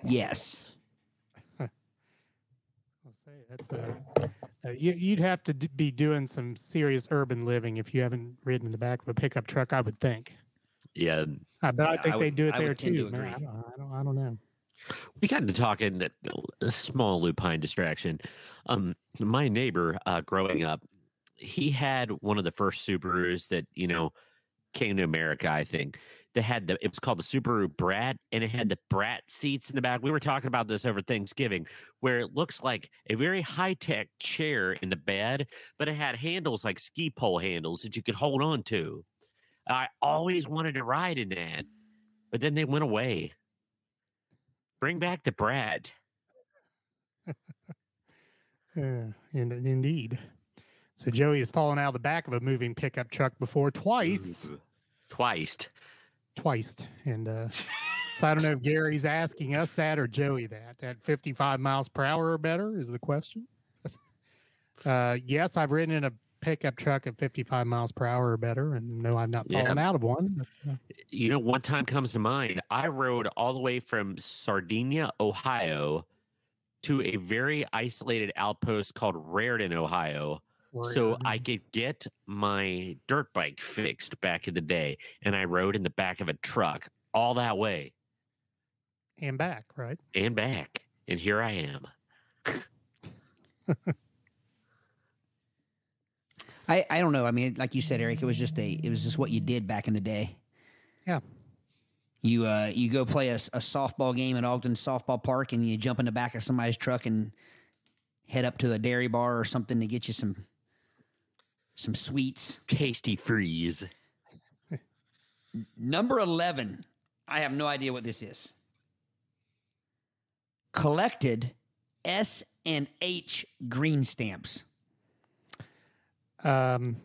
Speaker 4: Yes.
Speaker 2: I'll say that's uh, uh, you, you'd have to d- be doing some serious urban living if you haven't ridden in the back of a pickup truck. I would think.
Speaker 3: Yeah.
Speaker 2: I bet I
Speaker 4: Yeah, I
Speaker 2: think they
Speaker 4: would-
Speaker 2: do it
Speaker 4: I would
Speaker 2: there
Speaker 4: tend to
Speaker 2: too. man. I
Speaker 4: agree.
Speaker 2: don't, I don't. I don't know.
Speaker 3: We got to talking that a small lupine distraction. Um, my neighbor, uh, growing up, he had one of the first Subarus that you know came to America. I think they had the it was called the Subaru Brat, and it had the Brat seats in the back. We were talking about this over Thanksgiving, where it looks like a very high tech chair in the bed, but it had handles like ski pole handles that you could hold on to. I always wanted to ride in that, but then they went away. Bring back the Brat.
Speaker 2: Uh, in, indeed. So Joey has fallen out of the back of a moving pickup truck before twice.
Speaker 3: Twice.
Speaker 2: Twice. And uh, so I don't know if Gary's asking us that or Joey that. At 55 miles per hour or better is the question. uh, yes, I've ridden in a pickup truck at 55 miles per hour or better. And no, I've not
Speaker 3: Yeah.
Speaker 2: fallen out of one. But, uh,
Speaker 3: You know, one time comes to mind. I rode all the way from Sardinia, Ohio, to a very isolated outpost called Raritan, Ohio, so
Speaker 2: worried.
Speaker 3: I could get my dirt bike fixed back in the day. And I rode in the back of a truck all that way
Speaker 2: and back, right?
Speaker 3: and back. And here I am.
Speaker 4: I, I don't know. I mean, like you said, Eric, it was just a it was just what you did back in the day.
Speaker 2: Yeah.
Speaker 4: You uh you go play a, s- a softball game at Ogden Softball Park and you jump in the back of somebody's truck and head up to a dairy bar or something to get you some some sweets.
Speaker 3: Tasty freeze.
Speaker 4: Number 11. I have no idea what this is. Collected S and H green stamps.
Speaker 2: Um,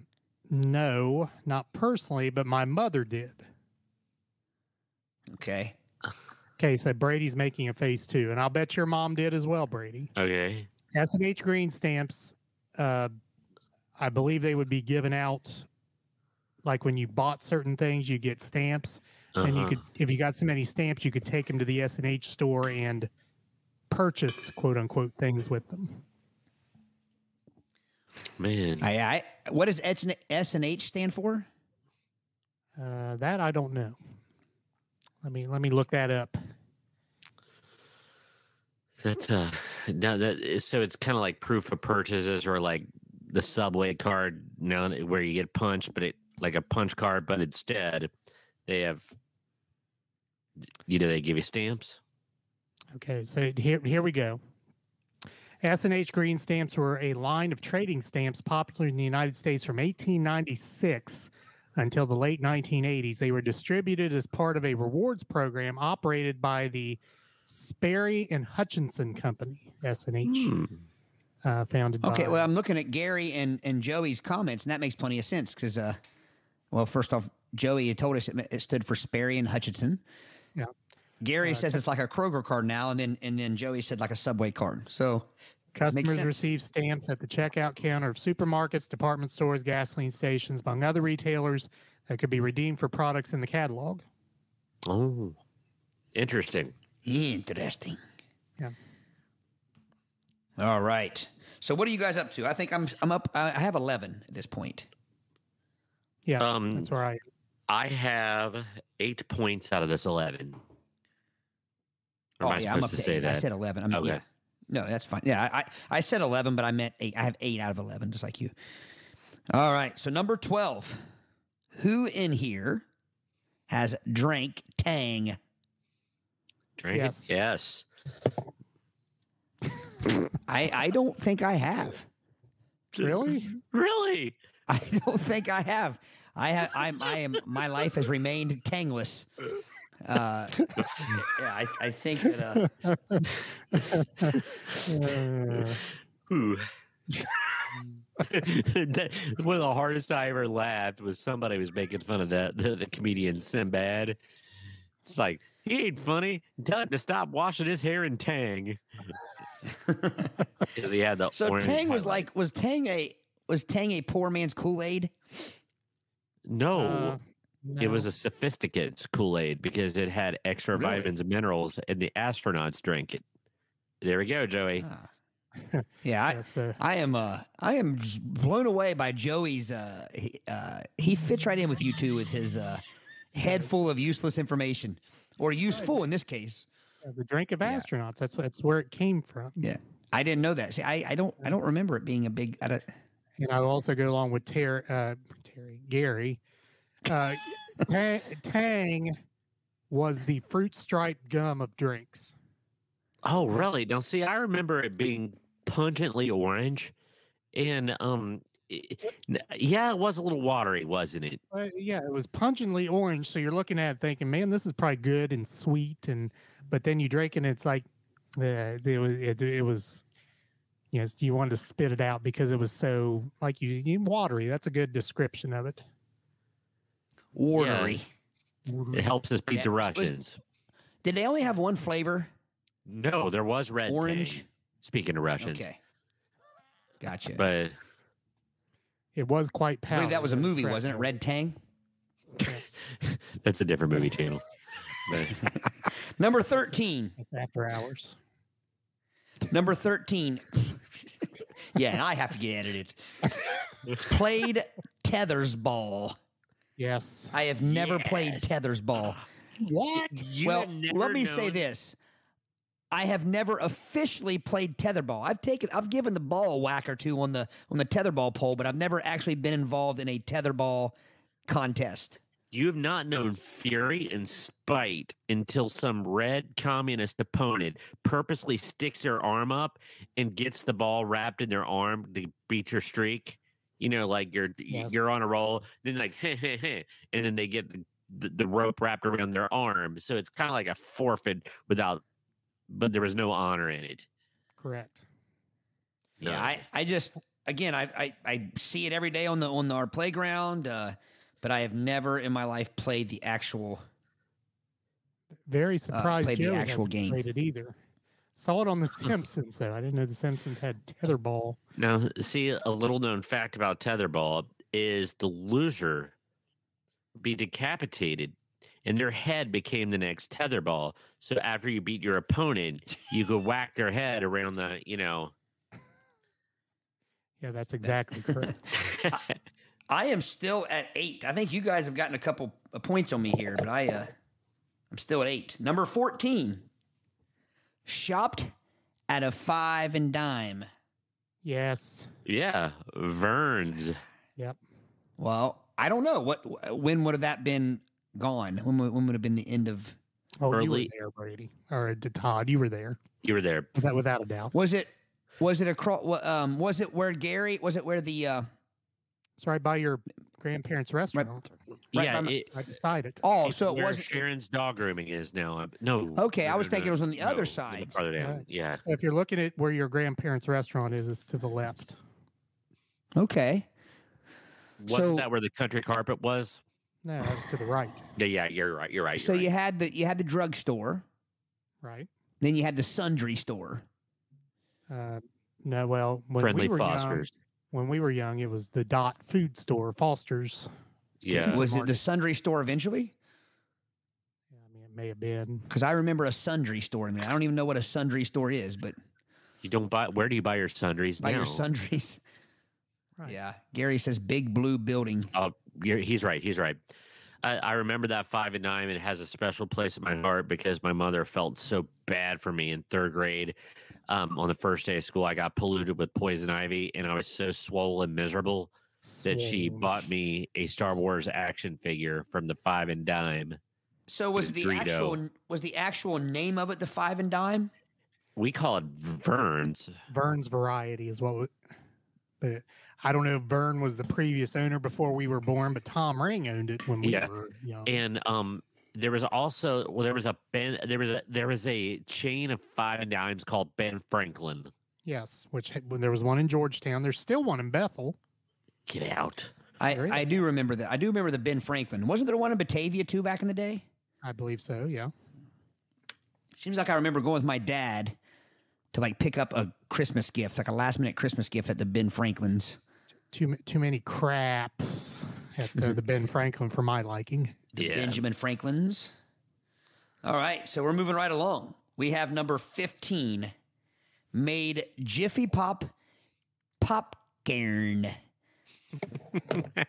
Speaker 2: no, not personally, but my mother did.
Speaker 4: Okay.
Speaker 2: Okay, so Brady's making a face too, and I'll bet your mom did as well, Brady.
Speaker 3: Okay.
Speaker 2: S and H green stamps, uh, I believe they would be given out. Like when you bought certain things, you get stamps, and you
Speaker 3: Uh-huh.
Speaker 2: could, if you got so many stamps, you could take them to the S and H store and purchase quote unquote things with them.
Speaker 3: Man,
Speaker 4: I, I what does S and- S and H stand for?
Speaker 2: Uh, that I don't know. Let me let me look that up.
Speaker 3: that's uh, now that is- so it's kind of like proof of purchases or like the subway card now that- where you get punched, but it like a punch card, but instead they have, you know, they give you stamps.
Speaker 2: Okay, so here here we go. S and H green stamps were a line of trading stamps popular in the United States from 1896 until the late 1980s. They were distributed as part of a rewards program operated by the Sperry and Hutchinson Company S and H,
Speaker 3: Hmm.
Speaker 2: uh, founded.
Speaker 4: Okay,
Speaker 2: by,
Speaker 4: well, I'm looking at Gary and, and Joey's comments, and that makes plenty of sense because, uh, well, first off, Joey had told us it, me- it stood for Sperry and Hutchinson.
Speaker 2: Yeah. Uh,
Speaker 4: Gary says it's like a Kroger card now, and then and then Joey said like a Subway card. So
Speaker 2: Customers
Speaker 4: sense.
Speaker 2: receive stamps at the checkout counter of supermarkets, department stores, gasoline stations, among other retailers that could be redeemed for products in the catalog.
Speaker 3: Oh, interesting.
Speaker 4: interesting.
Speaker 2: Yeah.
Speaker 4: All right. So what are you guys up to? I think I'm I'm up. I I have 11 at this point.
Speaker 2: Yeah,
Speaker 3: Um,
Speaker 2: that's where I
Speaker 3: I have eight points out of this eleven. Or am I supposed
Speaker 4: Oh, up
Speaker 3: to
Speaker 4: to
Speaker 3: say
Speaker 4: eight.
Speaker 3: that?
Speaker 4: I said 11. I'm,
Speaker 3: Okay.
Speaker 4: yeah. No, that's fine. Yeah, I, I I said 11, but I meant eight. I have eight out of 11, just like you. All right. So, number 12. Who in here has drank Tang?
Speaker 3: Drink it?
Speaker 2: Yes.
Speaker 3: Yes.
Speaker 4: I, I don't think I have.
Speaker 2: really.
Speaker 3: Really?
Speaker 4: I don't think I have. I have. I'm. I am. My life has remained tangless. Uh, yeah, I, I think that. Uh,
Speaker 2: Uh,
Speaker 3: Ooh. That- One of the hardest I ever laughed was somebody was making fun of that the, the comedian Sinbad. It's like he ain't funny. Tell him to stop washing his hair in Tang because he had the
Speaker 4: so
Speaker 3: orange
Speaker 4: Tang was
Speaker 3: highlight.
Speaker 4: like. Was Tang a. Was Tang a poor man's Kool Aid?
Speaker 3: no.
Speaker 2: uh,
Speaker 3: Oh, It was
Speaker 2: no.
Speaker 3: a sophisticated Kool Aid because it had extra
Speaker 4: Really?
Speaker 3: vitamins and minerals, and the astronauts drank it. There we go, Joey.
Speaker 4: Ah. yeah. I,
Speaker 2: Yes, uh,
Speaker 4: I am. Uh, I am just blown away by Joey's. Uh, he, uh, he fits right in with you two with his uh, head full of useless information, or useful in this case.
Speaker 2: the drink of
Speaker 4: yeah.
Speaker 2: astronauts. That's what- that's where it came from.
Speaker 4: Yeah. I didn't know that. See, I, I don't. I don't remember it being a big. I don't,
Speaker 2: and I will also go along with Ter- uh, Terry Gary. Uh, Tang, Tang was the fruit striped gum of drinks.
Speaker 3: Oh, really? Now, see, I remember it being pungently orange, and um, i- n- yeah, it was a little watery, wasn't it?
Speaker 2: Uh, yeah, it was pungently orange. So you're looking at it thinking, man, this is probably good and sweet, and but then you drink it and it's like, uh, it was it, it was, yes, you wanted to spit it out because it was so like you, you watery. That's a good description of it.
Speaker 4: Watery.
Speaker 3: It helps us beat
Speaker 4: Mm-hmm. Yeah,
Speaker 3: the
Speaker 4: it was-
Speaker 3: Russians.
Speaker 4: Did they only have one flavor?
Speaker 3: No, there was red Tang,
Speaker 4: Orange.
Speaker 3: speaking of Russians,
Speaker 4: Okay. Gotcha.
Speaker 3: but
Speaker 2: It was quite
Speaker 4: I
Speaker 2: palatable.
Speaker 4: believe that was a
Speaker 2: and
Speaker 4: movie, wasn't it?
Speaker 2: scratchable.
Speaker 4: Red Tang.
Speaker 2: Yes,
Speaker 3: that's a different movie channel. But
Speaker 4: Number thirteen.
Speaker 2: it's after hours.
Speaker 4: Number thirteen. yeah, and I have to get edited. played tethers ball.
Speaker 2: Yes.
Speaker 4: I have never played
Speaker 3: Yes.
Speaker 4: tethers ball.
Speaker 2: What?
Speaker 3: you
Speaker 4: well,
Speaker 3: have never
Speaker 4: let me say
Speaker 3: known-
Speaker 4: this. I have never officially played tetherball. I've taken, I've given the ball a whack or two on the on the tetherball pole, but I've never actually been involved in a tetherball contest.
Speaker 3: You have not known fury and spite until some red communist opponent purposely sticks their arm up and gets the ball wrapped in their arm to beat your streak. You know, like you're y-
Speaker 2: Yes.
Speaker 3: you're on a roll, then like heh, heh, heh, and then they get the, the, the rope wrapped around their arm. So it's kind of like a forfeit without, but there was no honor in it.
Speaker 2: Correct.
Speaker 3: No.
Speaker 4: Yeah, I, I just again I, I I see it every day on the on our playground, uh, but I have never in my life played the actual.
Speaker 2: Very surprised
Speaker 4: play Uh, the
Speaker 2: Joey
Speaker 4: actual
Speaker 2: hasn't
Speaker 4: game.
Speaker 2: played it either. Saw it on The Simpsons though. I didn't know The Simpsons had tetherball.
Speaker 3: Now, see, a little known fact about tetherball is the loser be decapitated and their head became the next tetherball. So after you beat your opponent, you could whack their head around the, you know,
Speaker 2: Yeah, that's exactly correct.
Speaker 4: I am still at eight. I think you guys have gotten a couple of points on me here, but I uh, I'm still at eight. Number fourteen. Shopped at a five and dime.
Speaker 2: Yes.
Speaker 3: Yeah, Verns.
Speaker 2: Yep.
Speaker 4: Well, I don't know what when would have that been gone. When would, when would have been the end of?
Speaker 2: Oh,
Speaker 3: Early-
Speaker 2: you were there, Brady. Or uh, Todd, you were there.
Speaker 3: You were there.
Speaker 2: Without, without a doubt.
Speaker 4: Was it was it across? Um, was it where Gary? Was it where the uh,
Speaker 2: It's right by your grandparents' restaurant.
Speaker 4: Right
Speaker 3: yeah,
Speaker 4: by my-
Speaker 3: it,
Speaker 2: I decided.
Speaker 4: oh?
Speaker 3: it's
Speaker 4: So it
Speaker 3: where
Speaker 4: wasn't.
Speaker 3: Sharon's dog grooming is now. Um, No.
Speaker 4: Okay,
Speaker 3: no,
Speaker 4: I was
Speaker 3: no,
Speaker 4: thinking it was on the other
Speaker 3: no,
Speaker 4: side.
Speaker 3: Farther down.
Speaker 2: Right.
Speaker 3: Yeah.
Speaker 2: If you're looking at where your grandparents' restaurant is, it's to the left.
Speaker 4: Okay.
Speaker 3: Wasn't
Speaker 4: So-
Speaker 3: that where the country carpet was?
Speaker 2: No, it's to the right.
Speaker 3: Yeah, yeah, you're right. You're right.
Speaker 4: So
Speaker 3: you're
Speaker 4: you
Speaker 3: right.
Speaker 4: had the you had the drugstore,
Speaker 2: Right.
Speaker 4: then you had the sundry store.
Speaker 2: Uh, no, well, when
Speaker 3: friendly
Speaker 2: we were
Speaker 3: Fosters.
Speaker 2: young, when we were young, it was the Dot Food Store, Foster's.
Speaker 3: Yeah.
Speaker 4: Was it the
Speaker 2: Market.
Speaker 4: sundry store eventually?
Speaker 2: Yeah, I mean, it may have been.
Speaker 4: Because I remember a sundry store in there. I don't even know what a sundry store is, but
Speaker 3: You don't buy. Where do you buy your sundries
Speaker 4: by
Speaker 3: now?
Speaker 4: your sundries.
Speaker 2: Right.
Speaker 4: Yeah. Gary says big blue building.
Speaker 3: You're- he's right. He's right. I, I remember that five and nine. It has a special place in my heart because my mother felt so bad for me in third grade. Um, on the first day of school, I got polluted with poison ivy, and I was so swollen, miserable that she
Speaker 2: Swallows.
Speaker 3: bought me a Star Wars action figure from the five and dime.
Speaker 4: So was
Speaker 3: It's
Speaker 4: the
Speaker 3: Dorito.
Speaker 4: actual was the actual name of it the five and dime?
Speaker 3: We call it Verns.
Speaker 2: Vern's Variety is what. We, but I don't know if Vern was the previous owner before we were born, but Tom Ring owned it when we
Speaker 3: Yeah.
Speaker 2: were young.
Speaker 3: and um there was also well there was a ben there was a there was a chain of five and dimes called ben franklin
Speaker 2: yes, which had- when there was one in Georgetown, there's still one in Bethel.
Speaker 3: get out
Speaker 4: I,
Speaker 2: There
Speaker 4: I
Speaker 2: is.
Speaker 4: do remember that. I do remember the Ben Franklin. Wasn't there one in Batavia too back in the day?
Speaker 2: I believe so. Yeah.
Speaker 4: Seems like I remember going with my dad to like pick up a Christmas gift, like a last minute Christmas gift at the Ben Franklin's.
Speaker 2: Too ma- too many craps at the, the Ben Franklin for my liking.
Speaker 4: the
Speaker 3: Yeah.
Speaker 4: Benjamin Franklin's. All right, so we're moving right along. We have number 15 made Jiffy Pop popcorn.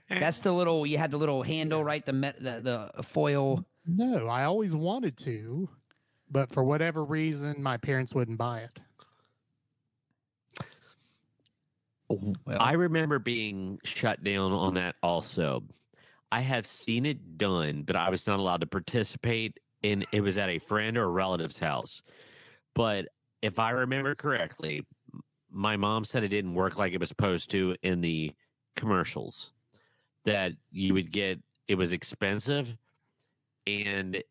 Speaker 4: That's the little you had the little handle, right? The met, the the foil.
Speaker 2: No, I always wanted to, but for whatever reason, my parents wouldn't buy it.
Speaker 4: Well,
Speaker 3: i remember being shut down on that also i have seen it done but i was not allowed to participate and it was at a friend or relative's house but if i remember correctly my mom said it didn't work like it was supposed to in the commercials that you would get it was expensive and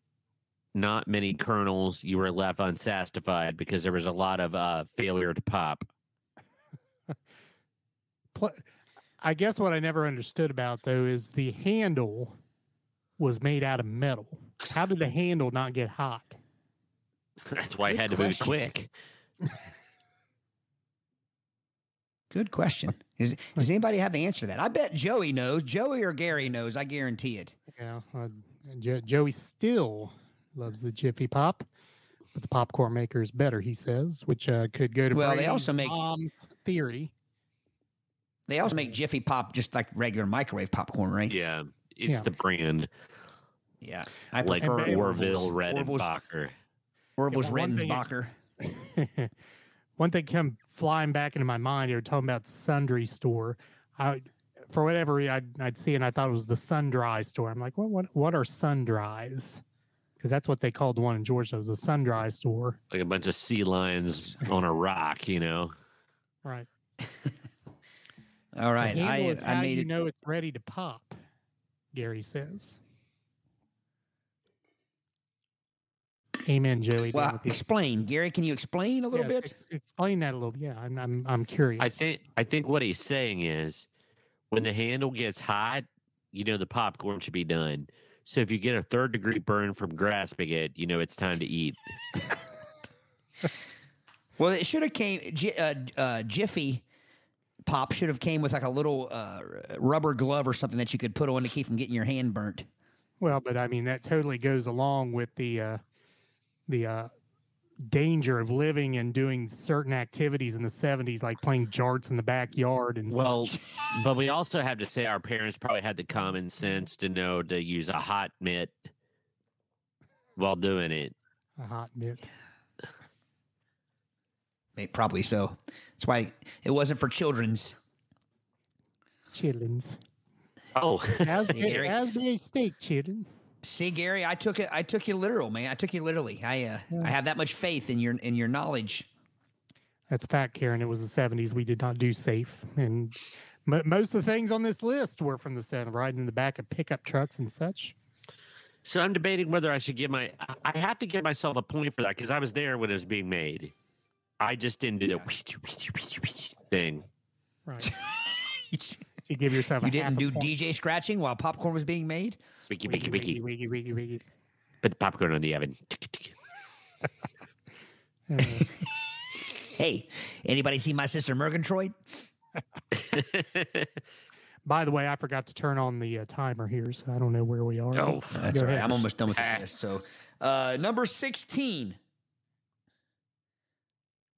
Speaker 3: not many kernels you were left unsatisfied because there was a lot of uh, failure to pop
Speaker 2: Pl- I guess what I never understood about though is the handle was made out of metal. How did the handle not get hot?
Speaker 3: that's why I
Speaker 4: Good
Speaker 3: had to move
Speaker 4: question.
Speaker 3: quick
Speaker 4: good question. Is, does anybody have the answer to that? I bet Joey knows. Joey or Gary knows. I guarantee it.
Speaker 2: Yeah, uh, jo- Joey still loves the Jiffy Pop, but the popcorn maker is better, he says, which uh, could go to
Speaker 4: Well, they
Speaker 2: Brady's
Speaker 4: also make-
Speaker 2: mom's theory.
Speaker 4: They also make Jiffy Pop just like regular microwave popcorn, right?
Speaker 3: Yeah, it's
Speaker 2: Yeah.
Speaker 3: the brand
Speaker 4: Yeah. I
Speaker 3: like
Speaker 2: prefer
Speaker 3: Orville
Speaker 4: Orville's.
Speaker 3: Redenbacher.
Speaker 4: Orville's
Speaker 2: Yeah, but one thing-
Speaker 4: Redenbacher.
Speaker 2: One thing come flying back into my mind. You were talking about sundry store. I, for whatever rea- I'd, I'd see, and I thought it was the sundry store. I'm like, what? What? What are sundries? Because that's what they called the one in Georgia. It was a sundry store,
Speaker 3: Like a bunch of sea lions on a rock, you know.
Speaker 2: right?
Speaker 4: All right.
Speaker 2: the
Speaker 4: I,
Speaker 2: handle is
Speaker 4: I
Speaker 2: how
Speaker 4: made
Speaker 2: you
Speaker 4: it.
Speaker 2: know it's ready to pop. Gary says. Amen, Joey. Down
Speaker 4: Well,
Speaker 2: with you.
Speaker 4: explain, Gary. Can you explain a little
Speaker 2: Yes,
Speaker 4: bit?
Speaker 2: ex- explain that a little. Yeah, I'm. I'm. I'm curious.
Speaker 3: I think I think what he's saying is when the handle gets hot, you know the popcorn should be done. So if you get a third degree burn from grasping it, you know it's time to eat.
Speaker 4: Well, it should have came. J- Uh, uh, Jiffy Pop should have came with like a little uh, rubber glove or something that you could put on to keep from getting your hand burnt.
Speaker 2: Well, but I mean that totally goes along with the uh, the uh, danger of living and doing certain activities in the 70s, like playing jarts in the backyard. And
Speaker 3: Well, but we also have to say our parents probably had the common sense to know to use a hot mitt while doing it.
Speaker 2: a hot mitt.
Speaker 4: May- Probably so. That's why it wasn't for children's.
Speaker 2: Chillins.
Speaker 3: Oh,
Speaker 2: Asbury,
Speaker 4: Eric.
Speaker 2: Asbury steak chillin.
Speaker 4: See, Gary, I took it. I took you literal, man. I took you literally. I uh, I have that much faith in your in your knowledge.
Speaker 2: That's a fact, Karen. It was the 70s. We did not do safe. And mo most of the things on this list were from the 70s, riding in the back of pickup trucks and such.
Speaker 3: so I'm debating whether I should give my. I- I have to give myself a point for that because I was there when it was being made. I just didn't do the thing.
Speaker 2: Right.
Speaker 4: you
Speaker 2: You give yourself a half
Speaker 4: didn't
Speaker 2: a
Speaker 4: do
Speaker 2: point.
Speaker 4: DJ scratching while popcorn was being made.
Speaker 3: Wiki, wiki,
Speaker 2: Wiggy, wiggy,
Speaker 3: wiki.
Speaker 2: wiggy, wiggy, wiggy.
Speaker 3: Put the popcorn on the oven. Tick, tick.
Speaker 2: Uh,
Speaker 4: Hey, anybody see my sister Murgatroyd?
Speaker 2: By the way, I forgot to turn on the uh, timer here, so I don't know where we are.
Speaker 3: Oh,
Speaker 4: That's
Speaker 2: Go
Speaker 4: all right.
Speaker 2: ahead.
Speaker 4: I'm almost done with
Speaker 3: Ah.
Speaker 4: this list. So, uh, number 16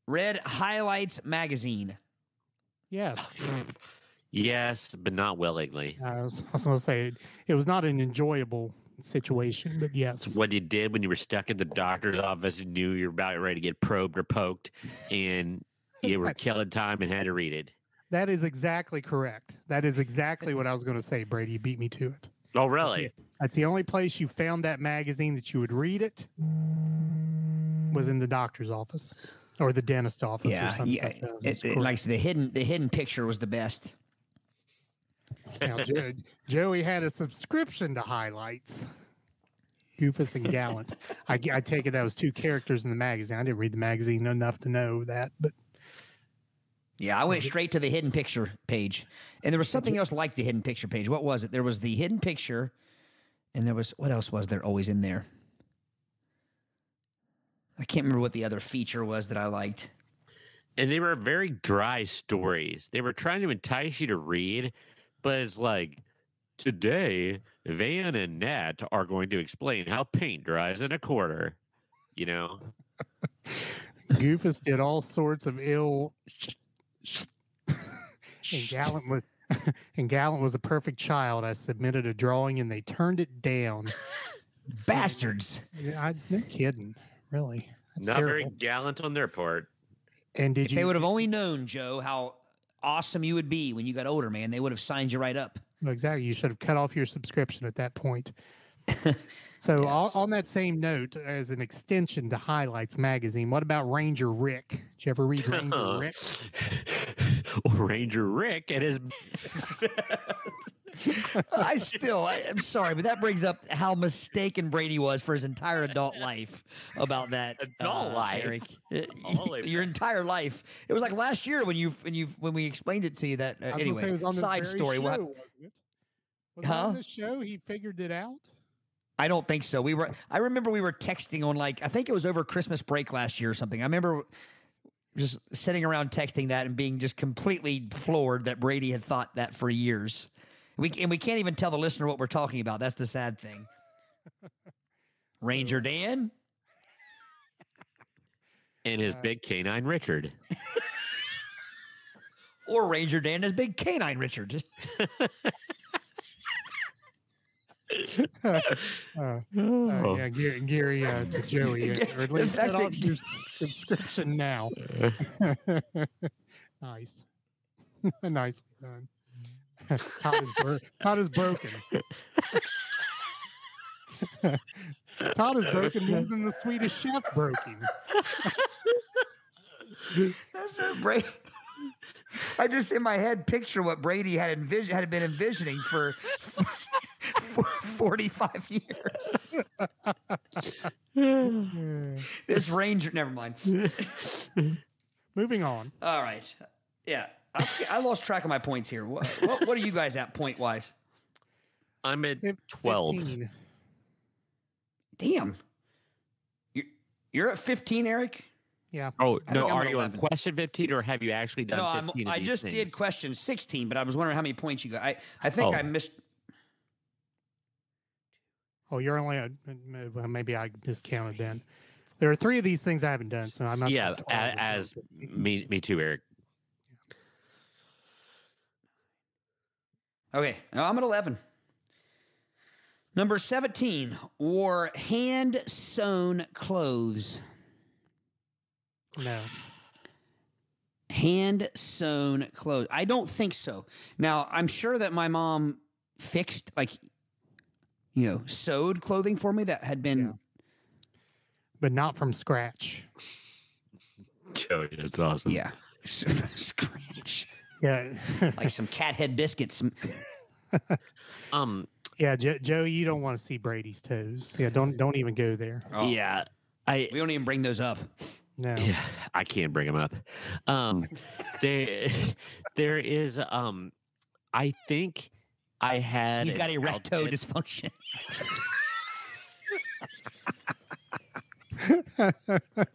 Speaker 4: Red Highlights Magazine.
Speaker 2: Yes.
Speaker 3: yes, but not willingly.
Speaker 2: I was, I was going to say it, it was not an enjoyable situation, but yes.
Speaker 3: It's what you did when you were stuck in the doctor's office and knew you were about ready to get probed or poked, and you were killing time and had to read it.
Speaker 2: That is exactly correct. That is exactly what I was going to say, Brady. You beat me to it.
Speaker 3: Oh, really?
Speaker 2: That's the only place you found that magazine that you would read it was in the doctor's office or the dentist office. or
Speaker 4: Yeah.
Speaker 2: something
Speaker 4: yeah
Speaker 2: like that. That's
Speaker 4: it, it,
Speaker 2: correct.
Speaker 4: like the hidden, the hidden picture was the best.
Speaker 2: Now, Jo- Joey had a subscription to Highlights, Goofus and Gallant. I, g- I take it that was two characters in the magazine. I didn't read the magazine enough to know that, but
Speaker 4: Yeah, I went
Speaker 2: Mm-hmm.
Speaker 4: straight to the hidden picture page. And there was something else like the hidden picture page. What was it? There was the hidden picture, and there was what else was there always in there? I can't remember what the other feature was that I liked.
Speaker 3: And they were very dry stories. They were trying to entice you to read, but it's like today, Van and Nat are going to explain how paint dries in a quarter. You know,
Speaker 2: Goofus did all sorts of ill. and Gallant was and Gallant was a perfect child. I submitted a drawing and they turned it down.
Speaker 4: Bastards.
Speaker 2: Yeah, I, no kidding, really. That's
Speaker 3: not very
Speaker 2: terrible.
Speaker 3: gallant on their part.
Speaker 2: And did
Speaker 4: If they
Speaker 2: you?
Speaker 4: would have only known, Joe, how awesome you would be when you got older, man, they would have signed you right up.
Speaker 2: Well, Exactly. You should have cut off your subscription at that point. so, o-
Speaker 4: Yes.
Speaker 2: on that same note, as an extension to Highlights magazine, what about Ranger Rick? Did you ever read
Speaker 4: Uh,
Speaker 2: Ranger Rick?
Speaker 3: Ranger Rick and his
Speaker 4: I still, I, I'm sorry, but that brings up how mistaken Brady was for his entire adult life about that. uh,
Speaker 3: Adult life?
Speaker 4: Eric.
Speaker 3: Holy
Speaker 4: your entire life. It was like last year when you when you when we explained it to you that. Uh,
Speaker 2: I was gonna say
Speaker 4: anyway,
Speaker 2: it was on the
Speaker 4: side
Speaker 2: very
Speaker 4: story.
Speaker 2: Show,
Speaker 4: We'll have-
Speaker 2: wasn't it? Was it on
Speaker 4: Huh?
Speaker 2: the show he figured it out?
Speaker 4: I don't think so. We were. I remember we were texting on like I think it was over Christmas break last year or something. I remember just sitting around texting that and being just completely floored that Brady had thought that for years. We and we can't even tell the listener what we're talking about. That's the sad thing. Ranger Dan.
Speaker 3: and his
Speaker 2: Uh,
Speaker 3: big canine Richard.
Speaker 4: or Ranger Dan as Big Canine Richard.
Speaker 2: Uh, uh,
Speaker 3: Oh.
Speaker 2: yeah, Gary, Gary uh, to Joey, uh, or at
Speaker 4: The
Speaker 2: least
Speaker 4: fact
Speaker 2: cut off
Speaker 4: that-
Speaker 2: your subscription now. nice, nice done. Todd is, bro- Todd is broken. Todd is broken more than the Swedish chef broke him.
Speaker 4: That's a Brady. I just in my head picture what Brady had envisioned had been envisioning for, for forty five years.
Speaker 2: Uh,
Speaker 4: This Ranger, never mind.
Speaker 2: moving on.
Speaker 4: All right, yeah, I, I lost track of my points here. What, what, what are you guys at point wise?
Speaker 3: I'm at
Speaker 2: Fif-
Speaker 3: 12.
Speaker 2: 15.
Speaker 4: Damn, you're you're at fifteen, Eric.
Speaker 2: Yeah,
Speaker 3: Oh,
Speaker 4: I
Speaker 3: no.
Speaker 4: think I'm
Speaker 3: Are
Speaker 4: at
Speaker 3: you on
Speaker 4: 11.
Speaker 3: question 15 or have you actually done
Speaker 4: No, I'm,
Speaker 3: 15 of
Speaker 4: I
Speaker 3: these
Speaker 4: just
Speaker 3: things?
Speaker 4: did question 16, but I was wondering how many points you got. I, I think
Speaker 3: Oh.
Speaker 4: I missed.
Speaker 2: Oh, you're only at, uh, well, maybe I miscounted then. There are three of these things I haven't done, so I'm not.
Speaker 3: yeah,
Speaker 2: gonna
Speaker 3: a-
Speaker 2: talk about
Speaker 3: as
Speaker 2: it.
Speaker 3: me, me too, Eric.
Speaker 4: Okay, now I'm at 11. Number 17 wore hand sewn clothes.
Speaker 2: no,
Speaker 4: Hand sewn clothes. I don't think so. Now, I'm sure that my mom fixed, like, you know, sewed clothing for me that had been.
Speaker 2: Yeah. but not from scratch.
Speaker 3: Oh, that's awesome.
Speaker 4: Yeah. Scratch.
Speaker 2: Yeah,
Speaker 4: Like some cat head biscuits. Some,
Speaker 3: Um.
Speaker 2: yeah, jo- Joe, you don't want to see Brady's toes. Yeah, don't don't even go there.
Speaker 4: Oh.
Speaker 3: Yeah. I
Speaker 4: We don't even bring those up.
Speaker 2: No,
Speaker 3: Yeah, I can't bring them up. Um, there, there is. Um, I think I had.
Speaker 4: He's got
Speaker 3: an
Speaker 4: erectile
Speaker 3: outfit-
Speaker 4: dysfunction.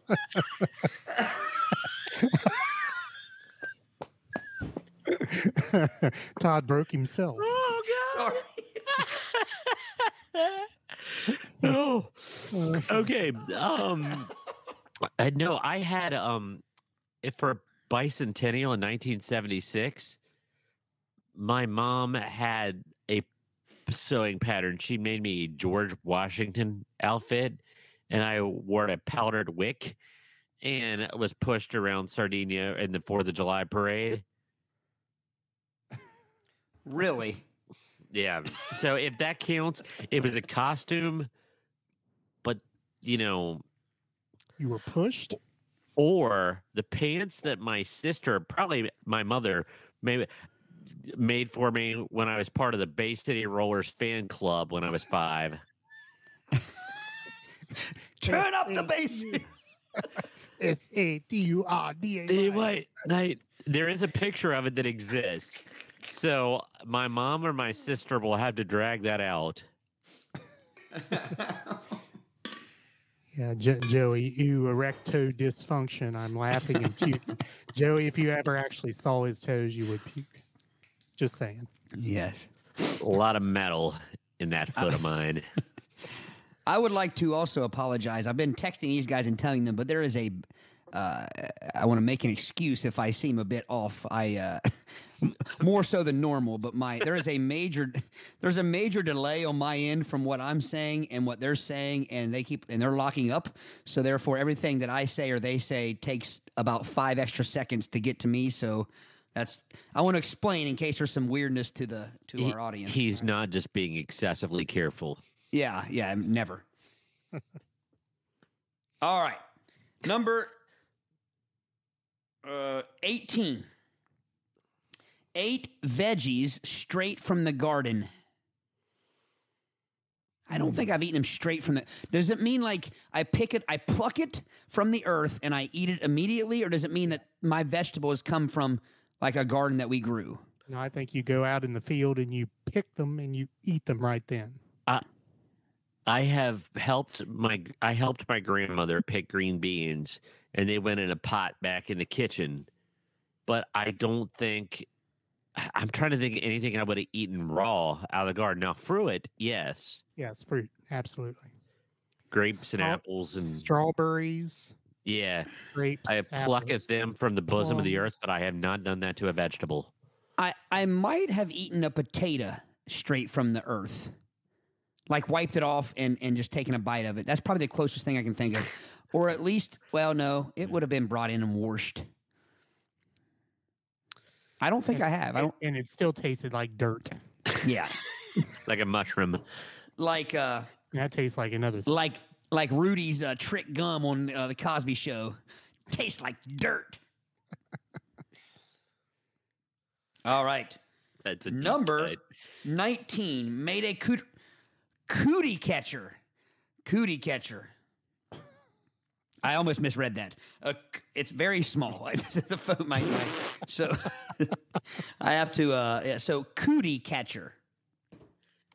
Speaker 2: Todd broke himself.
Speaker 3: Oh
Speaker 4: Sorry.
Speaker 3: God! No.
Speaker 2: Uh,
Speaker 3: Okay. Um. uh, No, I had um, if for bicentennial in 1976. My mom had a sewing pattern. She made me a George Washington outfit, and I wore a powdered wick, and was pushed around Sardinia in the Fourth of July parade.
Speaker 4: Really?
Speaker 3: Yeah. So if that counts, it was a costume, but you know,
Speaker 2: you were pushed.
Speaker 3: or the pants that my sister, probably my mother, maybe made for me when I was part of the Bay City Rollers fan club when I was five.
Speaker 4: Turn up the bass.
Speaker 2: S A D U R D
Speaker 3: They
Speaker 2: A. Y.
Speaker 3: might- they- There is a picture of it that exists. So my mom or my sister will have to drag that out.
Speaker 2: Yeah, jo- Joey, you erecto dysfunction. I'm laughing and puking. Joey, if you ever actually saw his toes, you would puke. Just saying.
Speaker 4: yes.
Speaker 3: A lot of metal in that foot of mine.
Speaker 4: I would like to also apologize. I've been texting these guys and telling them, but there is a. Uh, I want to make an excuse if I seem a bit off. I uh, more so than normal, but my there is a major there's a major delay on my end from what I'm saying and what they're saying, and they keep and they're locking up. So therefore, everything that I say or they say takes about five extra seconds to get to me. So that's I want to explain in case there's some weirdness to the to
Speaker 3: He-
Speaker 4: our audience.
Speaker 3: He's not just being excessively careful.
Speaker 4: Yeah, yeah, never. All right. Number uh 18. 8 veggies straight from the garden. I don't think I've eaten them straight from the Does it mean like I pick it I pluck it from the earth and I eat it immediately or does it mean that my vegetables come from like a garden that we grew?
Speaker 2: No, I think you go out in the field and you pick them and you eat them right then.
Speaker 3: I have helped my I helped my grandmother pick green beans and they went in a pot back in the kitchen. But I don't think I- I'm trying to think of anything I would have eaten raw out of the garden. Now fruit, yes.
Speaker 2: Yes, fruit, absolutely.
Speaker 3: Grapes and
Speaker 2: Straw-
Speaker 3: apples and
Speaker 2: Strawberries,
Speaker 3: yeah.
Speaker 2: grapes.
Speaker 3: Mm. I pluck
Speaker 2: apples.
Speaker 3: at them from the bosom of the earth,
Speaker 2: plums.
Speaker 3: but I have not done that to a vegetable.
Speaker 4: I I might have eaten a potato straight from the earth, like wiped it off and and just taken a bite of it. That's probably the closest thing I can think of, or at least, well, no, it would have been brought in and washed. I don't think I have. I
Speaker 2: And,
Speaker 4: don't.
Speaker 2: and it still tasted like dirt.
Speaker 4: Yeah,
Speaker 3: Like a mushroom.
Speaker 4: like uh,
Speaker 2: That tastes like another. Th-
Speaker 4: like like Rudy's uh, trick gum on uh, the Cosby Show tastes like dirt. All right.
Speaker 3: That's a deep
Speaker 4: Number
Speaker 3: cut.
Speaker 4: 19 made a coot- cootie catcher. Cootie catcher. I almost misread that. A c- it's very small. the phone might. might- So I have to. Uh, yeah, so cootie catcher.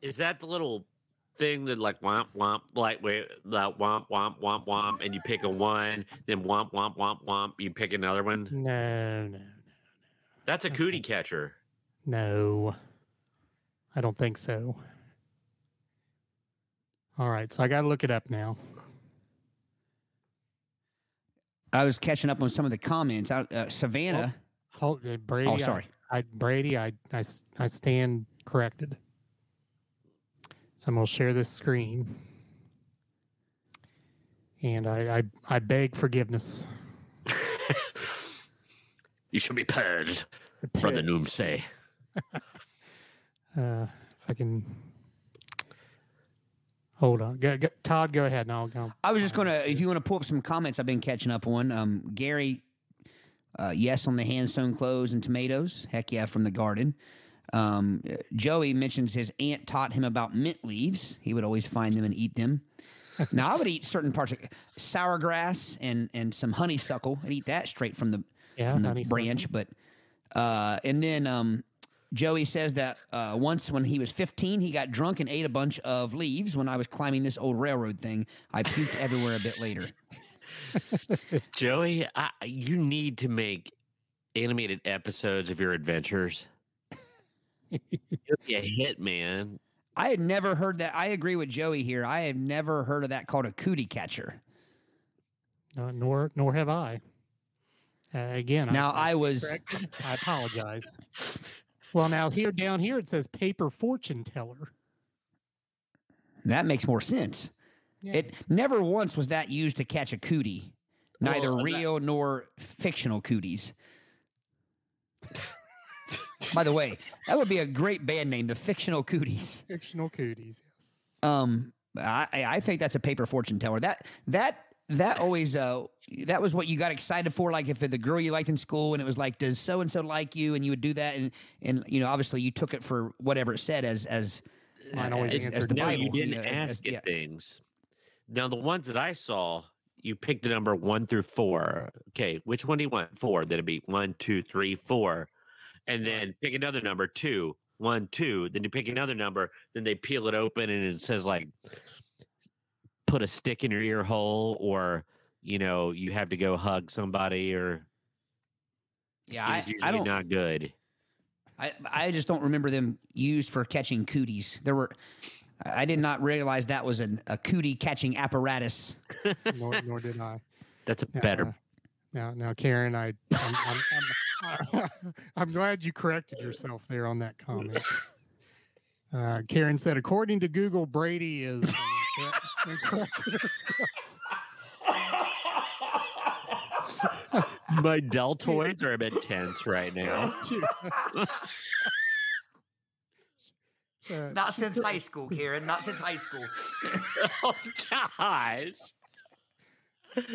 Speaker 3: Is that the little thing that like womp womp like wait that womp womp womp womp and you pick a one, then womp womp womp womp, you pick another
Speaker 2: Mm-hmm.
Speaker 3: one?
Speaker 2: no, no,
Speaker 3: That's a cootie catcher.
Speaker 2: no. I don't think so. All right, so I got to look it up now.
Speaker 4: I was catching up on some of the comments. I, uh, Savannah.
Speaker 2: Hold, uh, Brady.
Speaker 4: Oh,
Speaker 2: I-
Speaker 4: sorry.
Speaker 2: I, Brady, I, I s- I stand corrected. So I'm going to share this screen. And I, I, I beg forgiveness.
Speaker 3: You should be purged, Brother Noomsay.
Speaker 2: Uh, if I can. Hold on. Go, go, Todd, go ahead. No, I'll,
Speaker 4: I was just gonna. If you want to pull up some comments, I've been catching up on. Um, Gary, uh, yes on the hand sewn clothes and tomatoes. Heck yeah, from the garden. Um, uh, Joey mentions his aunt taught him about mint leaves. He would always find them and eat them. now I would eat certain parts of sour grass and and some honeysuckle. I'd eat that straight from the
Speaker 2: Yeah,
Speaker 4: from the
Speaker 2: honeysuckle.
Speaker 4: branch. But uh, and then um, Joey says that uh, once when he was 15, he got drunk and ate a bunch of leaves. When I was climbing this old railroad thing, I puked everywhere a bit later.
Speaker 3: Joey, I, you need to make animated episodes of your adventures. You'll be a hit, man.
Speaker 4: I had never heard that. I agree with Joey here. I have never heard of that called a cootie catcher.
Speaker 2: no, Uh, nor, nor have I. Uh, again,
Speaker 4: Now I was
Speaker 2: Correct. I apologize. Well, now here down here it says paper fortune teller.
Speaker 4: that makes more sense. It never once was that used to catch a cootie, neither
Speaker 3: Well, that-
Speaker 4: real nor fictional cooties. By the way, that would be a great band name, the Fictional Cooties.
Speaker 2: fictional cooties. Yes.
Speaker 4: Um, I, I I think that's a paper fortune teller. That that that always uh that was what you got excited for. Like if the girl you liked in school and it was like, does so and so like you, and you would do that, and and you know obviously you took it for whatever it said as as uh,
Speaker 2: Mine always
Speaker 4: as, as
Speaker 2: answered
Speaker 4: the
Speaker 3: no,
Speaker 4: Bible.
Speaker 3: you didn't
Speaker 4: know, as-
Speaker 3: ask
Speaker 4: as-
Speaker 3: it things. Now, the ones that I saw, you picked the number one through four. Okay, which one do you want? Four. Then it'd be one, two, three, four. And then pick another number, two, one, two. Then you pick another number. Then they peel it open and it says, like, put a stick in your ear hole or, you know, you have to go hug somebody or
Speaker 4: Yeah,
Speaker 3: it's
Speaker 4: I,
Speaker 3: usually
Speaker 4: I don't.
Speaker 3: not good.
Speaker 4: I, I just don't remember them used for catching cooties. There were, I I did not realize that was an, a cootie catching apparatus.
Speaker 2: Nor, nor did I.
Speaker 3: That's a
Speaker 2: Now,
Speaker 3: better.
Speaker 2: uh, Now, now, Karen, I, I'm, I'm, I'm, I'm glad you corrected yourself there on that comment. Uh, Karen said, according to Google, Brady is. and then cor- and corrected herself.
Speaker 4: Uh-huh.
Speaker 3: My deltoids are a bit tense right now.
Speaker 2: Uh,
Speaker 4: Not since high school, Karen. Not since high school.
Speaker 3: oh, gosh.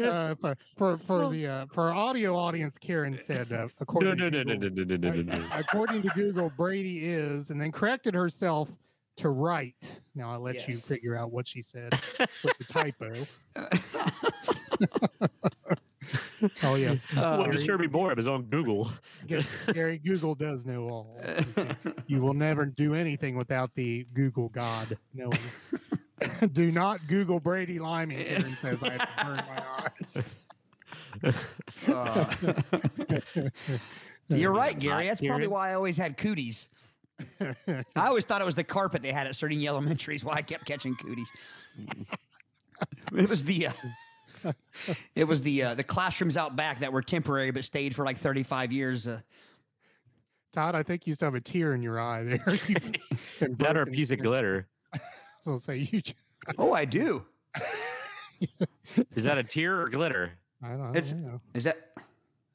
Speaker 2: uh, for for, for the uh, for our audio audience, Karen said, uh, according
Speaker 3: No,
Speaker 2: to
Speaker 3: no, no, no,
Speaker 2: Google,
Speaker 3: no, no, no, no,
Speaker 2: Uh,
Speaker 3: no, no.
Speaker 2: according to Google, Brady is, and then corrected herself to right. Now I'll let you
Speaker 4: Yes.
Speaker 2: figure out what she said with the typo. oh yes,
Speaker 3: What
Speaker 2: Gary,
Speaker 3: disturbed me more? It was on Google.
Speaker 2: Gary, Google does know all. You will never do anything without the Google God knowing. do not Google Brady Liming. Karen says I have to burn my eyes.
Speaker 4: Uh, You're right, Gary.
Speaker 3: Not
Speaker 4: That's probably
Speaker 3: Karen.
Speaker 4: why I always had cooties. I always thought it was the carpet they had at certain elementaries. Why I kept catching cooties. it was the. Uh, it was the uh, the classrooms out back that were temporary but stayed for like 35 years. Uh,
Speaker 2: Todd, I think you still have a tear in your eye there. You- and
Speaker 3: That or a
Speaker 2: broken
Speaker 3: piece of
Speaker 2: tear.
Speaker 3: glitter.
Speaker 2: So say you. j-
Speaker 4: oh, I do.
Speaker 3: Is that a tear or glitter?
Speaker 2: I don't, I don't
Speaker 4: It's-
Speaker 2: know.
Speaker 4: Is that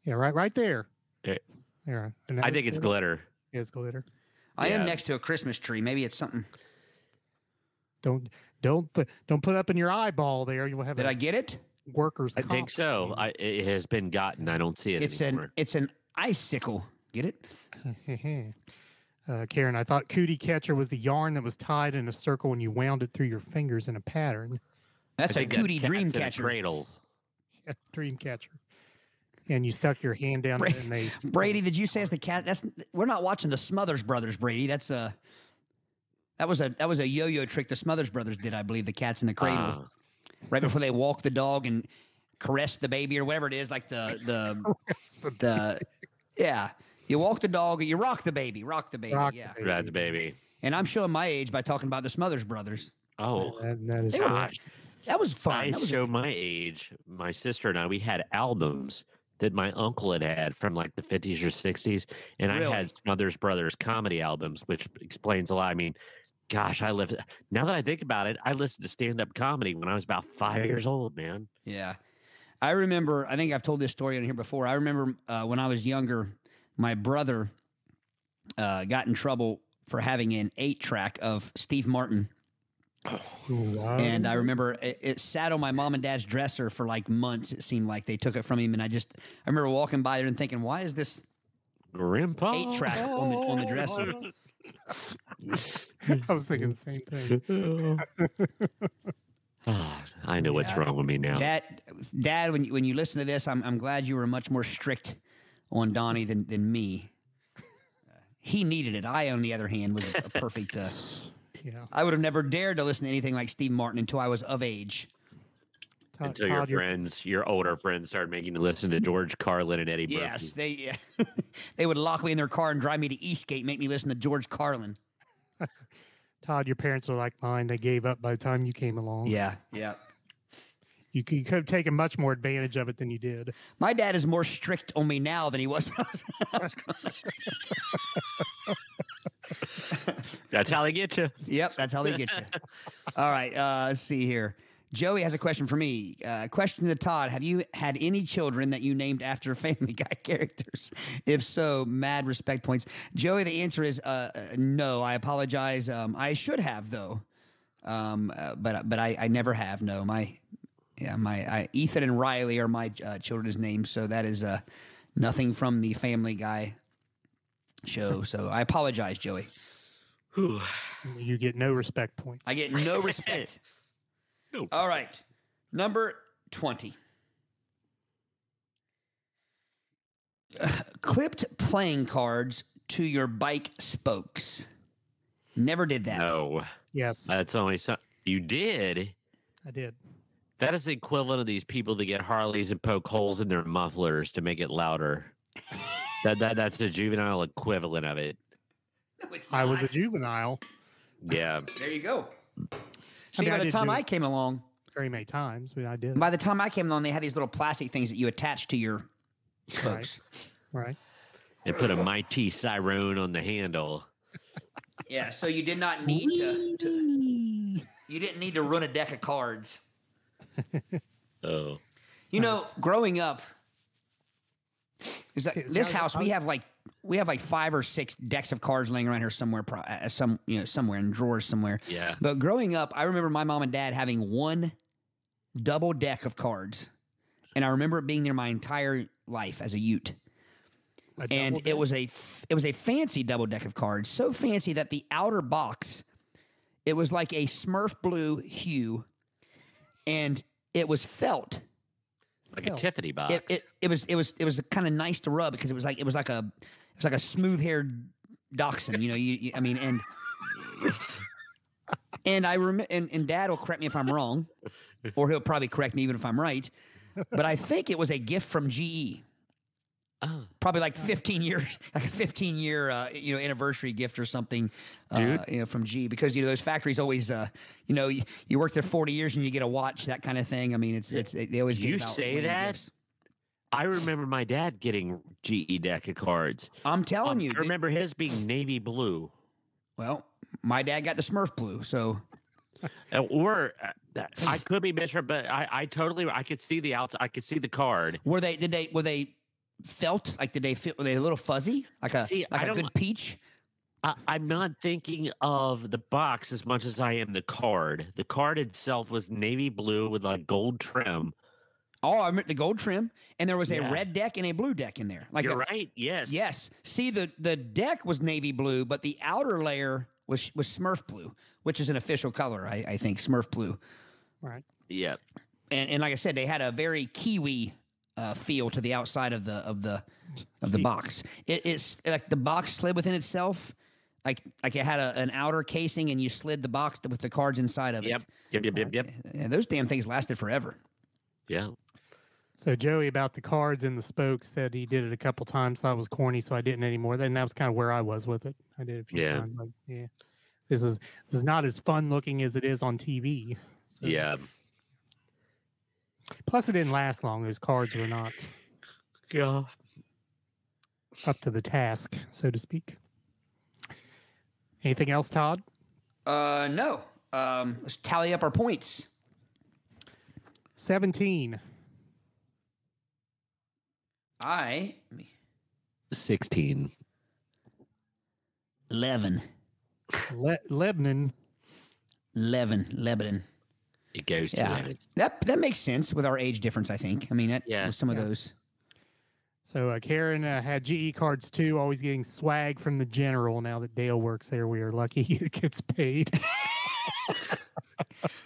Speaker 2: Yeah, right, right there.
Speaker 3: Eh,
Speaker 2: Yeah,
Speaker 3: I think it's glitter.
Speaker 2: It's glitter.
Speaker 4: I
Speaker 3: Yeah.
Speaker 4: am next to a Christmas tree. Maybe it's something.
Speaker 2: Don't don't put don't put up in your eyeball there. You will have
Speaker 4: Did
Speaker 2: a
Speaker 4: I get it?
Speaker 2: workers.
Speaker 3: I think
Speaker 2: comp
Speaker 3: so. I, it has been gotten. I don't see it
Speaker 4: It's an
Speaker 3: anymore.
Speaker 4: it's an icicle. Get it?
Speaker 2: claim. uh, Karen, I thought cootie catcher was the yarn that was tied in a circle and you wound it through your fingers in a pattern.
Speaker 4: That's
Speaker 3: I
Speaker 4: a
Speaker 3: think that's
Speaker 4: cootie
Speaker 3: cats
Speaker 4: dream
Speaker 3: in a
Speaker 4: catcher.
Speaker 3: Cradle.
Speaker 2: Yeah, Dream catcher. And you stuck your hand down
Speaker 4: Bra-
Speaker 2: it and they
Speaker 4: Brady, did you say it's the cat? That's we're not watching the Smothers Brothers, Brady. That's a that was a that was a yo-yo trick the Smothers Brothers did, I believe. The cats in the cradle,
Speaker 3: Ah.
Speaker 4: right before they walk the dog and caress the baby or whatever it is, like the the the yeah. You walk the dog, you rock the baby, rock the baby,
Speaker 2: rocked
Speaker 4: yeah.
Speaker 2: the
Speaker 3: That's
Speaker 2: baby.
Speaker 3: baby.
Speaker 4: And I'm showing my age by talking about the Smothers Brothers.
Speaker 3: Oh,
Speaker 2: That- that is
Speaker 3: gosh.
Speaker 4: That was fun.
Speaker 3: I
Speaker 4: That was-
Speaker 3: show my age. My sister and I, we had albums that my uncle had had from like the 50s or 60s. And
Speaker 4: Really?
Speaker 3: I had Smothers Brothers comedy albums, which explains a lot. I mean, gosh, I lived, now that I think about it, I listened to stand up comedy when I was about five years old, man.
Speaker 4: Yeah. I remember, I think I've told this story on here before. I remember uh, when I was younger, my brother uh, got in trouble for having an eight track of Steve Martin.
Speaker 2: Wow.
Speaker 4: And I remember it, it sat on my mom and dad's dresser for like months. It seemed like they took it from him. And I just, I remember walking by there and thinking, why is this
Speaker 3: Grandpa.
Speaker 4: eight track on the, on the dresser?
Speaker 2: I was thinking the same thing.
Speaker 3: Ah, I know what's
Speaker 4: Yeah.
Speaker 3: wrong with me now.
Speaker 4: Dad, Dad, when you, when you listen to this, I'm, I'm glad you were much more strict on Donnie than, than me. He needed it. I, on the other hand, was a perfect. Uh,
Speaker 2: Yeah.
Speaker 4: I would have never dared to listen to anything like Steve Martin until I was of age.
Speaker 2: Todd-
Speaker 3: Until your
Speaker 2: Todd, you're-
Speaker 3: friends, your older friends, started making you listen to George Carlin and Eddie Murphy.
Speaker 4: Yes, they they would lock me in their car and drive me to Eastgate, make me listen to George Carlin.
Speaker 2: Todd, your parents are like mine. They gave up by the time you came along.
Speaker 4: Yeah, yeah.
Speaker 2: You, c- you could have taken much more advantage of it than you did.
Speaker 4: My dad is more strict on me now than he was. When I was, I was growing up.
Speaker 3: That's how they get you.
Speaker 4: yep, that's how they get you. All right, uh, let's see here. Joey has a question for me. Uh, question to Todd: Have you had any children that you named after Family Guy characters? If so, mad respect points. Joey, the answer is uh, uh, no. I apologize. Um, I should have though, um, uh, but but I, I never have. No, my yeah, my I, Ethan and Riley are my uh, children's names, so that is uh, nothing from the Family Guy show. So I apologize, Joey.
Speaker 3: Whew.
Speaker 2: You get no respect points.
Speaker 4: I get no respect.
Speaker 3: No
Speaker 4: All right. Number 20. Clipped playing cards to your bike spokes. Never did that.
Speaker 3: No,
Speaker 2: yes,
Speaker 3: that's only so you did.
Speaker 2: I did.
Speaker 3: That is the equivalent of these people that get Harleys and poke holes in their mufflers to make it louder. that, that that's the juvenile equivalent of it.
Speaker 4: No, it's
Speaker 2: I was a
Speaker 4: not.
Speaker 2: juvenile
Speaker 3: Yeah,
Speaker 4: there you go. See,
Speaker 2: mean, I
Speaker 4: by the
Speaker 2: did
Speaker 4: time
Speaker 2: do
Speaker 4: I
Speaker 2: it.
Speaker 4: came along,
Speaker 2: very many times, but I did.
Speaker 4: by the time I came along, they had these little plastic things that you attach to your spokes.
Speaker 2: right.
Speaker 3: they put a mighty siren on the handle.
Speaker 4: Yeah, so you did not need to, to- You didn't need to run a deck of cards.
Speaker 3: Oh,
Speaker 4: You know, growing up, is that,
Speaker 2: Okay, so
Speaker 4: this
Speaker 2: now-
Speaker 4: house we have like we have like five or six decks of cards laying around here somewhere, pro- uh, some you know somewhere in drawers somewhere.
Speaker 3: yeah.
Speaker 4: But growing up, I remember my mom and dad having one double deck of cards, and I remember it being there my entire life as a Ute.
Speaker 2: A
Speaker 4: And
Speaker 2: double
Speaker 4: it was a f- it was a fancy double deck of cards, so fancy that the outer box, it was like a Smurf blue hue, and it was felt.
Speaker 3: Like a
Speaker 2: hell.
Speaker 3: Tiffany box.
Speaker 4: It, it, it was it was it was kind of nice to rub because it was like it was like a it was like a smooth haired dachshund, you know. You, you I mean, and and I remember, and, and Dad will correct me if I'm wrong, or he'll probably correct me even if I'm right. But I think it was a gift from GE,
Speaker 3: Oh,
Speaker 4: probably like 15 years, like a 15 year uh, you know anniversary gift or something, uh, you know, from GE because you know those factories always, uh, you know, you, you work there 40 years and you get a watch, that kind of thing. I mean, it's it's they always give
Speaker 3: You
Speaker 4: out
Speaker 3: say
Speaker 4: winning
Speaker 3: that?
Speaker 4: gifts.
Speaker 3: I remember my dad getting GE deck of cards.
Speaker 4: I'm telling
Speaker 3: Um,
Speaker 4: Oh, you,
Speaker 3: I
Speaker 4: dude.
Speaker 3: remember his being navy blue.
Speaker 4: Well, my dad got the Smurf blue, so
Speaker 3: Uh, or uh, that- I could be misread, but I, I totally I could see the outside. I could see the card.
Speaker 4: were they? Did they? Were they felt like? Did they feel? Were they a little fuzzy? Like a
Speaker 3: See,
Speaker 4: like
Speaker 3: I
Speaker 4: a
Speaker 3: don't
Speaker 4: good
Speaker 3: li-
Speaker 4: peach?
Speaker 3: I, I'm not thinking of the box as much as I am the card. The card itself was navy blue with like gold trim.
Speaker 4: Oh, I remember the gold trim, and there was a
Speaker 3: Yeah.
Speaker 4: red deck and a blue deck in there. Like
Speaker 3: You're
Speaker 4: a-
Speaker 3: right. Yes.
Speaker 4: Yes. See, the the deck was navy blue, but the outer layer was was Smurf blue, which is an official color, I, I think. Smurf blue,
Speaker 2: Right.
Speaker 3: Yeah.
Speaker 4: and and like I said, they had a very kiwi uh, feel to the outside of the of the of the box. It, it's like the box slid within itself, like like it had a, an outer casing, and you slid the box with the cards inside of
Speaker 3: Yep. Yep. Yep. Yep. Yep.
Speaker 4: it. And those damn things lasted forever.
Speaker 3: Yeah.
Speaker 2: So Joey about the cards and the spokes said he did it a couple times. Thought it was corny, so I didn't anymore. Then that was kind of where I was with it. I did it a few
Speaker 3: Yeah.
Speaker 2: times. Like, yeah, this is this is not as fun looking as it is on TV. So
Speaker 3: Yeah.
Speaker 2: Plus, it didn't last long. Those cards were not
Speaker 3: Yeah.
Speaker 2: up to the task, so to speak. Anything else, Todd?
Speaker 4: Uh, no. Um, let's tally up our points.
Speaker 2: 17.
Speaker 4: I
Speaker 3: 16.
Speaker 4: eleven,
Speaker 2: Le- Lebanon.
Speaker 4: eleven, Lebanon.
Speaker 3: It goes to
Speaker 4: Yeah.
Speaker 3: Evan.
Speaker 4: That that makes sense with our age difference. I think. I mean, that,
Speaker 3: Yeah.
Speaker 4: with some of
Speaker 2: Yeah.
Speaker 4: those.
Speaker 2: So uh, Karen uh, had GE cards too, always getting swag from the general. Now that Dale works there, we are lucky he gets paid.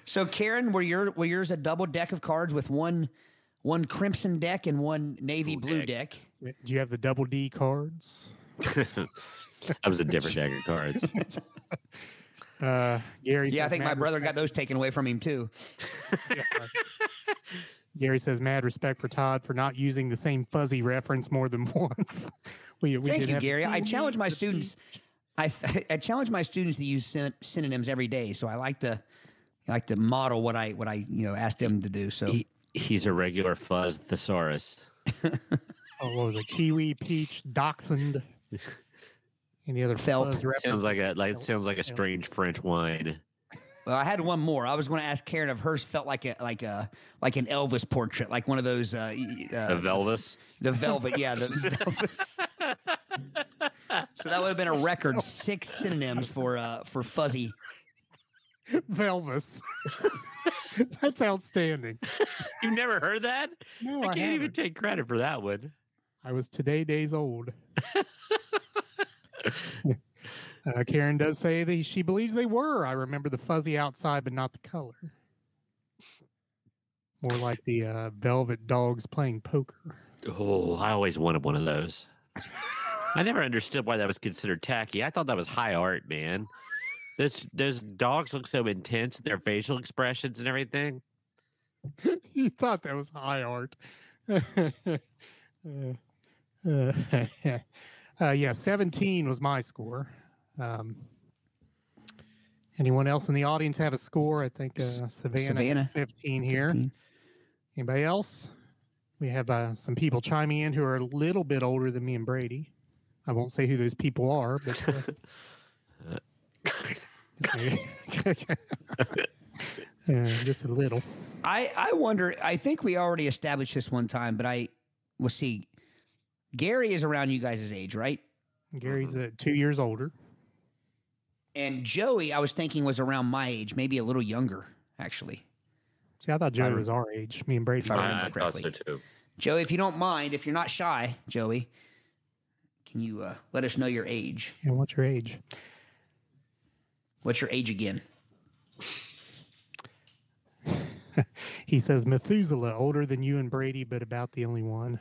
Speaker 4: So, Karen, were your were yours a double deck of cards with one one crimson deck and one navy
Speaker 3: Blue
Speaker 4: blue deck?
Speaker 2: Do you have the double D cards?
Speaker 3: that was a different deck of cards.
Speaker 2: Uh, Gary.
Speaker 4: Yeah, I
Speaker 2: says
Speaker 4: think my
Speaker 2: mad
Speaker 4: brother
Speaker 2: respect-
Speaker 4: got those taken away from him too.
Speaker 2: Yeah. Gary says mad respect for Todd for not using the same fuzzy reference more than once. We, we
Speaker 4: Thank
Speaker 2: did
Speaker 4: you,
Speaker 2: have
Speaker 4: Gary. I
Speaker 2: two
Speaker 4: challenge my
Speaker 2: leaves, the
Speaker 4: students. I I challenge my students to use syn- synonyms every day. So I like to I like to model what I what I you know ask them to do. So
Speaker 3: He, he's a regular fuzz thesaurus.
Speaker 2: Oh, what was it? Kiwi, peach, dachshund. Any other
Speaker 4: Felt.
Speaker 2: fuzz reference?
Speaker 3: Sounds like a like sounds like a strange French wine.
Speaker 4: well, I had one more. I was going to ask Karen if hers felt like a like a like an Elvis portrait, like one of those uh, y- y-
Speaker 3: A
Speaker 4: uh,
Speaker 3: Velvis.
Speaker 4: The velvet, yeah, the Velvis. so that would have been a record six synonyms for uh for fuzzy.
Speaker 2: Velvis. That's outstanding.
Speaker 3: You've never heard that?
Speaker 2: No,
Speaker 3: I can't even
Speaker 2: haven't.
Speaker 3: take credit for that one.
Speaker 2: I was today days old. uh, Karen does say that she believes they were. I remember the fuzzy outside, but not the color. More like the uh, velvet dogs playing poker.
Speaker 3: Oh, I always wanted one of those. I never understood why that was considered tacky. I thought that was high art, man. Those those dogs look so intense, their facial expressions and everything.
Speaker 2: you thought that was high art. uh, uh, uh, yeah, 17 was my score. Um, anyone else in the audience have a score? I think uh,
Speaker 4: S-
Speaker 2: Savannah,
Speaker 4: Savannah,
Speaker 2: 15 here. Anybody else? We have uh, some people chiming in who are a little bit older than me and Brady. I won't say who those people are, but. uh, just maybe- Uh, just a little.
Speaker 4: I I wonder. I think we already established this one time, but I will see. Gary is around you guys' age, right?
Speaker 2: Gary's uh, two years older.
Speaker 4: And Joey, I was thinking was around my age, maybe a little younger actually.
Speaker 2: See, I thought Joey
Speaker 3: rem-
Speaker 2: was our age. Me and Brady.
Speaker 4: I
Speaker 2: were-
Speaker 4: remember correctly.
Speaker 3: too.
Speaker 4: Joey, if you don't mind, if you're not shy, Joey, can you uh, let us know your age?
Speaker 2: Yeah, what's your age?
Speaker 4: What's your age again?
Speaker 2: He says Methuselah, older than you and Brady, but about the only one.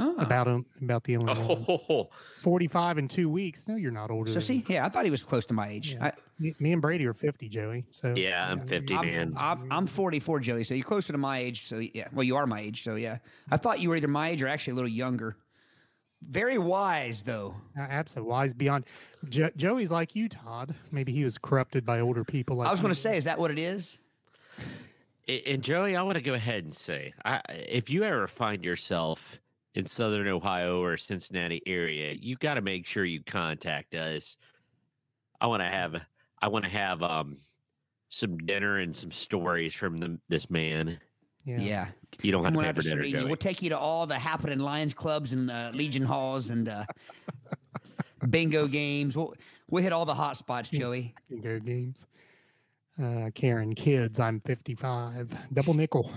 Speaker 4: Oh,
Speaker 2: About him, about the only one.
Speaker 3: Uh.
Speaker 4: Mm-hmm.
Speaker 3: Oh,
Speaker 2: Forty-five in two weeks. No, you're not older.
Speaker 4: so
Speaker 2: than
Speaker 4: see, yeah, I thought he was close to my age.
Speaker 2: Yeah.
Speaker 4: I,
Speaker 2: me, me and Brady are fifty, Joey. So
Speaker 3: yeah, I'm
Speaker 2: maybe-
Speaker 3: 50, man.
Speaker 4: I'm, I'm 44, Joey. So you're closer to my age. So yeah, well, you are my age. So yeah, I thought you were either my age or actually a little younger. Very wise though.
Speaker 2: Uh, absolutely wise beyond. Jo- Joey's like you, Todd. Maybe he was corrupted by older people. Like
Speaker 4: I was
Speaker 2: you.
Speaker 4: going to say, is that what it is?
Speaker 3: A- And Joey, I want to go ahead and say, I, if you ever find yourself in Southern Ohio or Cincinnati area, you got to make sure you contact us. I want to have, I want to have um, some dinner and some stories from the, this man.
Speaker 2: yeah.
Speaker 4: Yeah.
Speaker 3: You don't have
Speaker 4: Come
Speaker 3: to
Speaker 4: on
Speaker 3: pay
Speaker 4: out
Speaker 3: for
Speaker 4: to
Speaker 3: dinner,
Speaker 4: Slovenia.
Speaker 3: Joey.
Speaker 4: We'll take you to all the happening Lions clubs and uh, Legion halls and uh, bingo games. We'll we'll hit all the hot spots, Joey.
Speaker 2: Bingo games. Uh, Karen, kids, I'm 55. Double nickel.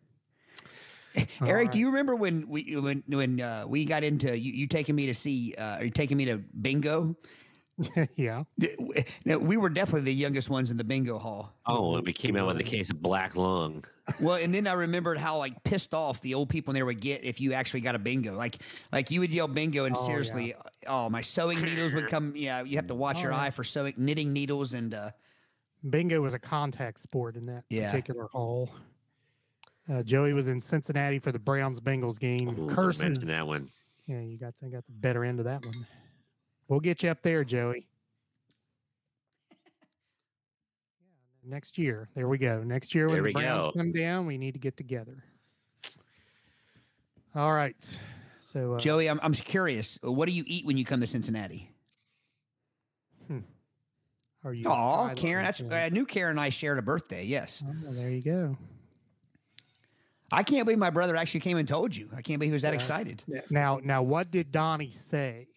Speaker 2: All
Speaker 4: Eric,
Speaker 2: right.
Speaker 4: do you remember when we when when uh, we got into you, you taking me to see uh, or you taking me to bingo?
Speaker 2: yeah.
Speaker 4: Th- w- Now, we were definitely the youngest ones in the bingo hall.
Speaker 3: Oh, and we came out with a case of black lung.
Speaker 4: Well, and then I remembered how like pissed off the old people in there would get if you actually got a bingo. Like, like you would yell bingo, and
Speaker 2: Oh, yeah.
Speaker 4: seriously, oh my sewing needles would come. Yeah, you have to watch
Speaker 2: Oh,
Speaker 4: your
Speaker 2: yeah.
Speaker 4: eye for sewing knitting needles, and uh,
Speaker 2: Bingo was a contact sport in that
Speaker 4: Yeah.
Speaker 2: particular hall. Uh, Joey was in Cincinnati for the Browns Bengals game.
Speaker 3: Ooh, don't mention
Speaker 2: Curses.
Speaker 3: that one.
Speaker 2: Yeah, you got the, got the better end of that one. We'll get you up there, Joey. Next year. There we go. Next year when
Speaker 3: There
Speaker 2: the
Speaker 3: we
Speaker 2: Browns
Speaker 3: go.
Speaker 2: come down, we need to get together. All right. So uh,
Speaker 4: Joey, I'm, I'm curious. What do you eat when you come to Cincinnati?
Speaker 2: are you?
Speaker 4: Oh,
Speaker 2: silent
Speaker 4: Karen, that's,
Speaker 2: now?
Speaker 4: I knew Karen and I shared a birthday. Yes,
Speaker 2: Oh, well, there you go.
Speaker 4: I can't believe my brother actually came and told you. I can't believe he was that
Speaker 2: Yeah.
Speaker 4: excited.
Speaker 2: Now, now, what did Donnie say?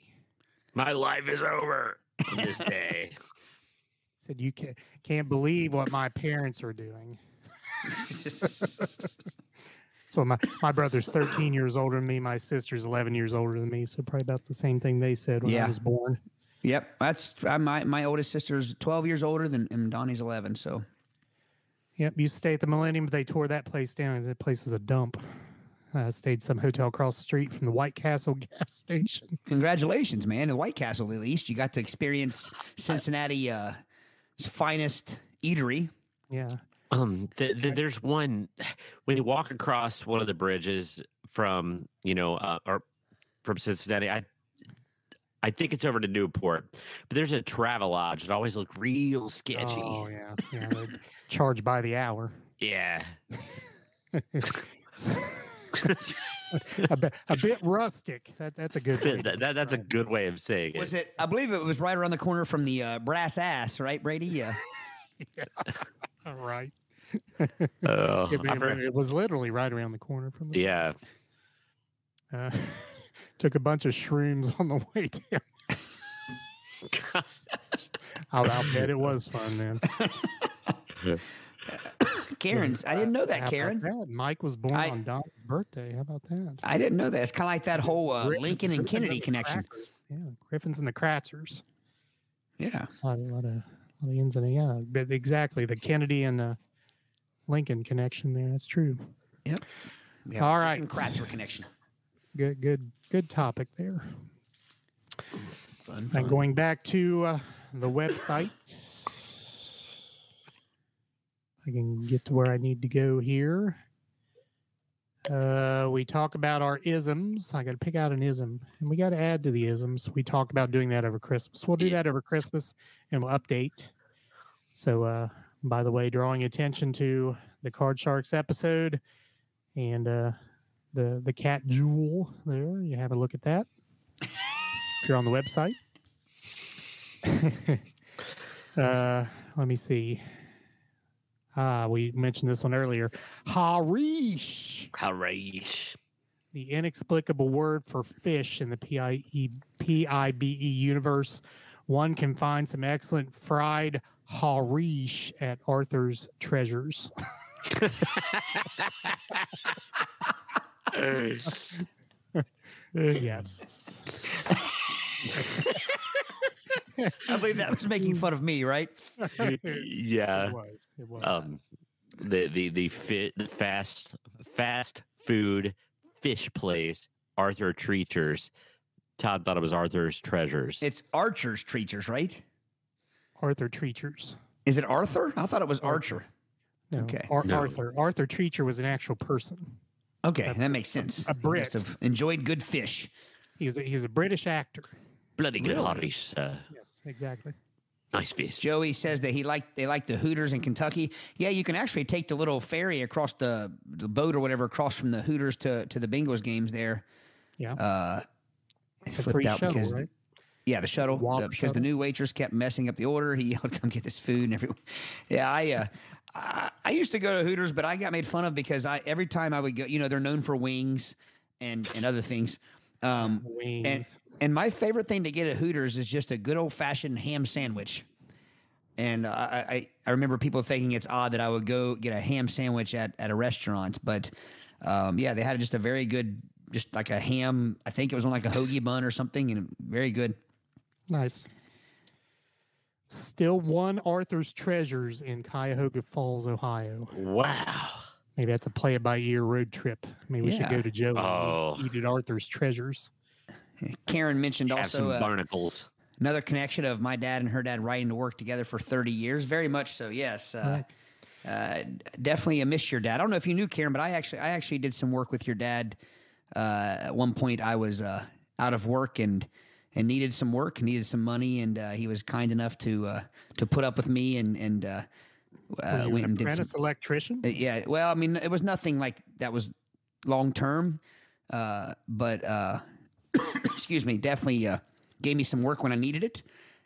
Speaker 3: My life is over on this day.
Speaker 2: He said you can't, can't believe what my parents are doing. So my, my brother's 13 years older than me. My sister's 11 years older than me. So probably about the same thing they said when
Speaker 4: Yeah.
Speaker 2: I was born.
Speaker 4: yep, that's I, my my oldest sister's 12 years older than and Donnie's 11. So
Speaker 2: Yep, used to stay at the Millennium, but they tore that place down. That place was a dump. I stayed some hotel across the street from the White Castle gas station.
Speaker 4: congratulations, man! The White Castle, at least you got to experience Cincinnati uh, finest eatery.
Speaker 2: Yeah,
Speaker 3: Um, th- th- there's one when you walk across one of the bridges from you know uh, or from Cincinnati. I I think it's over to Newport, but there's a travel lodge that always looked real sketchy.
Speaker 2: Oh yeah, yeah. They charge by the hour.
Speaker 3: Yeah,
Speaker 2: a, bit, a bit rustic. That, that's a good. way
Speaker 3: Th-
Speaker 2: to
Speaker 3: that, that's a
Speaker 2: describe
Speaker 3: good way of saying it.
Speaker 4: Was it? I believe it was right around the corner from the uh, Brass Ass, right, Brady? Uh, Yeah.
Speaker 2: it. All right.
Speaker 3: Oh,
Speaker 2: Yeah,
Speaker 3: I
Speaker 2: man,
Speaker 3: forgot-
Speaker 2: it was literally right around the corner from the.
Speaker 3: yeah.
Speaker 2: Uh, took a bunch of shrooms on the way down. I'll, I'll bet it was fun, man.
Speaker 4: Karen's. I didn't know that,
Speaker 2: How about
Speaker 4: Karen.
Speaker 2: that? Mike was born
Speaker 4: I-
Speaker 2: on Don's birthday. How about that?
Speaker 4: I didn't know that. It's kind of like that whole uh,
Speaker 2: Griffin-
Speaker 4: Lincoln and
Speaker 2: Griffins
Speaker 4: Kennedy
Speaker 2: the
Speaker 4: connection.
Speaker 2: Crackers. Yeah, Griffins and the Kratzers.
Speaker 4: Yeah.
Speaker 2: A lot, a lot of, a lot of ins and a- yeah, but exactly the Kennedy and the Lincoln connection there. That's true.
Speaker 4: yeah.
Speaker 2: All
Speaker 4: there's some
Speaker 2: right.
Speaker 4: Kratzer connection.
Speaker 2: Good, good, good topic there.
Speaker 4: Fun.
Speaker 2: And going back to uh, the website, I can get to where I need to go here. Uh, we talk about our isms. I got to pick out an ism, and we got to add to the isms. We talked about doing that over Christmas. We'll do
Speaker 3: Yeah.
Speaker 2: that over Christmas, and we'll update. So, uh, by the way, drawing attention to the Card Sharks episode and uh, the the cat jewel there. You have a look at that if you're on the website. uh, let me see. Ah, we mentioned this one earlier. Harish,
Speaker 3: Harish.
Speaker 2: the inexplicable word for fish in the E, PIE, PIBE E universe. One can find some excellent fried harish at Arthur's Treasures. yes.
Speaker 4: I believe that was making fun of me, right?
Speaker 3: yeah.
Speaker 2: it was. It was.
Speaker 3: Um, the the the fit the fast fast food fish place Arthur Treaters. Todd thought it was Arthur's Treasures.
Speaker 4: It's Archer's Treaters, right?
Speaker 2: Arthur Treachers.
Speaker 4: Is it Arthur? I thought it was Archer.
Speaker 2: No,
Speaker 4: Okay.
Speaker 2: Ar-
Speaker 3: No.
Speaker 2: Arthur. Arthur Treacher was an actual person.
Speaker 4: Okay, that makes
Speaker 2: a
Speaker 4: sense. He must
Speaker 2: Brit.
Speaker 4: have enjoyed good fish.
Speaker 2: He was a, he was a British actor.
Speaker 3: Bloody good
Speaker 4: Really?
Speaker 3: harish. Uh,
Speaker 2: Yes, exactly.
Speaker 3: nice fish.
Speaker 4: Joey says that he liked they like the Hooters in Kentucky. Yeah, you can actually take the little ferry across the, the boat or whatever across from the Hooters to, to the Bengals games there.
Speaker 2: Yeah.
Speaker 4: Uh, it
Speaker 2: It's a
Speaker 4: flipped
Speaker 2: free
Speaker 4: out
Speaker 2: shuttle,
Speaker 4: because
Speaker 2: right?
Speaker 4: Yeah, the shuttle.
Speaker 2: Womp
Speaker 4: the- Because the
Speaker 2: shuttle.
Speaker 4: new waitress kept messing up the order. He yelled, "Come get this food!" And everyone. Yeah, I, uh, I I used to go to Hooters, but I got made fun of because I every time I would go, you know, they're known for wings and and other things. Um,
Speaker 2: Wings.
Speaker 4: and and my favorite thing to get at Hooters is just a good old fashioned ham sandwich. And I, I- I I remember people thinking it's odd that I would go get a ham sandwich at at a restaurant, but um, yeah, they had just a very good. Just like a ham, I think it was on like a hoagie bun or something, and very good.
Speaker 2: nice. Still one Arthur's treasures in Cuyahoga Falls, Ohio.
Speaker 3: Wow.
Speaker 2: Maybe that's a play it by ear road trip. Maybe we should
Speaker 4: Yeah.
Speaker 2: go to Joe
Speaker 3: Oh.
Speaker 2: and eat- eat at Arthur's treasures.
Speaker 4: Karen mentioned
Speaker 3: Have some
Speaker 4: also uh,
Speaker 3: barnacles.
Speaker 4: another connection of my dad and her dad riding to work together for 30 years. Very much so, yes. Uh, uh, definitely a miss your dad. I don't know if you knew Karen, but I actually I actually did some work with your dad. Uh, at one point, I was uh, out of work and and needed some work, needed some money, and uh, he was kind enough to uh, to put up with me and and uh, uh,
Speaker 2: Were you
Speaker 4: went
Speaker 2: an
Speaker 4: and did some
Speaker 2: apprentice electrician?
Speaker 4: Uh, Yeah. Well, I mean, it was nothing like that was long term, uh, but uh, excuse me, definitely uh, gave me some work when I needed it,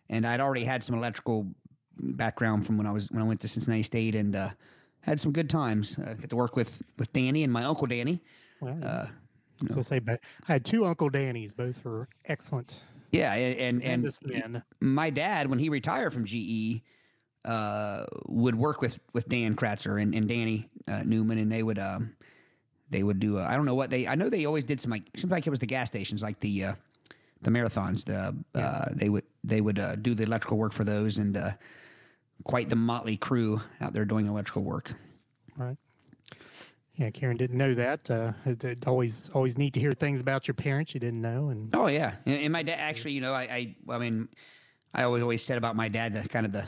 Speaker 4: and I'd already had some electrical background from when I was when I went to Cincinnati State and uh, had some good times. Uh, got to work with with Danny and my uncle Danny.
Speaker 2: Well, yeah.
Speaker 4: Uh,
Speaker 2: So say, but I had two Uncle Dannies. Both were excellent
Speaker 4: yeah, and and,
Speaker 2: tremendous
Speaker 4: and
Speaker 2: men.
Speaker 4: my dad, when he retired from GE, uh, would work with with Dan Kratzer and, and Danny uh, Newman, and they would um, they would do. uh, I I don't know what they. I know they always did some like seems like it was the gas stations, like the uh, the marathons. The uh, they would they would uh, do the electrical work for those, and uh, quite the motley crew out there doing electrical work.
Speaker 2: Right. Yeah, Karen didn't know that. Uh, it, it always always neat to hear things about your parents you didn't know. And
Speaker 4: Oh yeah, and, and my dad actually, you know, I, I, I mean, I always always said about my dad the kind of the,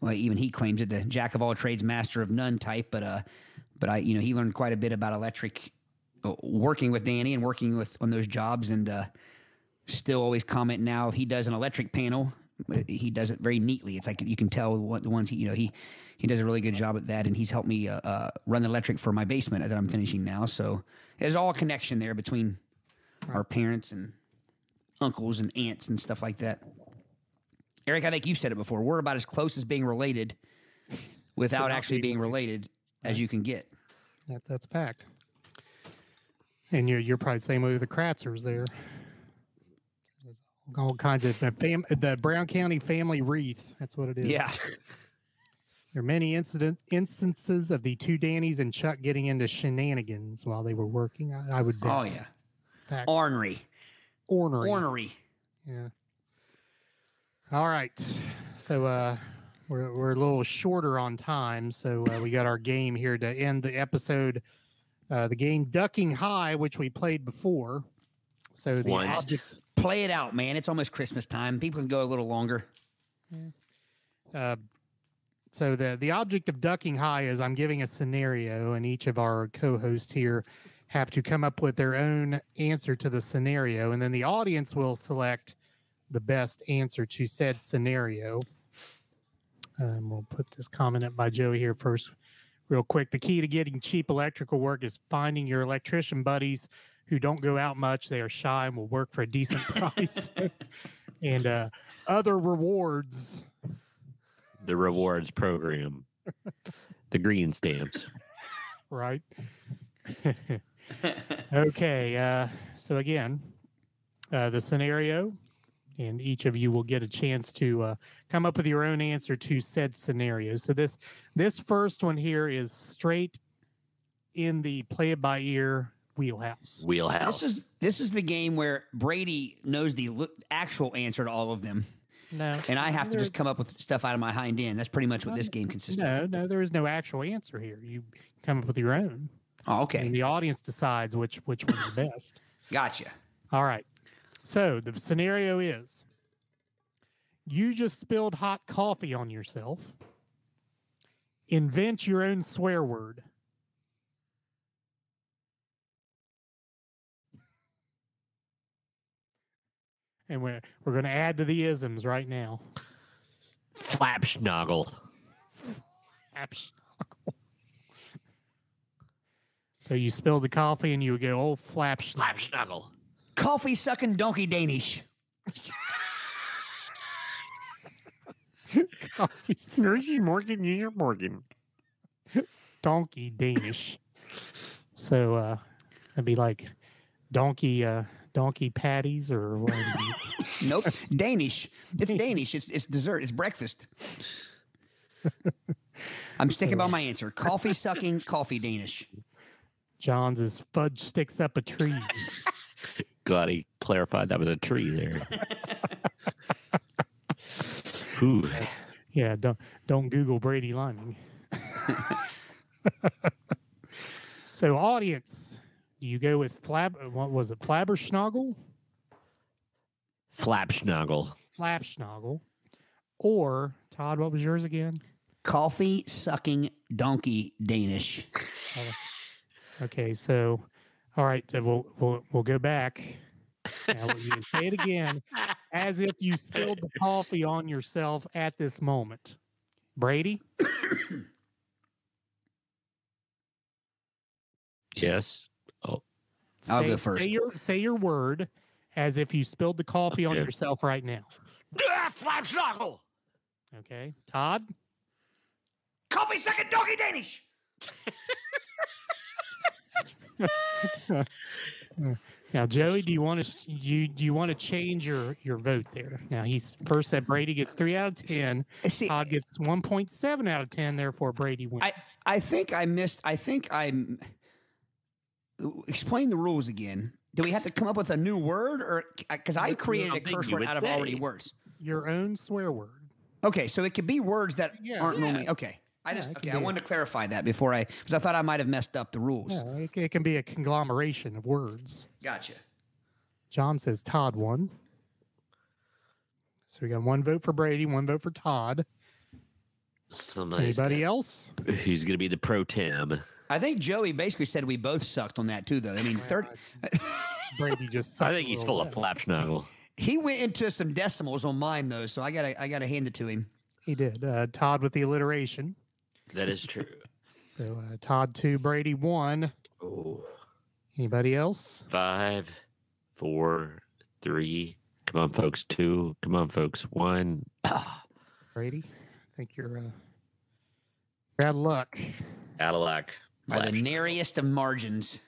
Speaker 4: well, even he claims it, the jack of all trades, master of none type. But uh, but I, you know, he learned quite a bit about electric, uh, working with Danny and working with on those jobs, and uh, still always comment now if he does an electric panel, uh, he does it very neatly. It's like you can tell what the ones he, you know, he he does a really good job at that, and he's helped me uh, uh, run the electric for my basement that I'm finishing now. So there's all a connection there between our parents and uncles and aunts and stuff like that. Eric, I think you've said it before. We're about as close as being related without actually being related as you can get.
Speaker 2: that, that's a fact. And you're you're probably the same way with the Kratzers there. There's All kinds of the, fam, the Brown County family wreath. That's what it is.
Speaker 4: Yeah.
Speaker 2: There are many incident, instances of the two Dannies and Chuck getting into shenanigans while they were working. I, I would bet.
Speaker 4: Oh, yeah.
Speaker 2: Fact.
Speaker 4: Ornery.
Speaker 2: ornery.
Speaker 4: Ornery.
Speaker 2: Yeah. All right. So uh, we're we're a little shorter on time, so uh, we got our game here to end the episode. Uh, the game Ducking High, which we played before. So the
Speaker 3: Once.
Speaker 2: object,
Speaker 4: Play it out, man. It's almost Christmas time. People can go a little longer.
Speaker 2: uh, so the the object of Ducking High is I'm giving a scenario, and each of our co-hosts here have to come up with their own answer to the scenario, and then the audience will select the best answer to said scenario. Um, we'll put this comment up by Joey here first, real quick. The key to getting cheap electrical work is finding your electrician buddies who don't go out much. They are shy and will work for a decent price, and uh, other rewards.
Speaker 3: The rewards program, the green stamps.
Speaker 2: right? okay, uh, so again, uh, the scenario, and each of you will get a chance to uh, come up with your own answer to said scenario. So this this first one here is straight in the play it by ear wheelhouse.
Speaker 3: Wheelhouse.
Speaker 4: This is this is the game where Brady knows the li- actual answer to all of them,
Speaker 2: No,
Speaker 4: and I have to just come up with stuff out of my hind end. That's pretty much what this game consists
Speaker 2: no,
Speaker 4: of.
Speaker 2: no. There is no actual answer here. You come up with your own,
Speaker 4: Oh,
Speaker 2: and
Speaker 4: okay,
Speaker 2: the audience decides which which one's the best.
Speaker 4: gotcha.
Speaker 2: All right. So the scenario is you just spilled hot coffee on yourself. Invent your own swear word. And we're, we're going to add to the isms right now.
Speaker 3: Flapschnoggle.
Speaker 2: Abs- so you spilled the coffee and you would go, oh, flap. schnapps."
Speaker 3: Flapschnoggle.
Speaker 4: Coffee sucking donkey Danish.
Speaker 2: Coffee
Speaker 3: Morgan, yeah, Morgan.
Speaker 2: donkey Danish. so uh it'd be like donkey uh donkey patties or what would it be?
Speaker 4: Nope, Danish. It's Danish. It's it's dessert. It's breakfast. I'm sticking by my answer. Coffee sucking coffee Danish.
Speaker 2: John's is fudge sticks up a tree.
Speaker 3: Glad he clarified that was a tree there. Ooh,
Speaker 2: yeah, don't don't Google Brady Liming. so audience, do you go with flab uh, what was it, flabberschnoggle?
Speaker 3: Flapschnoggle.
Speaker 2: Flapschnoggle. Or Todd, what was yours again?
Speaker 4: Coffee sucking donkey Danish.
Speaker 2: Okay, so, all right, uh, we'll we'll we'll go back. Now we're gonna say it again, as if you spilled the coffee on yourself at this moment, Brady.
Speaker 3: Yes. Oh,
Speaker 4: I'll
Speaker 2: say,
Speaker 4: go first.
Speaker 2: Say your, say your word as if you spilled the coffee on
Speaker 3: Okay.
Speaker 2: yourself right now.
Speaker 3: flapschnoggle.
Speaker 2: Okay. Todd?
Speaker 4: Coffee second doggy Danish.
Speaker 2: Now, Joey, do you want to you do you want to change your your vote there? Now he's first said Brady gets three out of ten.
Speaker 4: Uh, See,
Speaker 2: Todd gets one point seven out of ten. Therefore, Brady wins.
Speaker 4: I, I think I missed. I think I explain the rules again. Do we have to come up with a new word, or because I created a
Speaker 3: something
Speaker 4: curse
Speaker 3: you
Speaker 4: word
Speaker 3: would
Speaker 4: out of already
Speaker 3: say.
Speaker 4: words?
Speaker 2: your own swear word.
Speaker 4: Okay, so it could be words that
Speaker 2: Yeah.
Speaker 4: aren't normally okay. I
Speaker 2: Yeah,
Speaker 4: just
Speaker 2: it could
Speaker 4: okay. I
Speaker 2: be.
Speaker 4: wanted to clarify that before I because I thought I might have messed up the rules.
Speaker 2: Yeah, it, it can be a conglomeration of words.
Speaker 4: Gotcha.
Speaker 2: John says Todd won. So we got one vote for Brady, one vote for Todd.
Speaker 3: Somebody's
Speaker 2: Anybody else?
Speaker 3: gonna- who's going to be the pro tem?
Speaker 4: I think Joey basically said we both sucked on that too, though. I mean, third,
Speaker 2: Brady just.
Speaker 3: I
Speaker 2: sucked
Speaker 3: think he's
Speaker 2: real
Speaker 3: full of
Speaker 2: good.
Speaker 3: flapschnoggle.
Speaker 4: he went into some decimals on mine though, so I gotta I gotta hand it to him.
Speaker 2: He did. Uh, Todd with the alliteration.
Speaker 3: That is true.
Speaker 2: So uh, Todd two, Brady one.
Speaker 3: Oh.
Speaker 2: Anybody else?
Speaker 3: Five, four, three. Come on, folks. Two. Come on, folks. One. Ah,
Speaker 2: Brady, I think you're uh, you're out of luck.
Speaker 3: out of luck.
Speaker 4: By the
Speaker 3: Flapschnoggle.
Speaker 4: narrowest of margins.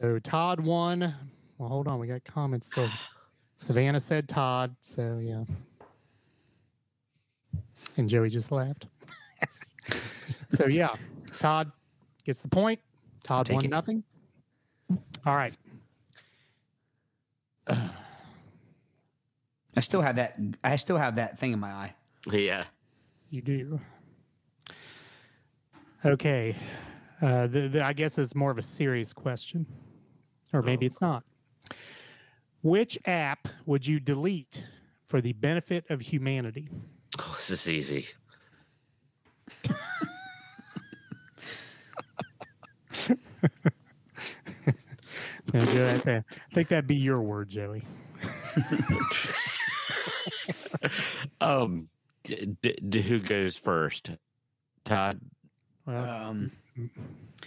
Speaker 2: So Todd won. Well, hold on, we got comments. So Savannah said Todd. So yeah, and Joey just laughed. so yeah, Todd gets the point. Todd
Speaker 4: Take
Speaker 2: won
Speaker 4: it.
Speaker 2: nothing. All right,
Speaker 4: I still have that. I still have that thing in my eye.
Speaker 3: Yeah.
Speaker 2: you do. Okay, uh, the, the, I guess it's more of a serious question, or maybe
Speaker 3: Oh.
Speaker 2: it's not. Which app would you delete for the benefit of humanity?
Speaker 3: Oh, this is easy.
Speaker 2: Yeah, Joey, I think- I think that'd be your word, Joey.
Speaker 3: Um, d- d- d- who goes first? Todd,
Speaker 2: Well,
Speaker 4: Um,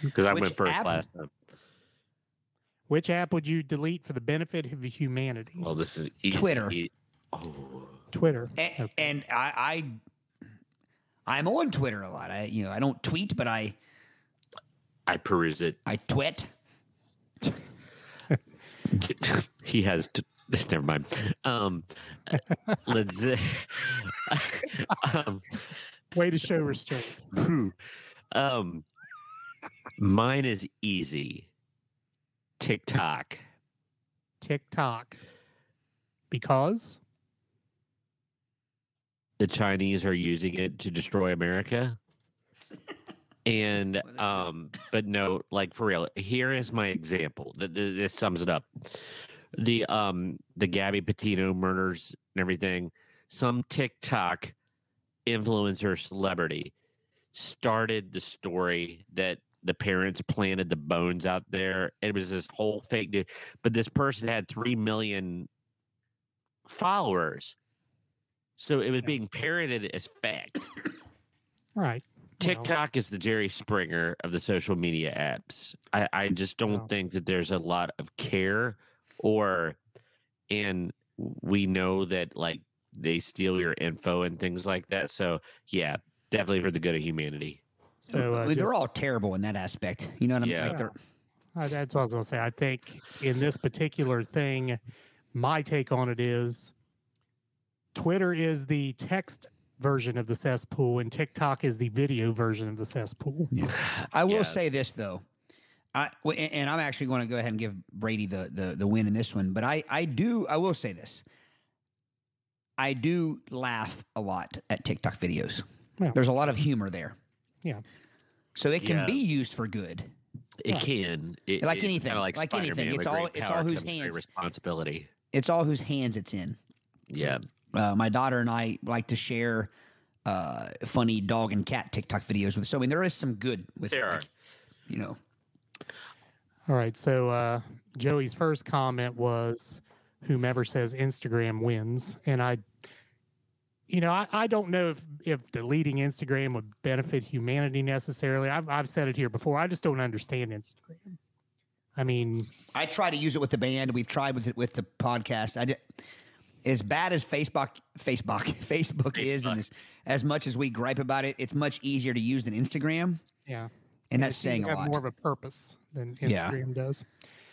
Speaker 3: because I
Speaker 4: Which
Speaker 3: went first
Speaker 4: app-
Speaker 3: last time.
Speaker 2: which app would you delete for the benefit of humanity?
Speaker 3: Well, this is easy.
Speaker 4: Twitter.
Speaker 3: Oh,
Speaker 2: Twitter.
Speaker 4: and,
Speaker 2: Okay.
Speaker 4: and I, I, I'm on Twitter a lot. I, you know, I don't tweet, but I,
Speaker 3: I peruse it.
Speaker 4: I twit.
Speaker 3: he has to. Never mind. Um, let's. um,
Speaker 2: Way to show restraint.
Speaker 3: Phew. um, mine is easy. TikTok.
Speaker 2: TikTok. Because
Speaker 3: The Chinese are using it to destroy America. And
Speaker 4: Well, that's good.
Speaker 3: um, but no, like for real. Here is my example. That this sums it up. The um the Gabby Petito murders and everything. Some TikTok influencer celebrity started the story that the parents planted the bones out there. It was this whole fake dude, but this person had three million followers, so it was being parroted as fact.
Speaker 2: right. Well,
Speaker 3: TikTok is the Jerry Springer of the social media apps. I, I just don't
Speaker 2: Wow.
Speaker 3: think that there's a lot of care or and we know that like they steal your info and things like that. So yeah, definitely for the good of humanity.
Speaker 2: so uh,
Speaker 4: I mean, they're
Speaker 2: just-
Speaker 4: all terrible in that aspect. You know what I mean?
Speaker 3: Yeah.
Speaker 4: Like they're,
Speaker 2: Uh, that's what I was going to say. I think in this particular thing, my take on it is Twitter is the text version of the cesspool, and TikTok is the video version of the cesspool.
Speaker 4: I will
Speaker 3: Yeah.
Speaker 4: say this though, I w- and and I'm actually going to go ahead and give Brady the, the the win in this one. But I I do I will say this. I do laugh a lot at TikTok videos.
Speaker 2: Yeah.
Speaker 4: There's a lot of humor there.
Speaker 2: Yeah.
Speaker 4: So it can
Speaker 3: Yeah.
Speaker 4: be used for good.
Speaker 3: It
Speaker 2: Right.
Speaker 3: can it,
Speaker 4: Like
Speaker 3: it's kinda
Speaker 4: anything, like anything.
Speaker 3: Spider-Man,
Speaker 4: It's
Speaker 3: with
Speaker 4: all-
Speaker 3: great
Speaker 4: it's
Speaker 3: power
Speaker 4: all whose
Speaker 3: comes great
Speaker 4: hands.
Speaker 3: responsibility.
Speaker 4: It's all whose hands it's in.
Speaker 3: Yeah,
Speaker 4: Uh, my daughter and I like to share uh, funny dog and cat TikTok videos with. So I mean, there is some good with
Speaker 3: There
Speaker 4: it.
Speaker 3: are.
Speaker 4: like, you know,
Speaker 2: All right. So uh, Joey's first comment was, "Whomever says Instagram wins," and I you know, I, I don't know if, if deleting Instagram would benefit humanity necessarily. I've, I've said it here before. I just don't understand Instagram. I mean,
Speaker 4: I try to use it with the band. We've tried with it with the podcast. I did, as bad as Facebook, Facebook, Facebook, is, and
Speaker 3: Facebook.
Speaker 4: as, as much as we gripe about it, it's much easier to use than Instagram,
Speaker 2: yeah.
Speaker 4: and
Speaker 2: It
Speaker 4: that's
Speaker 2: seems
Speaker 4: saying
Speaker 2: to
Speaker 4: a
Speaker 2: have
Speaker 4: lot.
Speaker 2: more of a purpose than
Speaker 4: Yeah.
Speaker 2: Instagram does.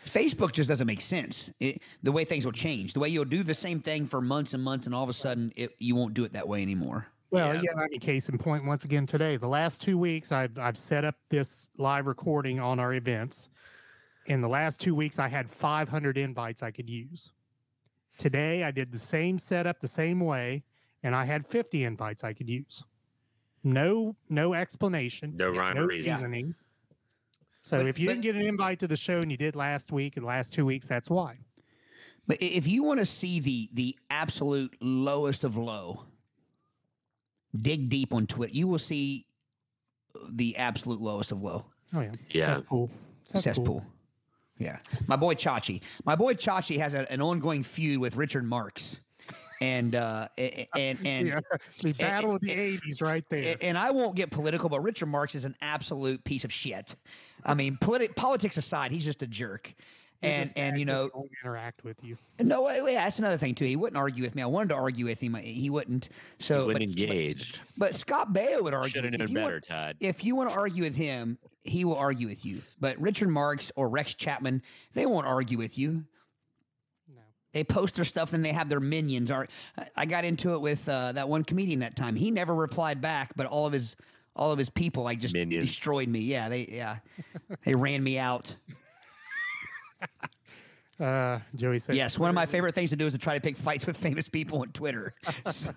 Speaker 4: Facebook just doesn't make sense. It, the way things will change, the way you'll do the same thing for months and months, and all of a sudden it, you won't do it that way anymore.
Speaker 2: Well,
Speaker 3: Yeah.
Speaker 2: yeah. I mean, case in point, once again today, the last two weeks, I've I've set up this live recording on our events. In the last two weeks, I had 500 invites I could use. Today, I did the same setup the same way, and I had 50 invites I could use. No, no explanation,
Speaker 3: No rhyme
Speaker 2: no
Speaker 3: or reason.
Speaker 2: reasoning. So,
Speaker 4: But-
Speaker 2: if you
Speaker 4: but-
Speaker 2: didn't get an invite to the show and you did last week and last two weeks, that's why.
Speaker 4: But i- if you want to see the the absolute lowest of low, dig deep on Twitter. You will see the absolute lowest of low
Speaker 2: Oh yeah,
Speaker 3: Yeah.
Speaker 2: cesspool,
Speaker 4: cesspool. Yeah, my boy Chachi. My boy Chachi has a, an ongoing feud with Richard Marx, and uh, a- a- and and
Speaker 2: yeah, the battle of the
Speaker 4: it-
Speaker 2: 80s, right there.
Speaker 4: A- and I won't get political, but Richard Marx is an absolute piece of shit. I mean, politi- politics aside, he's just a jerk.
Speaker 2: They're
Speaker 4: And
Speaker 2: just
Speaker 4: and you
Speaker 2: bad
Speaker 4: know,
Speaker 2: people won't interact with you.
Speaker 4: no, wait, wait, that's another thing too. He wouldn't argue with me. I wanted to argue with him. He wouldn't. So,
Speaker 3: When
Speaker 4: but,
Speaker 3: engaged,
Speaker 4: but Scott Baio would argue.
Speaker 3: should have known
Speaker 4: with- if you want-
Speaker 3: better, Todd.
Speaker 4: if you want to argue with him, he will argue with you. But Richard Marx or Rex Chapman, they won't argue with you.
Speaker 2: No.
Speaker 4: They post their stuff and they have their minions. Are I got into it with uh, that one comedian that time. He never replied back, but all of his all of his people like just
Speaker 3: Minions.
Speaker 4: destroyed me. Yeah, they yeah they ran me out.
Speaker 2: Uh, Joey said,
Speaker 4: Yes, one of my favorite things to do is to try to pick fights with famous people on Twitter. So,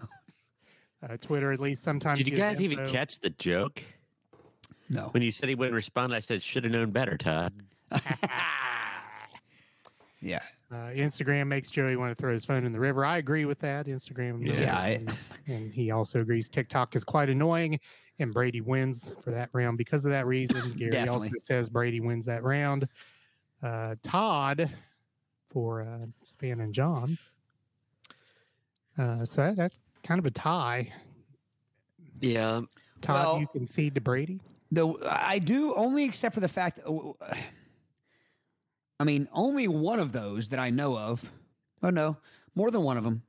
Speaker 2: uh, Twitter at least sometimes.
Speaker 3: Did you
Speaker 2: gives
Speaker 3: guys even
Speaker 2: info.
Speaker 3: catch the joke?
Speaker 4: no,
Speaker 3: When you said he wouldn't respond, I said, should have known better, Todd.
Speaker 4: yeah,
Speaker 2: Uh, Instagram makes Joey want to throw his phone in the river. I agree with that. Instagram,
Speaker 3: Yeah.
Speaker 2: knows,
Speaker 4: Yeah, I-
Speaker 2: and, and he also agrees TikTok is quite annoying, and Brady wins for that round because of that reason. Gary also
Speaker 4: Definitely.
Speaker 2: says Brady wins that round. Uh, Todd for uh, Span and John. Uh, so that, that's kind of a tie.
Speaker 3: Yeah.
Speaker 2: Todd,
Speaker 4: Well-
Speaker 2: you concede to Brady.
Speaker 4: though I do only except for the fact. uh, I mean, only one of those that I know of. Oh no, more than one of them.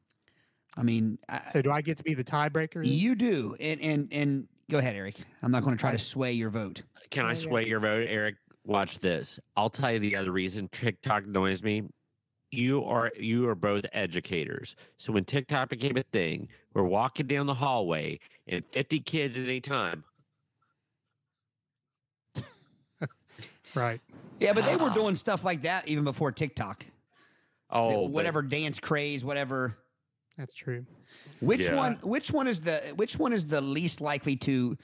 Speaker 4: I mean, I,
Speaker 2: So do I get to be the tiebreaker?
Speaker 4: You do, and and and go ahead, Eric. I'm not going to try to sway your vote.
Speaker 3: Can
Speaker 2: Oh,
Speaker 3: I
Speaker 2: yeah.
Speaker 3: sway your vote, Eric? Watch this. I'll tell you the other reason TikTok annoys me. You are you are both educators. So when TikTok became a thing, we're walking down the hallway and 50 kids at any time.
Speaker 2: Right.
Speaker 4: Yeah, but they were doing stuff like that even before TikTok. The-
Speaker 3: Oh, but
Speaker 4: whatever dance craze, whatever.
Speaker 2: That's true.
Speaker 4: Which
Speaker 3: Yeah.
Speaker 4: one? Which one is the which one is the least likely to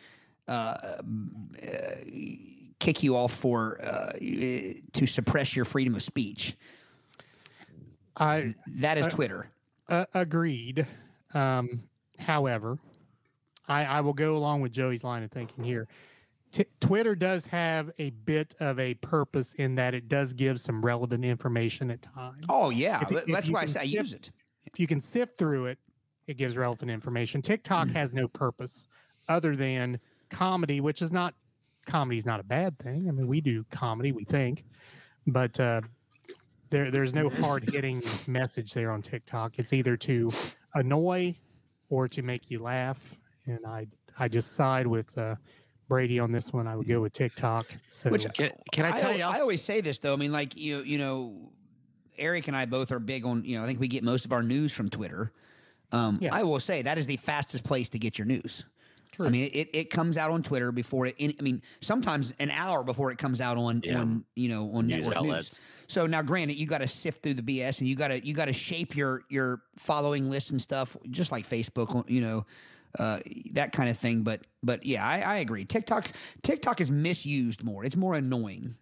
Speaker 4: uh, b- uh, kick you off for uh, y- to suppress your freedom of speech?
Speaker 2: I
Speaker 4: That is
Speaker 2: Uh,
Speaker 4: Twitter.
Speaker 2: uh, agreed. Um, however, I, I will go along with Joey's line of thinking here. T- Twitter does have a bit of a purpose in that it does give some relevant information at times.
Speaker 4: Oh yeah,
Speaker 2: if you-
Speaker 4: tha-
Speaker 2: if
Speaker 4: that's
Speaker 2: you
Speaker 4: why I
Speaker 2: can
Speaker 4: say I
Speaker 2: sift-
Speaker 4: use it.
Speaker 2: If you can sift through it, it gives relevant information. TikTok has no purpose other than comedy, which is not comedy's not a bad thing. I mean, we do comedy, we think, but uh, there there's no hard hitting message there on TikTok. It's either to annoy or to make you laugh, and I I just side with uh, Brady on this one. I would go with TikTok. So
Speaker 4: Which-
Speaker 3: can, can I tell
Speaker 4: al-
Speaker 3: you?
Speaker 4: I
Speaker 3: also-
Speaker 4: always say this though. I mean, like you, you know, Eric and I both are big on. You know, I think we get most of our news from Twitter. Um,
Speaker 2: Yeah.
Speaker 4: I will say that is the fastest place to get your news. I
Speaker 2: True.
Speaker 4: mean, it, it comes out on Twitter before it. I mean, sometimes an hour before it comes out on
Speaker 3: Yeah.
Speaker 4: on you know on
Speaker 3: News
Speaker 4: network
Speaker 3: outlets.
Speaker 4: news. So now, granted, you got to sift through the BS and you got to you got to shape your your following list and stuff, just like Facebook, you know, uh, that kind of thing. But but yeah, I, I agree. TikTok TikTok is misused more. It's more annoying.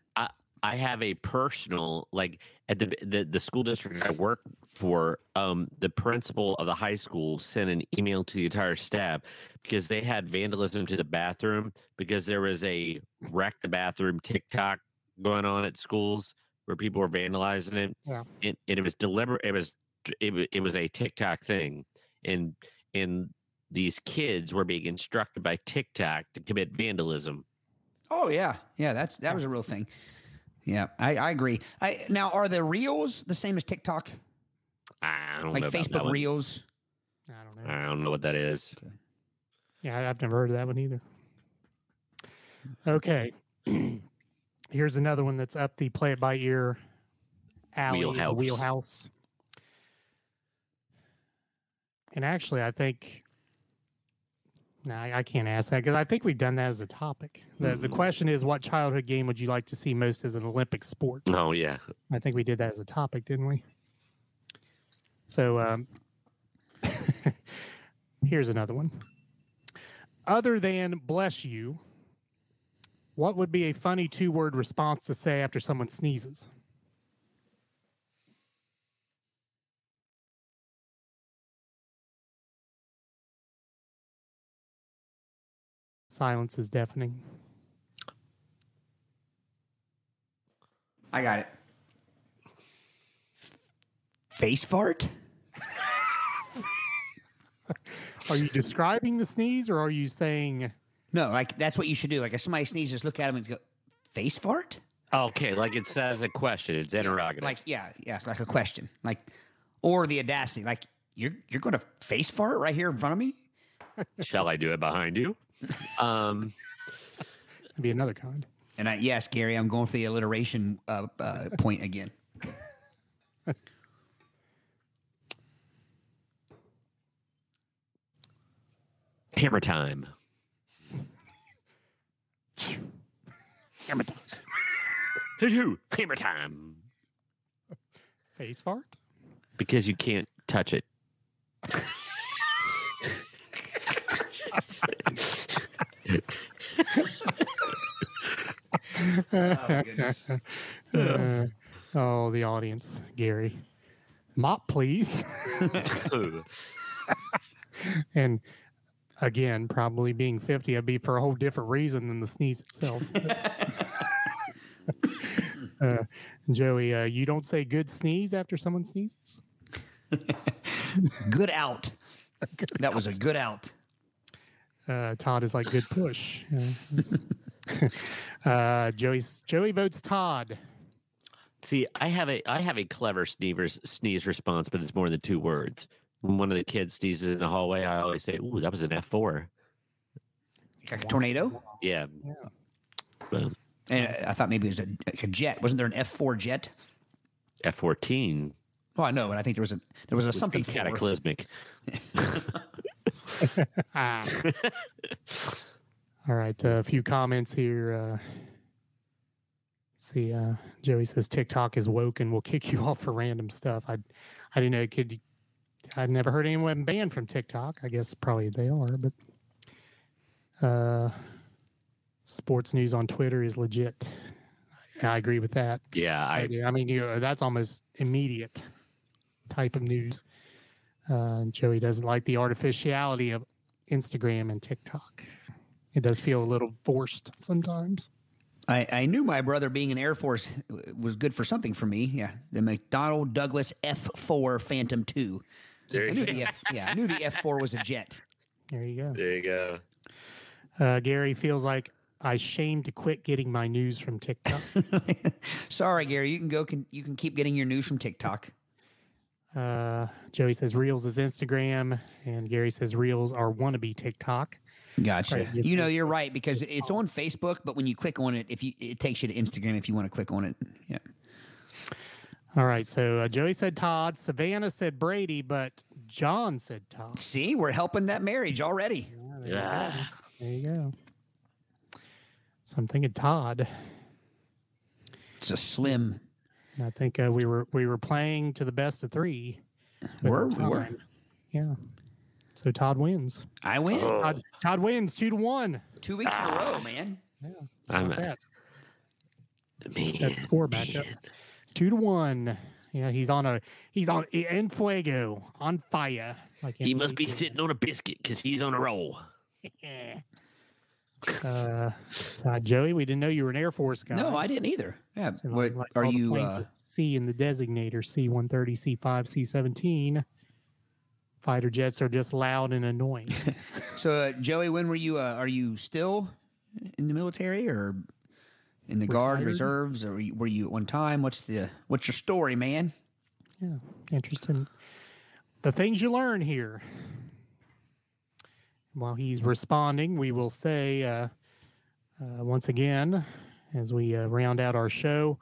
Speaker 3: I have a personal like at the, the the school district I work for. Um, the principal of the high school sent an email to the entire staff because they had vandalism to the bathroom because there was a wreck the bathroom TikTok going on at schools where people were vandalizing it.
Speaker 2: Yeah.
Speaker 3: and, and it was deliberate. It was it, wa- it was a TikTok thing, and and these kids were being instructed by TikTok to commit vandalism.
Speaker 4: Oh yeah, yeah. That's that was a real thing. Yeah, I, I agree. I, now, are the reels the same as TikTok,
Speaker 3: I don't
Speaker 4: like
Speaker 3: know about that
Speaker 4: Facebook
Speaker 3: one.
Speaker 4: Reels?
Speaker 2: I don't know.
Speaker 3: I don't know what that is.
Speaker 2: Yeah, I- I've never heard of that one either. Okay. Here's another one that's up the play it by ear alley or
Speaker 3: Wheelhouse.
Speaker 2: wheelhouse. And actually, I think, no, I I can't ask that because I think we've done that as a topic. The, the question is, what childhood game would you like to see most as an Olympic sport?
Speaker 3: Oh yeah,
Speaker 2: I think we did that as a topic, didn't we? So um, here's another one. Other than bless you, what would be a funny two word response to say after someone sneezes? Silence is deafening.
Speaker 4: I got it. Face fart.
Speaker 2: Are you describing the sneeze or are you saying
Speaker 4: No, like that's what you should do. Like if somebody sneezes, look at them and go, face fart.
Speaker 3: okay. Like it says a question. It's interrogative.
Speaker 4: Like yeah, yeah, it's like a question. Like or the audacity. Like you're you're going to face fart right here in front of me.
Speaker 3: shall I do it behind you? Um,
Speaker 2: it'd be another kind?
Speaker 4: And I yes, Gary, I'm going for the alliteration uh, uh, point again.
Speaker 3: hammer time.
Speaker 2: Hammer time.
Speaker 3: Hoo-hoo, hammer time.
Speaker 2: Face fart?
Speaker 3: Because you can't touch it.
Speaker 4: Oh goodness.
Speaker 2: Uh, oh, the audience, Gary. Mop, please.
Speaker 3: Ooh.
Speaker 2: and again, probably being 50, it'd be for a whole different reason than the sneeze itself. uh, Joey, uh, you don't say good sneeze after someone sneezes?
Speaker 4: good out. that was a good out.
Speaker 2: Uh, Todd is like, good push. Uh, uh, Joey's, Joey votes Todd.
Speaker 3: See, I have a I have a clever sneezers, sneeze response, but it's more than two words. When one of the kids sneezes in the hallway, I always say, "Ooh, that was an F 4
Speaker 4: Like a tornado.
Speaker 3: Yeah. Well,
Speaker 4: And I thought maybe it was a, like a jet. Wasn't there an F4 jet?
Speaker 3: F fourteen
Speaker 4: Well, I know, but I think there was a there was a something
Speaker 3: something
Speaker 4: for-
Speaker 3: cataclysmic.
Speaker 2: Ah. All right, uh, a few comments here. Uh, let's see, uh, Joey says TikTok is woke and will kick you off for random stuff. I, I didn't know. it Could I'd never heard anyone banned from TikTok. I guess probably they are, but uh, sports news on Twitter is legit. I, I agree with that.
Speaker 3: Yeah,
Speaker 2: I
Speaker 3: I
Speaker 2: do. I mean, you know, that's almost immediate type of news. Uh, Joey doesn't like the artificiality of Instagram and TikTok. It does feel a little forced sometimes.
Speaker 4: I, I knew my brother being in Air Force w- was good for something for me. Yeah, the McDonnell Douglas F4 Phantom Two. I knew the F, yeah, I knew the F4 was a jet.
Speaker 2: There you go.
Speaker 3: there you go.
Speaker 2: Uh, Gary feels like I shamed to quit getting my news from TikTok.
Speaker 4: Sorry, Gary, you can go. Can, you can keep getting your news from TikTok.
Speaker 2: uh, Joey says Reels is Instagram, and Gary says Reels are wannabe TikTok.
Speaker 4: Gotcha.
Speaker 2: Right, you-
Speaker 4: You know, you're right because it's on Facebook, but when you click on it, if you it takes you to Instagram if you want to click on it. Yeah.
Speaker 2: All right, so uh, Joey said Todd, Savannah said Brady, but John said Todd.
Speaker 4: See, we're helping that marriage already.
Speaker 2: Yeah, there you go.
Speaker 3: Yeah.
Speaker 2: There you go. So I'm thinking Todd.
Speaker 4: It's a slim.
Speaker 2: And I think uh, we were we were playing to the best of three. with
Speaker 4: Were
Speaker 2: our
Speaker 4: we? Were.
Speaker 2: time. Yeah. So Todd wins.
Speaker 4: I win
Speaker 3: Oh.
Speaker 2: Todd, Todd wins two to one.
Speaker 4: two weeks in a row, man.
Speaker 3: I'm
Speaker 2: Like that.
Speaker 3: man.
Speaker 2: That's score back up. Two to one. Yeah, he's on a he's on en fuego on fire. Like
Speaker 3: He must be
Speaker 2: Enrique.
Speaker 3: sitting on a biscuit because he's on a roll.
Speaker 2: uh, so, Joey, we didn't know you were an Air Force guy.
Speaker 4: No, I didn't either. Yeah.
Speaker 2: So,
Speaker 4: What,
Speaker 2: like
Speaker 4: are
Speaker 2: all the
Speaker 4: you?
Speaker 2: planes
Speaker 4: Uh,
Speaker 2: with C in the designator C 130, C 5, C 17. fighter jets are just loud and annoying.
Speaker 4: So, uh, Joey, when were you? Uh, are you still in the military or in the guard
Speaker 2: Retired?
Speaker 4: reserves? Or were you, were you at one time? What's the what's your story, man?
Speaker 2: yeah, interesting. The things you learn here. While he's responding, we will say uh, uh, once again, as we uh, round out our show,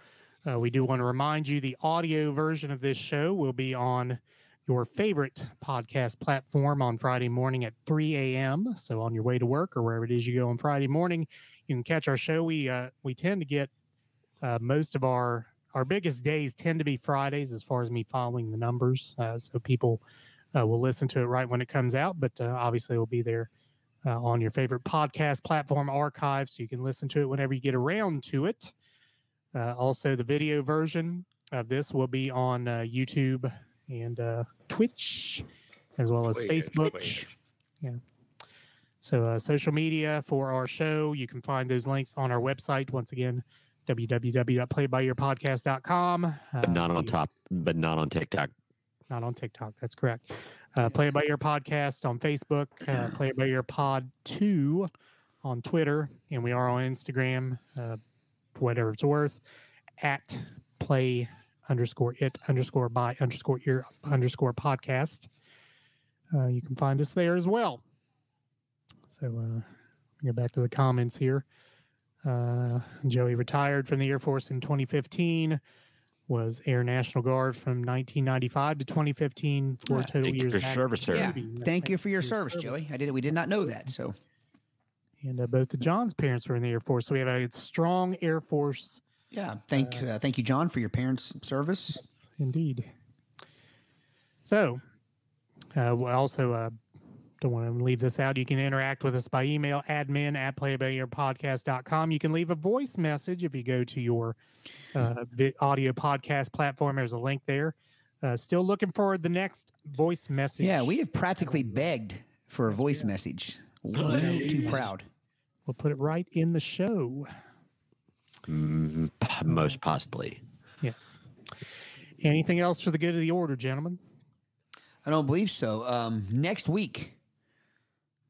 Speaker 2: uh, we do want to remind you the audio version of this show will be on your favorite podcast platform on Friday morning at 3 a.m. So on your way to work or wherever it is you go on Friday morning, you can catch our show. We uh, we tend to get uh, most of our our biggest days tend to be Fridays as far as me following the numbers. Uh, so people uh, will listen to it right when it comes out, but uh, obviously it'll be there uh, on your favorite podcast platform archive so you can listen to it whenever you get around to it. Uh, also, the video version of this will be on uh, YouTube and uh, Twitch as well as
Speaker 5: Twitch,
Speaker 2: Facebook.
Speaker 5: Twitch.
Speaker 2: Yeah. So, uh, social media for our show, you can find those links on our website. Once again, www.playbyyourpodcast.com. Uh,
Speaker 3: but not on
Speaker 2: you-
Speaker 3: top, but not on TikTok.
Speaker 2: not on TikTok. That's correct. Uh, Play It By Ear podcast on Facebook. Uh, Play It By Ear pod two on Twitter, and we are on Instagram. Uh, for whatever it's worth, at play underscore it underscore by underscore ear underscore podcast. Uh, you can find us there as well. So uh, go back to the comments here. Uh, Joey retired from the Air Force in 2015 was Air National Guard from 1995 to 2015 for
Speaker 4: Yeah,
Speaker 2: a total
Speaker 3: thank you
Speaker 2: years.
Speaker 3: for
Speaker 2: of active
Speaker 3: service, sir.
Speaker 4: Yeah.
Speaker 2: duty. Yes,
Speaker 4: Thank you for your service, Joey. I did we did not know that. So
Speaker 2: And uh, both the John's parents were in the Air Force, so we have a strong Air Force.
Speaker 4: yeah, thank uh, thank you, John, for your parents' service.
Speaker 2: Yes, indeed. So, uh, we also uh, don't want to leave this out. You can interact with us by email, admin at playaboutyyourpodcast.com. You can leave a voice message if you go to your uh, vi- audio podcast platform. There's a link there. Uh, still looking for the next voice message.
Speaker 4: Yeah, we have practically begged for a
Speaker 2: Yes, we
Speaker 4: voice
Speaker 2: have.
Speaker 4: message. Way too proud.
Speaker 2: We'll put it right in the show.
Speaker 3: Mm, p- most possibly.
Speaker 2: Yes. Anything else for the good of the order, gentlemen?
Speaker 4: I don't believe so. Um, next week,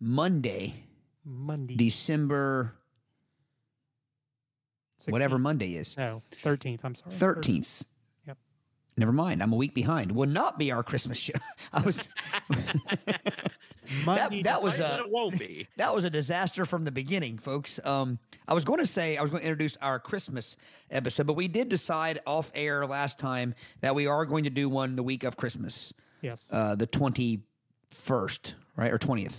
Speaker 4: Monday,
Speaker 2: Monday.
Speaker 4: December
Speaker 2: 16th.
Speaker 4: whatever Monday is.
Speaker 2: No, 13th. Oh, I'm sorry.
Speaker 4: 13th.
Speaker 2: Yep.
Speaker 4: Never mind. I'm a week behind. Will not be our Christmas show. I was
Speaker 2: Monday,
Speaker 4: that was
Speaker 3: But
Speaker 4: a
Speaker 3: it won't be.
Speaker 4: that was a disaster from the beginning, folks. Um, I was going to say I was going to introduce our Christmas episode, but we did decide off air last time that we are going to do one the week of Christmas,
Speaker 2: Yes.
Speaker 4: uh, the 21st, right or 20th.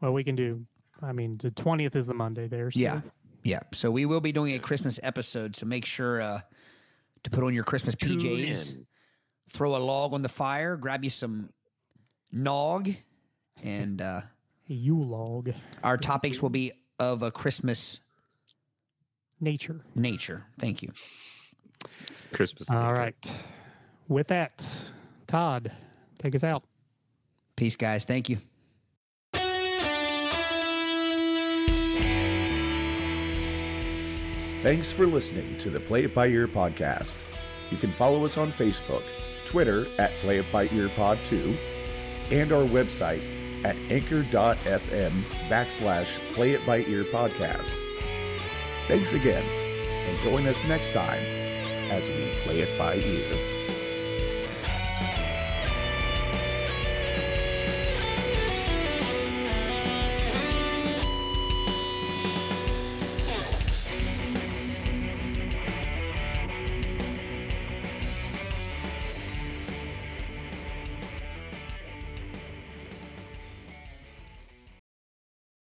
Speaker 2: Well, we can do. I mean, the twentieth is the Monday there. So
Speaker 4: Yeah. Yeah. So we will be doing a Christmas episode. So make sure uh, to put on your Christmas
Speaker 3: Tune
Speaker 4: PJs,
Speaker 3: in.
Speaker 4: throw a log on the fire, grab you some nog, and uh,
Speaker 2: you log
Speaker 4: our topics will be of a Christmas
Speaker 2: nature.
Speaker 4: nature. Thank you.
Speaker 5: Christmas.
Speaker 2: All right. With that, Todd, take us out.
Speaker 4: Peace, guys. Thank you.
Speaker 1: Thanks for listening to the Play It By Ear podcast. You can follow us on Facebook, Twitter at Play It By Ear Pod 2, and our website at anchor.fm backslash Play It By Ear podcast. Thanks again, and join us next time as we play it by ear.